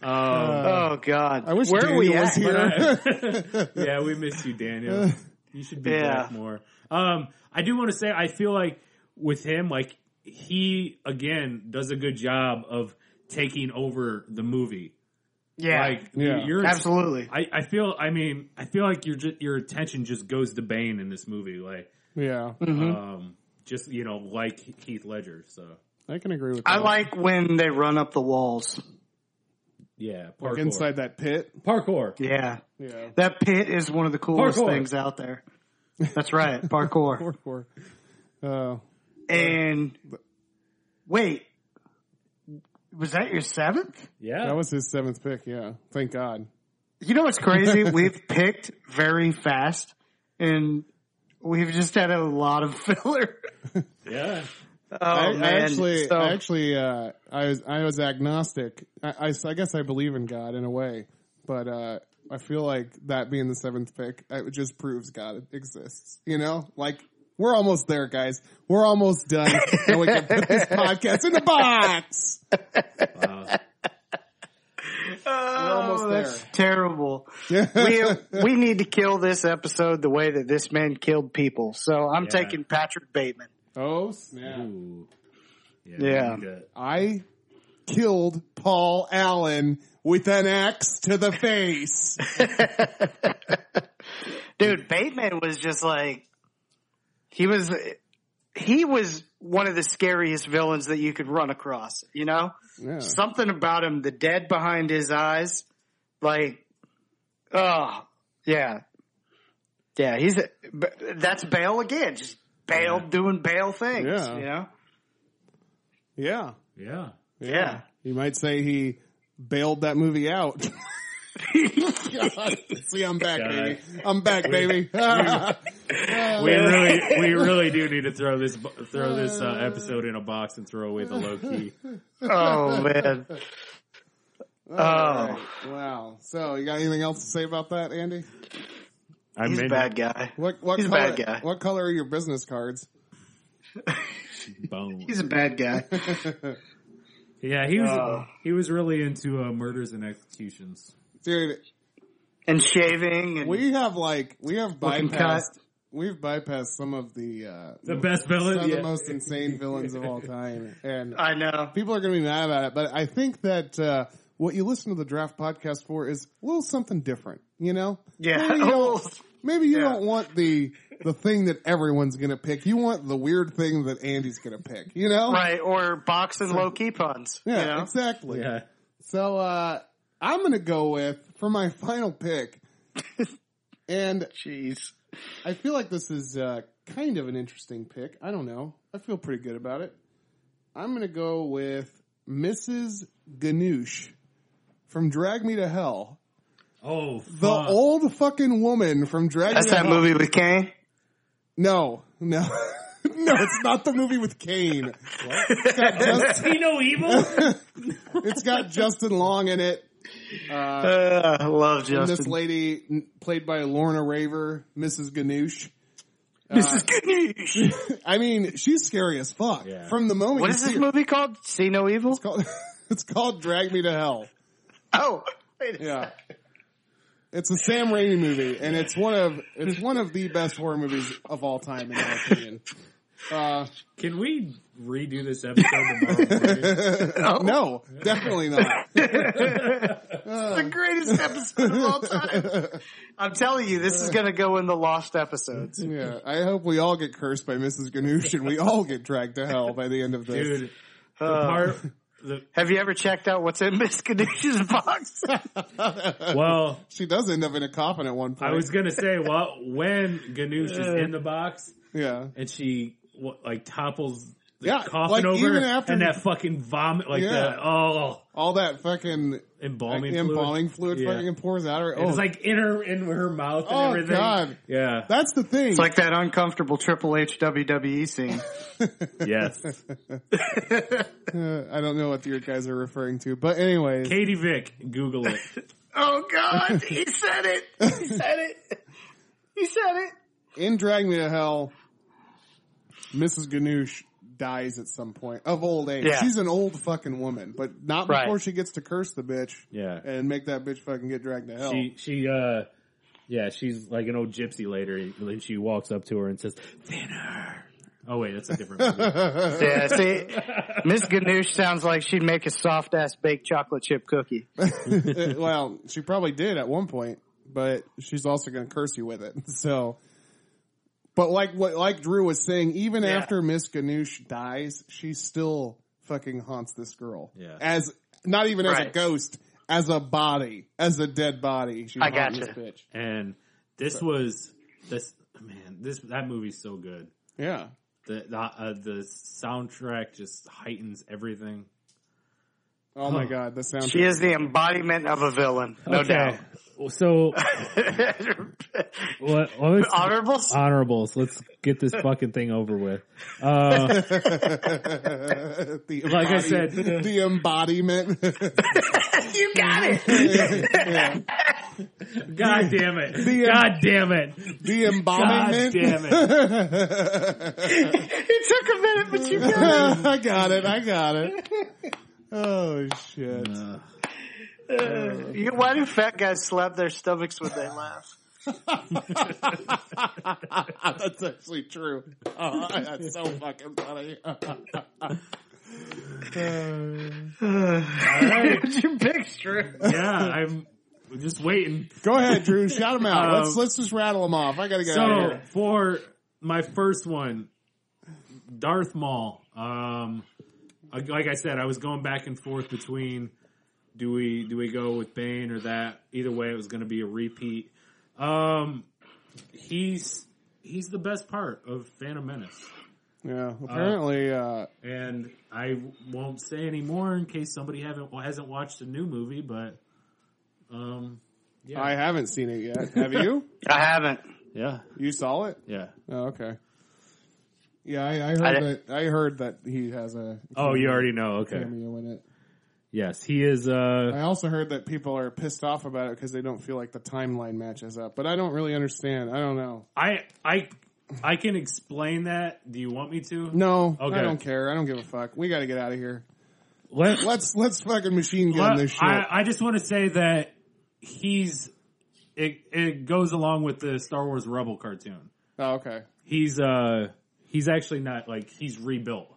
[SPEAKER 4] um,
[SPEAKER 2] oh God!
[SPEAKER 3] I wish
[SPEAKER 2] Where
[SPEAKER 3] Daniel
[SPEAKER 2] are we
[SPEAKER 3] was
[SPEAKER 2] at? uh,
[SPEAKER 3] here.
[SPEAKER 4] yeah, we miss you, Daniel. You should be
[SPEAKER 2] Yeah.
[SPEAKER 4] back more. Um, I do want to say I feel like with him, like he again does a good job of taking over the movie.
[SPEAKER 2] Yeah,
[SPEAKER 4] Like
[SPEAKER 3] Yeah.
[SPEAKER 4] you're
[SPEAKER 2] absolutely.
[SPEAKER 4] I, I feel. I mean, I feel like your ju- your attention just goes to Bane in this movie. Like,
[SPEAKER 3] Yeah,
[SPEAKER 4] um, just you know, like Heath Ledger. So
[SPEAKER 3] I can agree with that.
[SPEAKER 2] I like when they run up the walls.
[SPEAKER 4] yeah,
[SPEAKER 3] Like
[SPEAKER 4] parkour.
[SPEAKER 3] inside that pit.
[SPEAKER 4] parkour.
[SPEAKER 2] Yeah,
[SPEAKER 3] Yeah,
[SPEAKER 2] that pit is one of the coolest
[SPEAKER 4] Parkour.
[SPEAKER 2] things out there. That's right, parkour.
[SPEAKER 3] or or uh,
[SPEAKER 2] and wait, was that your seventh?
[SPEAKER 4] Yeah,
[SPEAKER 3] that was his seventh pick. Yeah, thank God.
[SPEAKER 2] You know what's crazy? we've picked very fast, and we've just had a lot of filler.
[SPEAKER 4] yeah.
[SPEAKER 2] Oh
[SPEAKER 3] I,
[SPEAKER 2] man!
[SPEAKER 3] I actually,
[SPEAKER 2] So-
[SPEAKER 3] I actually, uh, I was, I was agnostic. I, I s- I guess I believe in God in a way, but uh, I feel like that being the seventh pick, it just proves God exists. You know, like we're almost there, guys. We're almost done, and we can put this podcast in the box.
[SPEAKER 2] oh,
[SPEAKER 3] almost
[SPEAKER 2] that's
[SPEAKER 3] there.
[SPEAKER 2] terrible. we we need to kill this episode the way that this man killed people. So I'm
[SPEAKER 4] Yeah.
[SPEAKER 2] taking Patrick Bateman.
[SPEAKER 3] Oh snap!
[SPEAKER 4] Ooh. Yeah.
[SPEAKER 2] Yeah.
[SPEAKER 4] we need to-
[SPEAKER 3] I killed Paul Allen with an axe to the face.
[SPEAKER 2] Dude, Bateman was just like He was he was one of the scariest villains that you could run across, you know?
[SPEAKER 3] Yeah.
[SPEAKER 2] Something about him, the dead behind his eyes, like oh, yeah. Yeah, he's a, but that's Bale again, just Bale doing Bale things,
[SPEAKER 3] Yeah.
[SPEAKER 2] you know?
[SPEAKER 3] yeah.
[SPEAKER 4] Yeah.
[SPEAKER 2] Yeah.
[SPEAKER 3] You might say he bailed that movie out. See, I'm back,
[SPEAKER 5] God.
[SPEAKER 3] baby. I'm back, baby.
[SPEAKER 2] Oh.
[SPEAKER 4] We really, we really do need to throw this, bo- throw this uh, episode in a box and throw away the low key.
[SPEAKER 2] Oh man. Oh,
[SPEAKER 3] wow. So, you got anything else to say about that, Andy?
[SPEAKER 4] I
[SPEAKER 2] he's a
[SPEAKER 4] mean,
[SPEAKER 2] bad guy.
[SPEAKER 3] What what
[SPEAKER 2] He's a
[SPEAKER 3] color,
[SPEAKER 2] bad guy.
[SPEAKER 3] What color are your business cards?
[SPEAKER 4] bone.
[SPEAKER 2] He's a bad guy.
[SPEAKER 4] Yeah, he was,
[SPEAKER 3] Uh.
[SPEAKER 2] Oh.
[SPEAKER 4] he was really into uh, murders and executions.
[SPEAKER 3] Dude,
[SPEAKER 2] and shaving and
[SPEAKER 3] we have like we have
[SPEAKER 2] Looking
[SPEAKER 3] bypassed we've bypassed some of the uh
[SPEAKER 4] The best
[SPEAKER 3] some
[SPEAKER 4] villain.
[SPEAKER 3] of
[SPEAKER 4] Yeah.
[SPEAKER 3] the most insane villains of all time. And
[SPEAKER 2] I know.
[SPEAKER 3] people are going to be mad about it, but I think that uh, what you listen to the draft podcast for is a little something different. You know,
[SPEAKER 2] Yeah.
[SPEAKER 3] Maybe you don't, maybe you
[SPEAKER 2] Yeah.
[SPEAKER 3] don't want the the thing that everyone's going to pick. You want the weird thing that Andy's going to pick. You know,
[SPEAKER 2] Right, or box and low key puns.
[SPEAKER 3] Yeah,
[SPEAKER 2] you know?
[SPEAKER 3] exactly.
[SPEAKER 4] yeah.
[SPEAKER 3] So uh, I'm going to go with for my final pick, and
[SPEAKER 2] Jeez.
[SPEAKER 3] I feel like this is uh, kind of an interesting pick. I don't know. I feel pretty good about it. I'm going to go with Mrs. Ganoush from Drag Me to Hell.
[SPEAKER 4] Oh, fuck.
[SPEAKER 3] The old fucking woman from Drag
[SPEAKER 2] That's
[SPEAKER 3] Me to
[SPEAKER 2] that
[SPEAKER 3] Hell.
[SPEAKER 2] movie with Kane.
[SPEAKER 3] No, no. no, it's not the movie with Kane. It's got, just,
[SPEAKER 4] he no evil.
[SPEAKER 3] it's got Justin Long in it.
[SPEAKER 2] Uh, I love
[SPEAKER 3] And this
[SPEAKER 2] Justin.
[SPEAKER 3] lady, n- played by Lorna Raver, Mrs. Ganoush.
[SPEAKER 2] This is good news.
[SPEAKER 3] I mean, she's scary as fuck.
[SPEAKER 4] Yeah.
[SPEAKER 3] From the moment
[SPEAKER 2] What
[SPEAKER 3] you
[SPEAKER 2] is
[SPEAKER 3] see
[SPEAKER 2] this
[SPEAKER 3] her-
[SPEAKER 2] movie called? See No Evil?
[SPEAKER 3] It's called, it's called Drag Me to Hell.
[SPEAKER 2] Oh, wait a
[SPEAKER 3] Yeah. It's a Sam Raimi movie, and it's one of it's one of the best horror movies of all time, in my opinion. Uh,
[SPEAKER 4] Can we redo this episode tomorrow? morning? Oh.
[SPEAKER 3] no, definitely not.
[SPEAKER 2] second.
[SPEAKER 3] Uh.
[SPEAKER 2] the greatest episode of all time. I'm telling you, this is going to go in the lost episodes.
[SPEAKER 3] Yeah, I hope we all get cursed by Mrs. Ganoush, and we all get dragged to hell by the end of this.
[SPEAKER 4] Dude, the
[SPEAKER 3] Uh.
[SPEAKER 4] part, the,
[SPEAKER 2] Have you ever checked out what's in Miss Ganesha's box?
[SPEAKER 4] well,
[SPEAKER 3] She does end up in a coffin at one point.
[SPEAKER 4] I was gonna say, well, when Ganoush
[SPEAKER 3] Uh.
[SPEAKER 4] is in the box
[SPEAKER 3] yeah,
[SPEAKER 4] and she wha- like topples the
[SPEAKER 3] Yeah,
[SPEAKER 4] coffin
[SPEAKER 3] like,
[SPEAKER 4] over,
[SPEAKER 3] even after-
[SPEAKER 4] and that fucking vomit, like
[SPEAKER 3] Yeah.
[SPEAKER 4] the oh
[SPEAKER 3] all that fucking
[SPEAKER 4] embalming, fluid.
[SPEAKER 3] embalming fluid,
[SPEAKER 4] Yeah.
[SPEAKER 3] fucking pours out. Her.
[SPEAKER 4] It
[SPEAKER 3] Oh,
[SPEAKER 4] was like in her in her mouth and
[SPEAKER 3] Oh,
[SPEAKER 4] everything.
[SPEAKER 3] God.
[SPEAKER 4] Yeah.
[SPEAKER 3] that's the thing.
[SPEAKER 2] It's like that uncomfortable Triple H WWE scene.
[SPEAKER 4] yes.
[SPEAKER 3] Uh, I don't know what you guys are referring to, but anyways,
[SPEAKER 4] Katie Vick, Google it.
[SPEAKER 2] oh God, he said it. He said it. He said it.
[SPEAKER 3] in Drag Me to Hell, Mrs. Ganoush dies at some point of old age.
[SPEAKER 2] Yeah.
[SPEAKER 3] She's an old fucking woman, but not
[SPEAKER 2] Right.
[SPEAKER 3] before she gets to curse the bitch
[SPEAKER 4] Yeah.
[SPEAKER 3] and oh. make that bitch fucking get dragged to hell.
[SPEAKER 4] She she uh yeah, she's like an old gypsy later. and She walks up to her and says, "Thinner." Oh wait, that's a different movie.
[SPEAKER 2] Yeah, see, Miss Ganoush sounds like she'd make a soft ass baked chocolate chip cookie.
[SPEAKER 3] Uh, well, she probably did at one point, but she's also going to curse you with it. So, but like what like Drew was saying, even after Miss Ganoush dies, she still fucking haunts this girl.
[SPEAKER 4] Yeah.
[SPEAKER 3] As not even as a
[SPEAKER 2] Right.
[SPEAKER 3] ghost, as a body, as a dead body. She's
[SPEAKER 2] I
[SPEAKER 3] haunting
[SPEAKER 2] gotcha.
[SPEAKER 3] this bitch.
[SPEAKER 4] and this was this man, this that movie's so good.
[SPEAKER 3] Yeah.
[SPEAKER 4] The the, uh, the soundtrack just heightens everything.
[SPEAKER 3] Oh my god, the sound.
[SPEAKER 2] She is the embodiment of a villain, no doubt.
[SPEAKER 4] So what, what was
[SPEAKER 2] Honorables?
[SPEAKER 4] honorables? Let's get this fucking thing over with.
[SPEAKER 3] the
[SPEAKER 4] Like I
[SPEAKER 3] embodi-
[SPEAKER 4] said-
[SPEAKER 3] the embodiment.
[SPEAKER 2] you got it.
[SPEAKER 4] God damn it!
[SPEAKER 3] The-
[SPEAKER 4] God damn it!
[SPEAKER 3] the
[SPEAKER 4] God
[SPEAKER 3] embodiment.
[SPEAKER 4] damn it!
[SPEAKER 2] It took a minute, but you got it.
[SPEAKER 3] I got it. I got it. Oh shit.
[SPEAKER 2] You- Why do fat guys slap their stomachs when they laugh?
[SPEAKER 3] That's actually true. Oh, that's so fucking funny.
[SPEAKER 2] Your big strip.
[SPEAKER 4] yeah, I'm just waiting.
[SPEAKER 3] Oh, Go ahead, Drew. Shout them out.
[SPEAKER 4] Um,
[SPEAKER 3] let's let's just rattle them off. I gotta get out of
[SPEAKER 4] So
[SPEAKER 3] here.
[SPEAKER 4] for my first one, Darth Maul. Um, I- like I said, I was going back and forth between do we do we go with Bane or that. Either way, it was going to be a repeat. Um, he's he's the best part of Phantom Menace, uh,
[SPEAKER 3] Yeah. Apparently, uh,
[SPEAKER 4] and I won't say any more in case somebody haven't hasn't watched the new movie. But um, yeah,
[SPEAKER 3] I haven't seen it yet. Have you?
[SPEAKER 2] I haven't.
[SPEAKER 4] yeah,
[SPEAKER 3] You saw it?
[SPEAKER 4] yeah.
[SPEAKER 3] Oh, okay. Yeah, I, I heard
[SPEAKER 2] I di-
[SPEAKER 3] that. I heard that he has a
[SPEAKER 4] Oh, you already know. Okay.
[SPEAKER 3] cameo in it.
[SPEAKER 4] Yes, he is. Uh,
[SPEAKER 3] I also heard that people are pissed off about it because they don't feel like the timeline matches up. But I don't really understand. I don't know.
[SPEAKER 4] I I I can explain that. Do you want me to?
[SPEAKER 3] No, I
[SPEAKER 4] Okay.
[SPEAKER 3] don't care. I don't give a fuck. We got to get out of here.
[SPEAKER 4] Let,
[SPEAKER 3] Let's let's fucking machine gun
[SPEAKER 4] let-
[SPEAKER 3] this shit.
[SPEAKER 4] I, I just want to say that he's it it goes along with the Star Wars Rebel cartoon.
[SPEAKER 3] oh, okay.
[SPEAKER 4] He's uh he's actually not like he's rebuilt.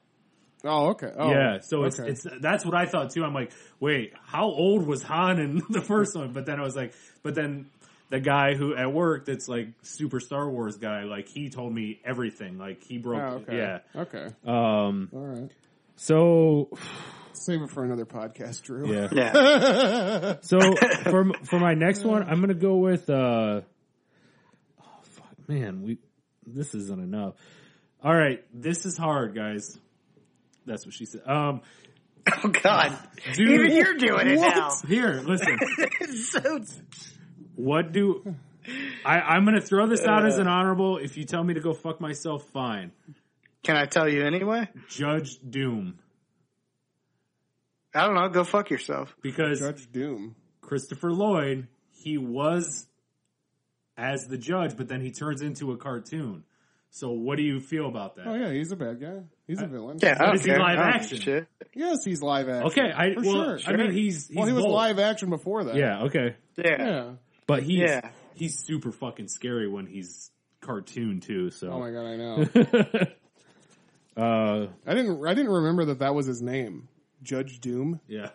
[SPEAKER 3] Oh, okay. Oh,
[SPEAKER 4] yeah, so it's
[SPEAKER 3] okay.
[SPEAKER 4] it's that's what I thought too. I'm like, wait, how old was Han in the first one? But then I was like, but then the guy who at work that's like super Star Wars guy, like he told me everything. Like he broke,
[SPEAKER 3] Oh, okay.
[SPEAKER 4] yeah.
[SPEAKER 3] Okay.
[SPEAKER 4] Um,
[SPEAKER 3] All right.
[SPEAKER 4] so
[SPEAKER 3] Save it for another podcast, Drew.
[SPEAKER 4] yeah.
[SPEAKER 2] Yeah.
[SPEAKER 4] So for for my next one, I'm gonna go with. uh Oh fuck, man, we this isn't enough. All right, this is hard, guys. That's what she said. Um,
[SPEAKER 2] oh God.
[SPEAKER 4] dude,
[SPEAKER 2] Even you're doing it now.
[SPEAKER 4] here, listen.
[SPEAKER 2] so
[SPEAKER 4] What do I? I'm gonna throw this out
[SPEAKER 3] Uh.
[SPEAKER 4] as an honorable. If you tell me to go fuck myself, fine.
[SPEAKER 2] Can I tell you anyway?
[SPEAKER 4] Judge Doom,
[SPEAKER 2] I don't know. Go fuck yourself.
[SPEAKER 4] because
[SPEAKER 3] Judge Doom.
[SPEAKER 4] Christopher Lloyd, he was as the judge, but then he turns into a cartoon. So what do you feel about that?
[SPEAKER 3] Oh yeah, he's a bad guy. He's a villain.
[SPEAKER 2] Yeah. I don't
[SPEAKER 4] is he
[SPEAKER 2] care.
[SPEAKER 4] live
[SPEAKER 2] I don't
[SPEAKER 4] action?
[SPEAKER 2] give a shit.
[SPEAKER 3] Yes, he's live action.
[SPEAKER 4] Okay, I
[SPEAKER 3] For
[SPEAKER 4] well,
[SPEAKER 3] sure.
[SPEAKER 4] I mean, he's, he's
[SPEAKER 3] well, he was
[SPEAKER 4] both.
[SPEAKER 3] live action before that.
[SPEAKER 4] Yeah, okay,
[SPEAKER 2] Yeah.
[SPEAKER 3] Yeah.
[SPEAKER 4] but he's
[SPEAKER 2] Yeah.
[SPEAKER 4] he's super fucking scary when he's cartoon too. So,
[SPEAKER 3] Oh my god, I know.
[SPEAKER 4] uh,
[SPEAKER 3] I didn't. I didn't remember that that was his name. Judge Doom.
[SPEAKER 4] yeah.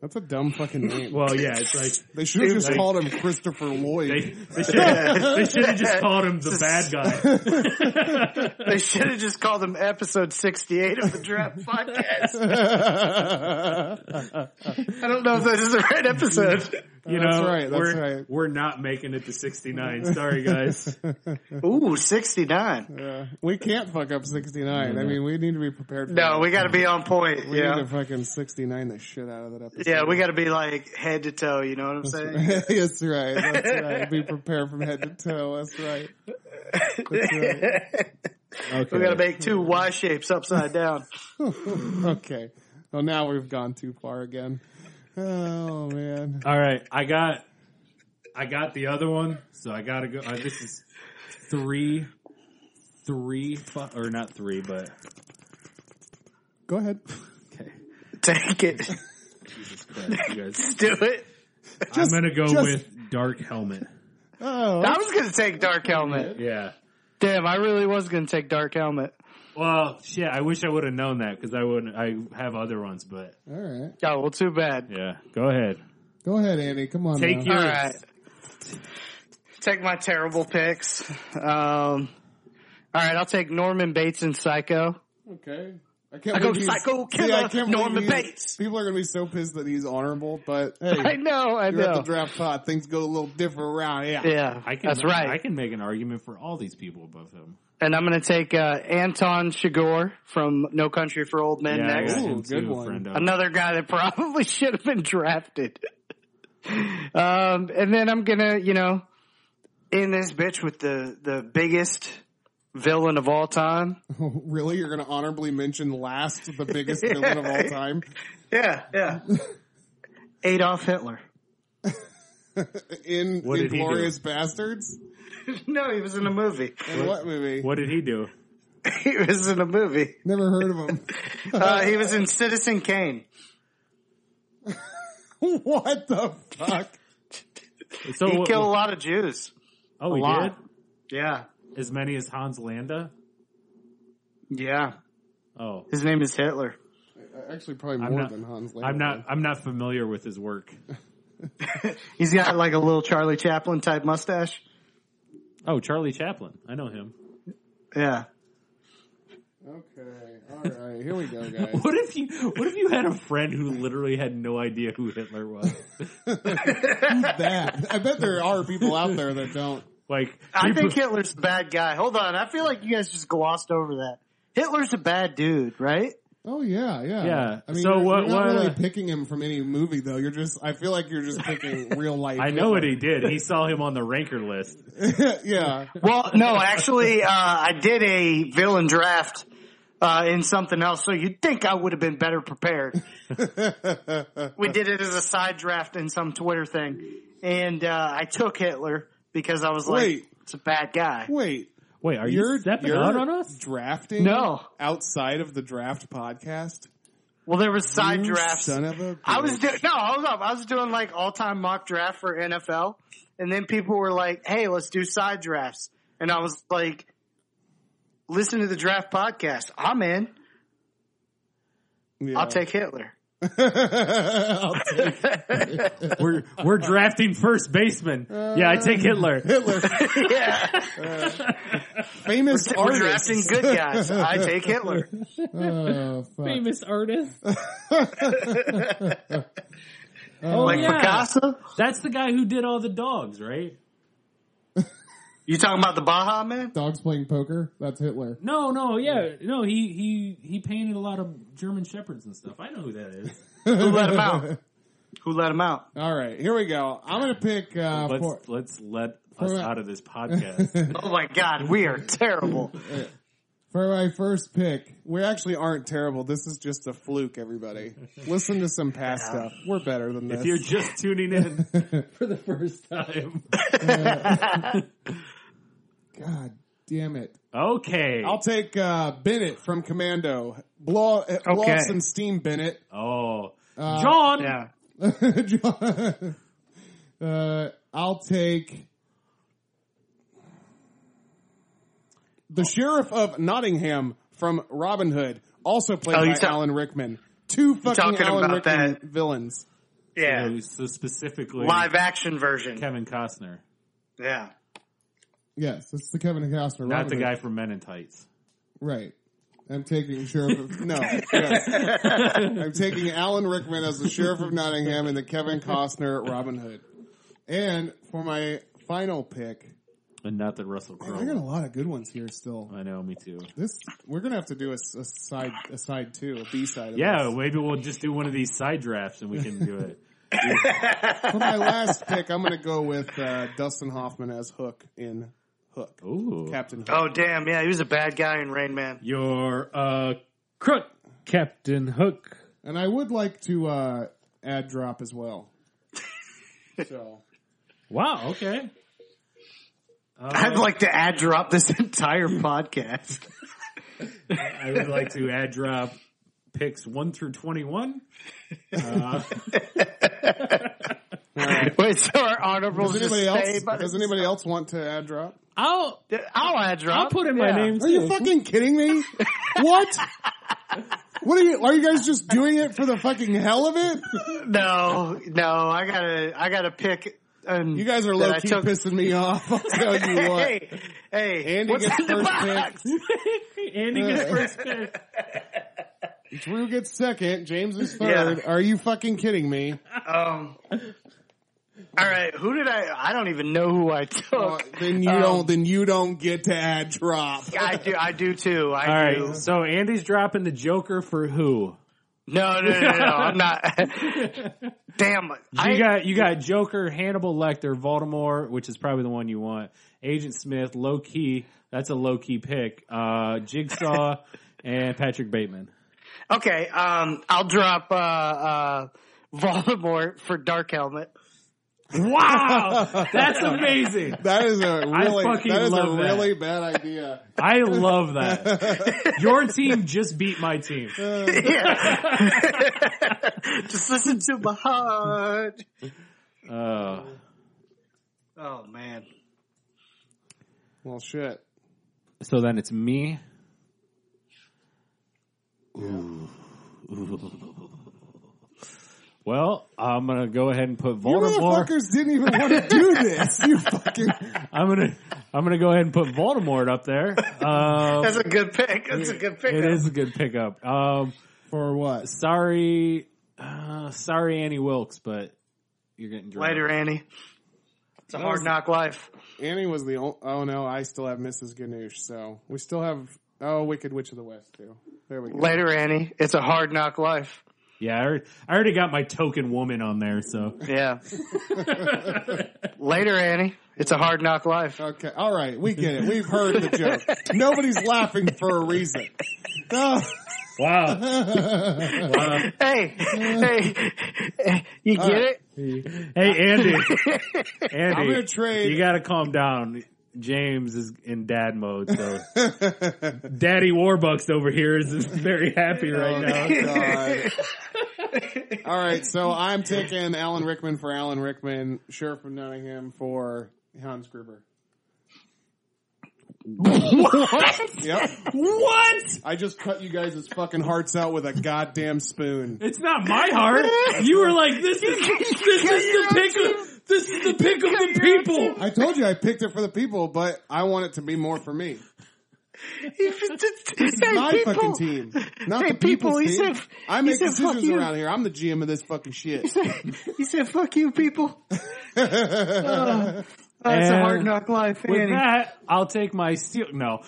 [SPEAKER 3] That's a dumb fucking name.
[SPEAKER 4] well, yeah, it's like
[SPEAKER 3] they should have just
[SPEAKER 4] Like-
[SPEAKER 3] called him Christopher Lloyd.
[SPEAKER 4] they they should they should have just called him the bad guy.
[SPEAKER 2] They should have just called him episode 68 of the Draft Podcast. I don't know if this is the right episode.
[SPEAKER 4] You know,
[SPEAKER 3] That's right, that's
[SPEAKER 4] we're
[SPEAKER 3] right.
[SPEAKER 4] we're not making it to sixty nine. Sorry, guys.
[SPEAKER 2] Ooh, 69.
[SPEAKER 3] Yeah. we can't fuck up 69. I mean, we need to be prepared. For
[SPEAKER 2] No,
[SPEAKER 3] that.
[SPEAKER 2] we got to be on point.
[SPEAKER 3] We
[SPEAKER 2] yeah.
[SPEAKER 3] need to fucking 69 the shit out of that episode.
[SPEAKER 2] Yeah, we got to be like head to toe. You know what I'm saying?
[SPEAKER 3] That's right. That's right. Be prepared from head to toe. That's right. That's right.
[SPEAKER 4] Okay,
[SPEAKER 2] we got to make two Y shapes upside down.
[SPEAKER 3] Okay. Well, now we've gone too far again. Oh man.
[SPEAKER 4] All right, I got I got the other one, so I gotta go. Uh, this is three, three, fu- or not three, but
[SPEAKER 3] Go ahead.
[SPEAKER 4] okay.
[SPEAKER 2] Take it.
[SPEAKER 4] Jesus Christ, you guys.
[SPEAKER 2] Do it.
[SPEAKER 4] I'm gonna go
[SPEAKER 3] just-
[SPEAKER 4] with Dark Helmet.
[SPEAKER 3] Oh,
[SPEAKER 2] I was going to take Dark Helmet.
[SPEAKER 4] Yeah.
[SPEAKER 2] Damn, I really was going to take Dark Helmet.
[SPEAKER 4] Well, shit. I wish I would have known that because I wouldn't. I have other ones, but
[SPEAKER 3] all right.
[SPEAKER 2] Oh, well, too bad.
[SPEAKER 4] yeah. Go ahead.
[SPEAKER 3] Go ahead, Andy. Come on. now.
[SPEAKER 4] Take your-
[SPEAKER 2] All
[SPEAKER 4] Yours.
[SPEAKER 2] right. Take my terrible picks. Um, all right, I'll take Norman Bates in Psycho.
[SPEAKER 3] Okay. I can't
[SPEAKER 2] I go
[SPEAKER 3] believe he's-
[SPEAKER 2] psycho
[SPEAKER 3] See, I
[SPEAKER 2] killer,
[SPEAKER 3] can't believe
[SPEAKER 2] Norman
[SPEAKER 3] he's-
[SPEAKER 2] Bates.
[SPEAKER 3] People are going to be so pissed that he's honorable, but hey,
[SPEAKER 2] I know, I
[SPEAKER 3] you're at the
[SPEAKER 2] know.
[SPEAKER 3] draft pot. Things go a little different around. Yeah.
[SPEAKER 2] Yeah,
[SPEAKER 4] I can.
[SPEAKER 2] that's right.
[SPEAKER 4] I can make an argument for all these people above him.
[SPEAKER 2] and I'm going to take uh, Anton Chigurh from No Country for Old Men
[SPEAKER 4] Yeah, I
[SPEAKER 2] next.
[SPEAKER 4] got him
[SPEAKER 3] Ooh, good one.
[SPEAKER 4] friendo.
[SPEAKER 2] Another guy that probably should have been drafted. um, and then I'm gonna, you know, end this bitch with the the biggest villain of all time.
[SPEAKER 3] really? You're going to honorably mention last the biggest villain of all time?
[SPEAKER 2] Yeah, yeah. Adolf Hitler.
[SPEAKER 3] In
[SPEAKER 4] What did he do?
[SPEAKER 3] Inglorious Bastards?
[SPEAKER 2] No, he was in a movie.
[SPEAKER 3] In what movie?
[SPEAKER 4] What did he do?
[SPEAKER 2] He was in a movie.
[SPEAKER 3] Never heard of him.
[SPEAKER 2] Uh, he was in Citizen Kane.
[SPEAKER 3] what the fuck?
[SPEAKER 4] So
[SPEAKER 2] He
[SPEAKER 4] what-
[SPEAKER 2] killed a lot of Jews.
[SPEAKER 4] Oh,
[SPEAKER 2] A
[SPEAKER 4] he
[SPEAKER 2] lot. Yeah,
[SPEAKER 4] did as many as Hans Landa.
[SPEAKER 2] yeah.
[SPEAKER 4] Oh,
[SPEAKER 2] His name is Hitler.
[SPEAKER 3] Actually, probably
[SPEAKER 4] I'm
[SPEAKER 3] more
[SPEAKER 4] not-
[SPEAKER 3] than Hans Landa.
[SPEAKER 4] I'm not. I'm not familiar with his work.
[SPEAKER 2] He's got like a little Charlie Chaplin type mustache.
[SPEAKER 4] Oh, Charlie Chaplin. I know him.
[SPEAKER 2] Yeah.
[SPEAKER 3] Okay. All right. Here we go, guys.
[SPEAKER 4] What if you what if you had a friend who literally had no idea who Hitler was?
[SPEAKER 3] that. I bet there are people out there that don't.
[SPEAKER 4] Like
[SPEAKER 2] I
[SPEAKER 4] people-
[SPEAKER 2] think Hitler's a bad guy. Hold on. I feel like you guys just glossed over that. Hitler's a bad dude, right?
[SPEAKER 3] Oh yeah, yeah.
[SPEAKER 4] Yeah.
[SPEAKER 3] I mean,
[SPEAKER 4] So
[SPEAKER 3] you're,
[SPEAKER 4] what-
[SPEAKER 3] you're not
[SPEAKER 4] what-
[SPEAKER 3] really picking him from any movie though. You're just. I feel like you're just picking real life.
[SPEAKER 4] I know what he did. He saw him on the ranker list.
[SPEAKER 3] yeah.
[SPEAKER 2] Well, no, actually, uh, I did a villain draft uh, in something else, so you'd think I would have been better prepared. we did it as a side draft in some Twitter thing, and uh, I took Hitler because I was like,
[SPEAKER 3] Wait.
[SPEAKER 2] "It's a bad guy."
[SPEAKER 3] Wait.
[SPEAKER 4] Wait, are
[SPEAKER 3] you're
[SPEAKER 4] you stepping
[SPEAKER 3] you're
[SPEAKER 4] out on us?
[SPEAKER 3] Drafting?
[SPEAKER 2] No.
[SPEAKER 3] Outside of the draft podcast.
[SPEAKER 2] Well, there was side
[SPEAKER 3] You
[SPEAKER 2] drafts.
[SPEAKER 3] Son of a.
[SPEAKER 2] I was
[SPEAKER 3] bitch.
[SPEAKER 2] doing no, hold up. I was doing like all time mock draft for NFL, and then people were like, "Hey, let's do side drafts," and I was like, "Listen to the draft podcast. I'm in.
[SPEAKER 3] Yeah.
[SPEAKER 2] I'll take Hitler."
[SPEAKER 3] I'll take
[SPEAKER 4] We're we're drafting first baseman.
[SPEAKER 3] Uh,
[SPEAKER 4] yeah, I take Hitler.
[SPEAKER 3] Hitler.
[SPEAKER 2] Yeah,
[SPEAKER 3] Famous
[SPEAKER 2] we're
[SPEAKER 3] artist.
[SPEAKER 2] drafting good guys. I take Hitler.
[SPEAKER 3] Oh, fuck.
[SPEAKER 6] Famous artist.
[SPEAKER 4] Oh,
[SPEAKER 2] Like
[SPEAKER 4] yeah.
[SPEAKER 2] Picasso.
[SPEAKER 4] That's the guy who did all the dogs, right?
[SPEAKER 2] You talking about the Baja man?
[SPEAKER 3] Dogs playing poker. That's Hitler.
[SPEAKER 4] No, no, yeah, no. He he he painted a lot of German shepherds and stuff. I know who that is.
[SPEAKER 2] Who let him out? Who let him out?
[SPEAKER 3] All right, here we go. I'm gonna pick. Uh,
[SPEAKER 4] let's
[SPEAKER 3] for-
[SPEAKER 4] let's let us
[SPEAKER 3] for-
[SPEAKER 4] out of this podcast.
[SPEAKER 2] Oh my God, we are terrible.
[SPEAKER 3] For my first pick, we actually aren't terrible. This is just a fluke, everybody. Listen to some past stuff. We're better than this.
[SPEAKER 4] if you're just tuning in
[SPEAKER 6] for the first time.
[SPEAKER 3] God damn it.
[SPEAKER 4] okay.
[SPEAKER 3] I'll take uh, Bennett from Commando. Blow, uh, blow
[SPEAKER 2] Okay.
[SPEAKER 3] off some steam, Bennett.
[SPEAKER 4] oh, John.
[SPEAKER 2] Yeah.
[SPEAKER 3] John- uh, I'll take the sheriff of Nottingham from Robin Hood, also played
[SPEAKER 2] Oh, you
[SPEAKER 3] by
[SPEAKER 2] ta-
[SPEAKER 3] Alan Rickman. Two fucking
[SPEAKER 2] talking
[SPEAKER 3] Alan
[SPEAKER 2] about
[SPEAKER 3] Rickman
[SPEAKER 2] that.
[SPEAKER 3] villains.
[SPEAKER 2] Yeah.
[SPEAKER 4] So specifically,
[SPEAKER 2] Live action version.
[SPEAKER 4] Kevin Costner,
[SPEAKER 2] Yeah.
[SPEAKER 3] Yes, it's the Kevin Costner.
[SPEAKER 4] not
[SPEAKER 3] Robin
[SPEAKER 4] the
[SPEAKER 3] Hood.
[SPEAKER 4] guy from Men in Tights.
[SPEAKER 3] Right. I'm taking Sheriff of, no. yes. I'm taking Alan Rickman as the Sheriff of Nottingham and the Kevin Costner Robin Hood. And for my final pick,
[SPEAKER 4] And not that Russell
[SPEAKER 3] man, I got a
[SPEAKER 4] Crowe.
[SPEAKER 3] lot of good ones here still.
[SPEAKER 4] I know, me too.
[SPEAKER 3] This we're gonna have to do a, s- a side a side two, a B side. Of
[SPEAKER 4] Yeah,
[SPEAKER 3] this.
[SPEAKER 4] maybe we'll just do one of these side drafts and we can do it.
[SPEAKER 3] For my last pick, I'm gonna go with uh, Dustin Hoffman as Hook in Hook,
[SPEAKER 4] Ooh,
[SPEAKER 3] Captain Hook.
[SPEAKER 2] Oh damn. Yeah, he was a bad guy in Rain Man.
[SPEAKER 5] You're
[SPEAKER 4] uh,
[SPEAKER 5] a crook, Captain Hook.
[SPEAKER 3] And I would like to uh, add drop as well. So
[SPEAKER 4] wow, okay. Uh,
[SPEAKER 2] I'd like to add drop this entire podcast.
[SPEAKER 4] I would like to add drop picks one through twenty-one.
[SPEAKER 2] Wait, so our honorables
[SPEAKER 3] does
[SPEAKER 2] just
[SPEAKER 3] anybody
[SPEAKER 2] stay,
[SPEAKER 3] else?
[SPEAKER 2] but
[SPEAKER 3] Does anybody else want to add drop?
[SPEAKER 6] I'll
[SPEAKER 2] I'll add drop.
[SPEAKER 6] I'll put in my
[SPEAKER 2] Yeah.
[SPEAKER 6] name.
[SPEAKER 3] Are you
[SPEAKER 6] too.
[SPEAKER 3] fucking kidding me? What? What are you? Are you guys just doing it for the fucking hell of it?
[SPEAKER 2] No, no, I gotta, I gotta pick. Um,
[SPEAKER 3] You guys are
[SPEAKER 2] that
[SPEAKER 3] low
[SPEAKER 2] I
[SPEAKER 3] key
[SPEAKER 2] took-
[SPEAKER 3] pissing me off. I'll tell you what.
[SPEAKER 2] Hey, hey,
[SPEAKER 3] Andy
[SPEAKER 2] what's
[SPEAKER 3] gets
[SPEAKER 2] in the
[SPEAKER 3] first
[SPEAKER 2] box?
[SPEAKER 4] Andy gets first pick.
[SPEAKER 3] Drew gets second. James is third. Are you fucking kidding me?
[SPEAKER 2] Um, all right, who did I? I don't even know who I took.
[SPEAKER 3] Uh, then you
[SPEAKER 2] Um,
[SPEAKER 3] don't. Then you don't get to add drop.
[SPEAKER 2] I do, I do too. I
[SPEAKER 4] All
[SPEAKER 2] do.
[SPEAKER 4] right, so Andy's dropping the Joker for who?
[SPEAKER 2] No, no, no, no, no, I'm not. Damn,
[SPEAKER 4] You
[SPEAKER 2] I,
[SPEAKER 4] got you got Joker, Hannibal Lecter, Voldemort, which is probably the one you want. Agent Smith, low key. That's a low key pick. Uh, Jigsaw and Patrick Bateman.
[SPEAKER 2] okay. Um, I'll drop uh, uh, Voldemort for Dark Helmet.
[SPEAKER 4] Wow, that's amazing.
[SPEAKER 3] That is a really.
[SPEAKER 4] fucking
[SPEAKER 3] That is a
[SPEAKER 4] love that.
[SPEAKER 3] really bad idea.
[SPEAKER 4] I love that. Your team just beat my team.
[SPEAKER 2] Just listen to my heart.
[SPEAKER 4] Uh,
[SPEAKER 2] Oh man.
[SPEAKER 3] Well, shit.
[SPEAKER 4] so then it's me. Ooh. Well, I'm gonna go ahead and put
[SPEAKER 3] You
[SPEAKER 4] Voldemort.
[SPEAKER 3] motherfuckers didn't even want to do this. You fucking.
[SPEAKER 4] I'm gonna I'm gonna go ahead and put Voldemort up there. Um,
[SPEAKER 2] That's a good pick. That's a good pick.
[SPEAKER 4] It is a good pickup. Um,
[SPEAKER 3] For what?
[SPEAKER 4] sorry, uh, sorry, Annie Wilkes, but you're getting drunk.
[SPEAKER 2] Later, Annie. It's a hard knock life.
[SPEAKER 3] Annie was the only. Oh no, I still have Mrs. Ganoush, so we still have. Oh, Wicked Witch of the West too. There we go.
[SPEAKER 2] Later, Annie. It's a hard knock life.
[SPEAKER 4] Yeah, I already, I already got my token woman on there, so
[SPEAKER 2] Yeah. Later, Annie. It's a hard knock life.
[SPEAKER 3] Okay, all right, we get it. We've heard the joke. Nobody's laughing for a reason. No.
[SPEAKER 7] Wow.
[SPEAKER 2] Hey, hey, hey, you get
[SPEAKER 3] right.
[SPEAKER 2] it?
[SPEAKER 4] Hey, Andy, Andy,
[SPEAKER 3] I'm gonna trade-
[SPEAKER 4] You got to calm down. James is in dad mode, so Daddy Warbucks over here is very happy right now.
[SPEAKER 3] Oh, God. All right, so I'm taking Alan Rickman for Alan Rickman, Sheriff of Nottingham for Hans Gruber. What? Yep.
[SPEAKER 7] What?
[SPEAKER 3] I just cut you guys' fucking hearts out with a goddamn spoon.
[SPEAKER 7] It's not my heart. You were like, this is this is the pick of this is the pick of the people.
[SPEAKER 3] I told you I picked it for the people, but I want it to be more for me.
[SPEAKER 2] It's
[SPEAKER 3] My fucking team, not
[SPEAKER 2] Hey,
[SPEAKER 3] the
[SPEAKER 2] people,
[SPEAKER 3] people's
[SPEAKER 2] he
[SPEAKER 3] team.
[SPEAKER 2] said-
[SPEAKER 3] I
[SPEAKER 2] he
[SPEAKER 3] make
[SPEAKER 2] said, "Fuck
[SPEAKER 3] decisions
[SPEAKER 2] you."
[SPEAKER 3] around here. I'm the GM of this fucking shit.
[SPEAKER 2] He said, fuck you, people. Oh, it's a
[SPEAKER 4] And
[SPEAKER 2] hard knock life,
[SPEAKER 4] With
[SPEAKER 2] Annie.
[SPEAKER 4] that, I'll take my seal. No.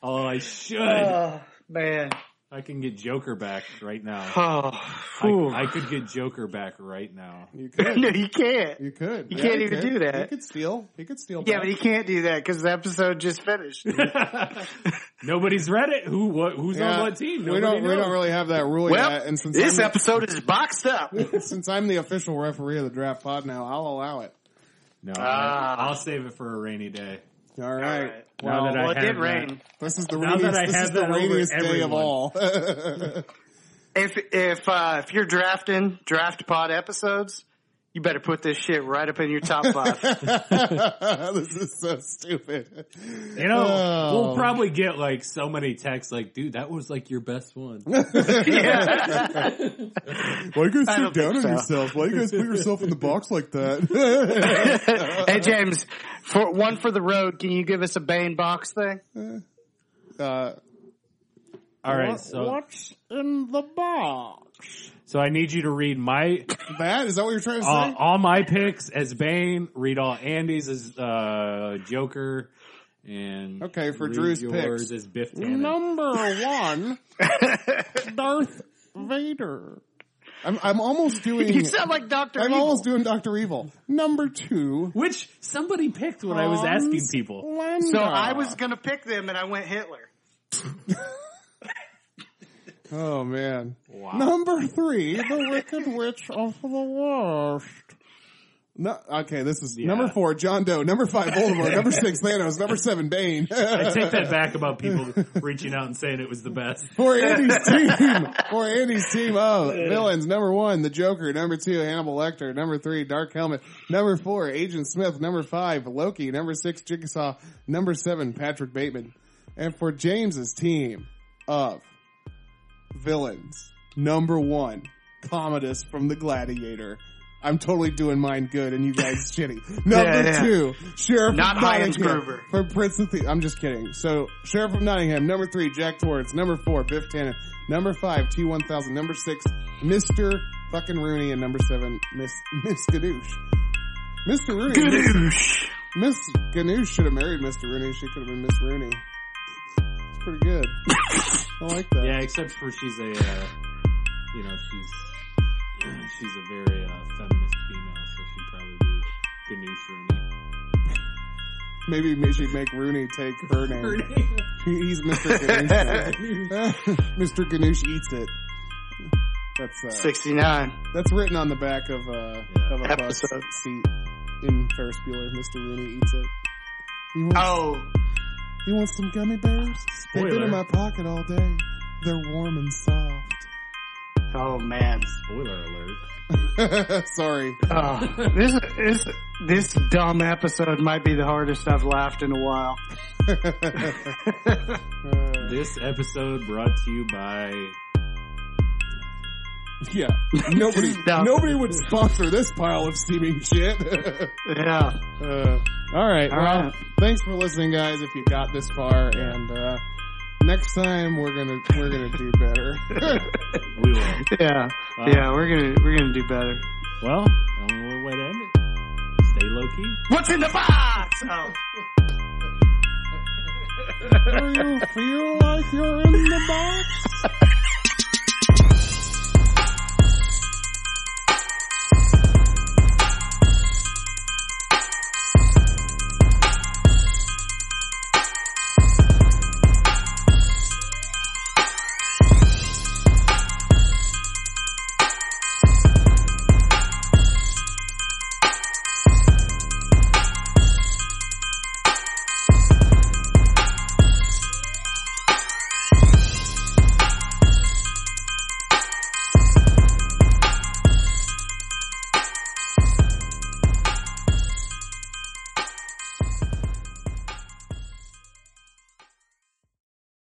[SPEAKER 4] oh, I should.
[SPEAKER 2] Oh, man.
[SPEAKER 4] I can get Joker back right now.
[SPEAKER 2] Oh,
[SPEAKER 4] I,
[SPEAKER 2] whew.
[SPEAKER 4] I could get Joker back right now.
[SPEAKER 3] You could,
[SPEAKER 2] no, you can't.
[SPEAKER 3] you could.
[SPEAKER 2] You can't even
[SPEAKER 3] could.
[SPEAKER 2] do that.
[SPEAKER 3] He could steal. He could steal.
[SPEAKER 2] Yeah,
[SPEAKER 3] back.
[SPEAKER 2] but he can't do that because the episode just finished.
[SPEAKER 4] Nobody's read it. Who? What? Who's
[SPEAKER 3] Yeah.
[SPEAKER 4] on what team?
[SPEAKER 3] we
[SPEAKER 4] Nobody
[SPEAKER 3] don't. We
[SPEAKER 4] knows.
[SPEAKER 3] don't really have that rule
[SPEAKER 2] Well,
[SPEAKER 3] yet. And since
[SPEAKER 2] this
[SPEAKER 3] I'm,
[SPEAKER 2] episode is boxed up.
[SPEAKER 3] the, since I'm the official referee of the draft pod now, I'll allow it.
[SPEAKER 4] No,
[SPEAKER 2] Ah.
[SPEAKER 4] I, will save it for a rainy day.
[SPEAKER 3] All right.
[SPEAKER 2] right.
[SPEAKER 4] Now that I
[SPEAKER 2] Well, it
[SPEAKER 4] have
[SPEAKER 2] did
[SPEAKER 4] that.
[SPEAKER 2] rain.
[SPEAKER 3] This is the
[SPEAKER 4] Now that
[SPEAKER 3] rainiest,
[SPEAKER 4] I
[SPEAKER 3] this
[SPEAKER 4] have
[SPEAKER 3] is the
[SPEAKER 4] that over
[SPEAKER 3] rainiest day of
[SPEAKER 4] everyone.
[SPEAKER 3] all.
[SPEAKER 2] If if uh, if you're drafting draft pod episodes, you better put this shit right up in your top five.
[SPEAKER 3] this is so stupid.
[SPEAKER 4] You know,
[SPEAKER 3] Oh.
[SPEAKER 4] we'll probably get like so many texts like, dude, that was like your best one.
[SPEAKER 3] Why you guys
[SPEAKER 2] I don't
[SPEAKER 3] sit down
[SPEAKER 2] think
[SPEAKER 3] on
[SPEAKER 2] so.
[SPEAKER 3] yourself? Why you guys put yourself in the box like that?
[SPEAKER 2] hey James, for one for the road, can you give us a Bane box thing?
[SPEAKER 3] uh,
[SPEAKER 4] All right, so
[SPEAKER 3] what's in the box?
[SPEAKER 4] so I need you to read my
[SPEAKER 3] That is that what you're trying to say?
[SPEAKER 4] uh, all my picks as Bane, read all Andy's as uh, Joker, and
[SPEAKER 3] Okay, for
[SPEAKER 4] read
[SPEAKER 3] Drew's
[SPEAKER 4] yours
[SPEAKER 3] picks.
[SPEAKER 4] as Biff Tannen.
[SPEAKER 3] Number one, Darth Vader. I'm I'm almost
[SPEAKER 2] You
[SPEAKER 3] doing.
[SPEAKER 2] sound like Doctor
[SPEAKER 3] I'm
[SPEAKER 2] Evil.
[SPEAKER 3] almost doing Doctor Evil. Number two,
[SPEAKER 4] Which somebody picked when I was
[SPEAKER 3] Hans
[SPEAKER 4] asking people.
[SPEAKER 3] Landa.
[SPEAKER 2] so I was gonna pick them, and I went Hitler.
[SPEAKER 3] Oh man. Number three, the Wicked Witch of the Worst. No, okay, this is number four, John Doe. Number five, Voldemort. number six, Thanos. Number seven, Bane.
[SPEAKER 4] I take that back about people reaching out and saying it was the best.
[SPEAKER 3] For Andy's team, for Andy's team of villains, number one, the Joker, number two, Hannibal Lecter, number three, Dark Helmet, number four, Agent Smith, number five, Loki, number six, Jigsaw, number seven, Patrick Bateman. And for James's team of villains, number one, Commodus from the Gladiator. I'm totally doing mine good and you guys shitty. Number
[SPEAKER 2] yeah.
[SPEAKER 3] two, Sheriff
[SPEAKER 2] Not
[SPEAKER 3] of
[SPEAKER 2] Heinz
[SPEAKER 3] Nottingham
[SPEAKER 2] Gruber.
[SPEAKER 3] for Prince of Thieves. I'm just kidding. So Sheriff of Nottingham, number three, Jack Torrance, number four, Biff Tannen, number five, T1000, number six, Mr. fucking Rooney, and number seven, Miss, Miss Ganoush. Mr. Rooney. Ganoush! Miss Ganoush should have married Mr. Rooney. She could have been Miss Rooney. It's pretty good. I like that.
[SPEAKER 4] Yeah, except for she's a, uh, you know, she's she's a very uh, feminist female, so she'd probably be Ganesh Rooney.
[SPEAKER 3] Maybe we should make Rooney take her name. He's Mr. Ganoush. Mr. Ganoush eats it. That's uh,
[SPEAKER 2] Sixty nine.
[SPEAKER 3] That's written on the back of a,
[SPEAKER 4] Yeah.
[SPEAKER 3] of a bus
[SPEAKER 2] Episode.
[SPEAKER 3] seat in Ferris Bueller. Mr. Rooney eats it. You want,
[SPEAKER 2] Oh,
[SPEAKER 3] you want some gummy bears? They've been
[SPEAKER 4] Spoiler.
[SPEAKER 3] in my pocket all day. They're warm and soft.
[SPEAKER 2] oh man.
[SPEAKER 4] Spoiler alert.
[SPEAKER 3] Sorry.
[SPEAKER 2] Oh, this this this dumb episode might be the hardest I've laughed in a while.
[SPEAKER 3] Uh,
[SPEAKER 4] This episode brought to you by
[SPEAKER 3] Yeah, nobody,
[SPEAKER 2] No.
[SPEAKER 3] nobody would sponsor this pile of steaming shit.
[SPEAKER 2] Yeah.
[SPEAKER 3] uh, all right,
[SPEAKER 2] All
[SPEAKER 3] well,
[SPEAKER 2] right.
[SPEAKER 3] thanks for listening, guys. If you got this far, and uh, next time we're gonna we're gonna do better.
[SPEAKER 5] We will.
[SPEAKER 2] Yeah.
[SPEAKER 4] Uh,
[SPEAKER 2] Yeah, we're gonna we're gonna do better.
[SPEAKER 5] Well, only way to end it. Stay low key.
[SPEAKER 2] What's in the box? Oh.
[SPEAKER 3] Do you feel like you're in the box?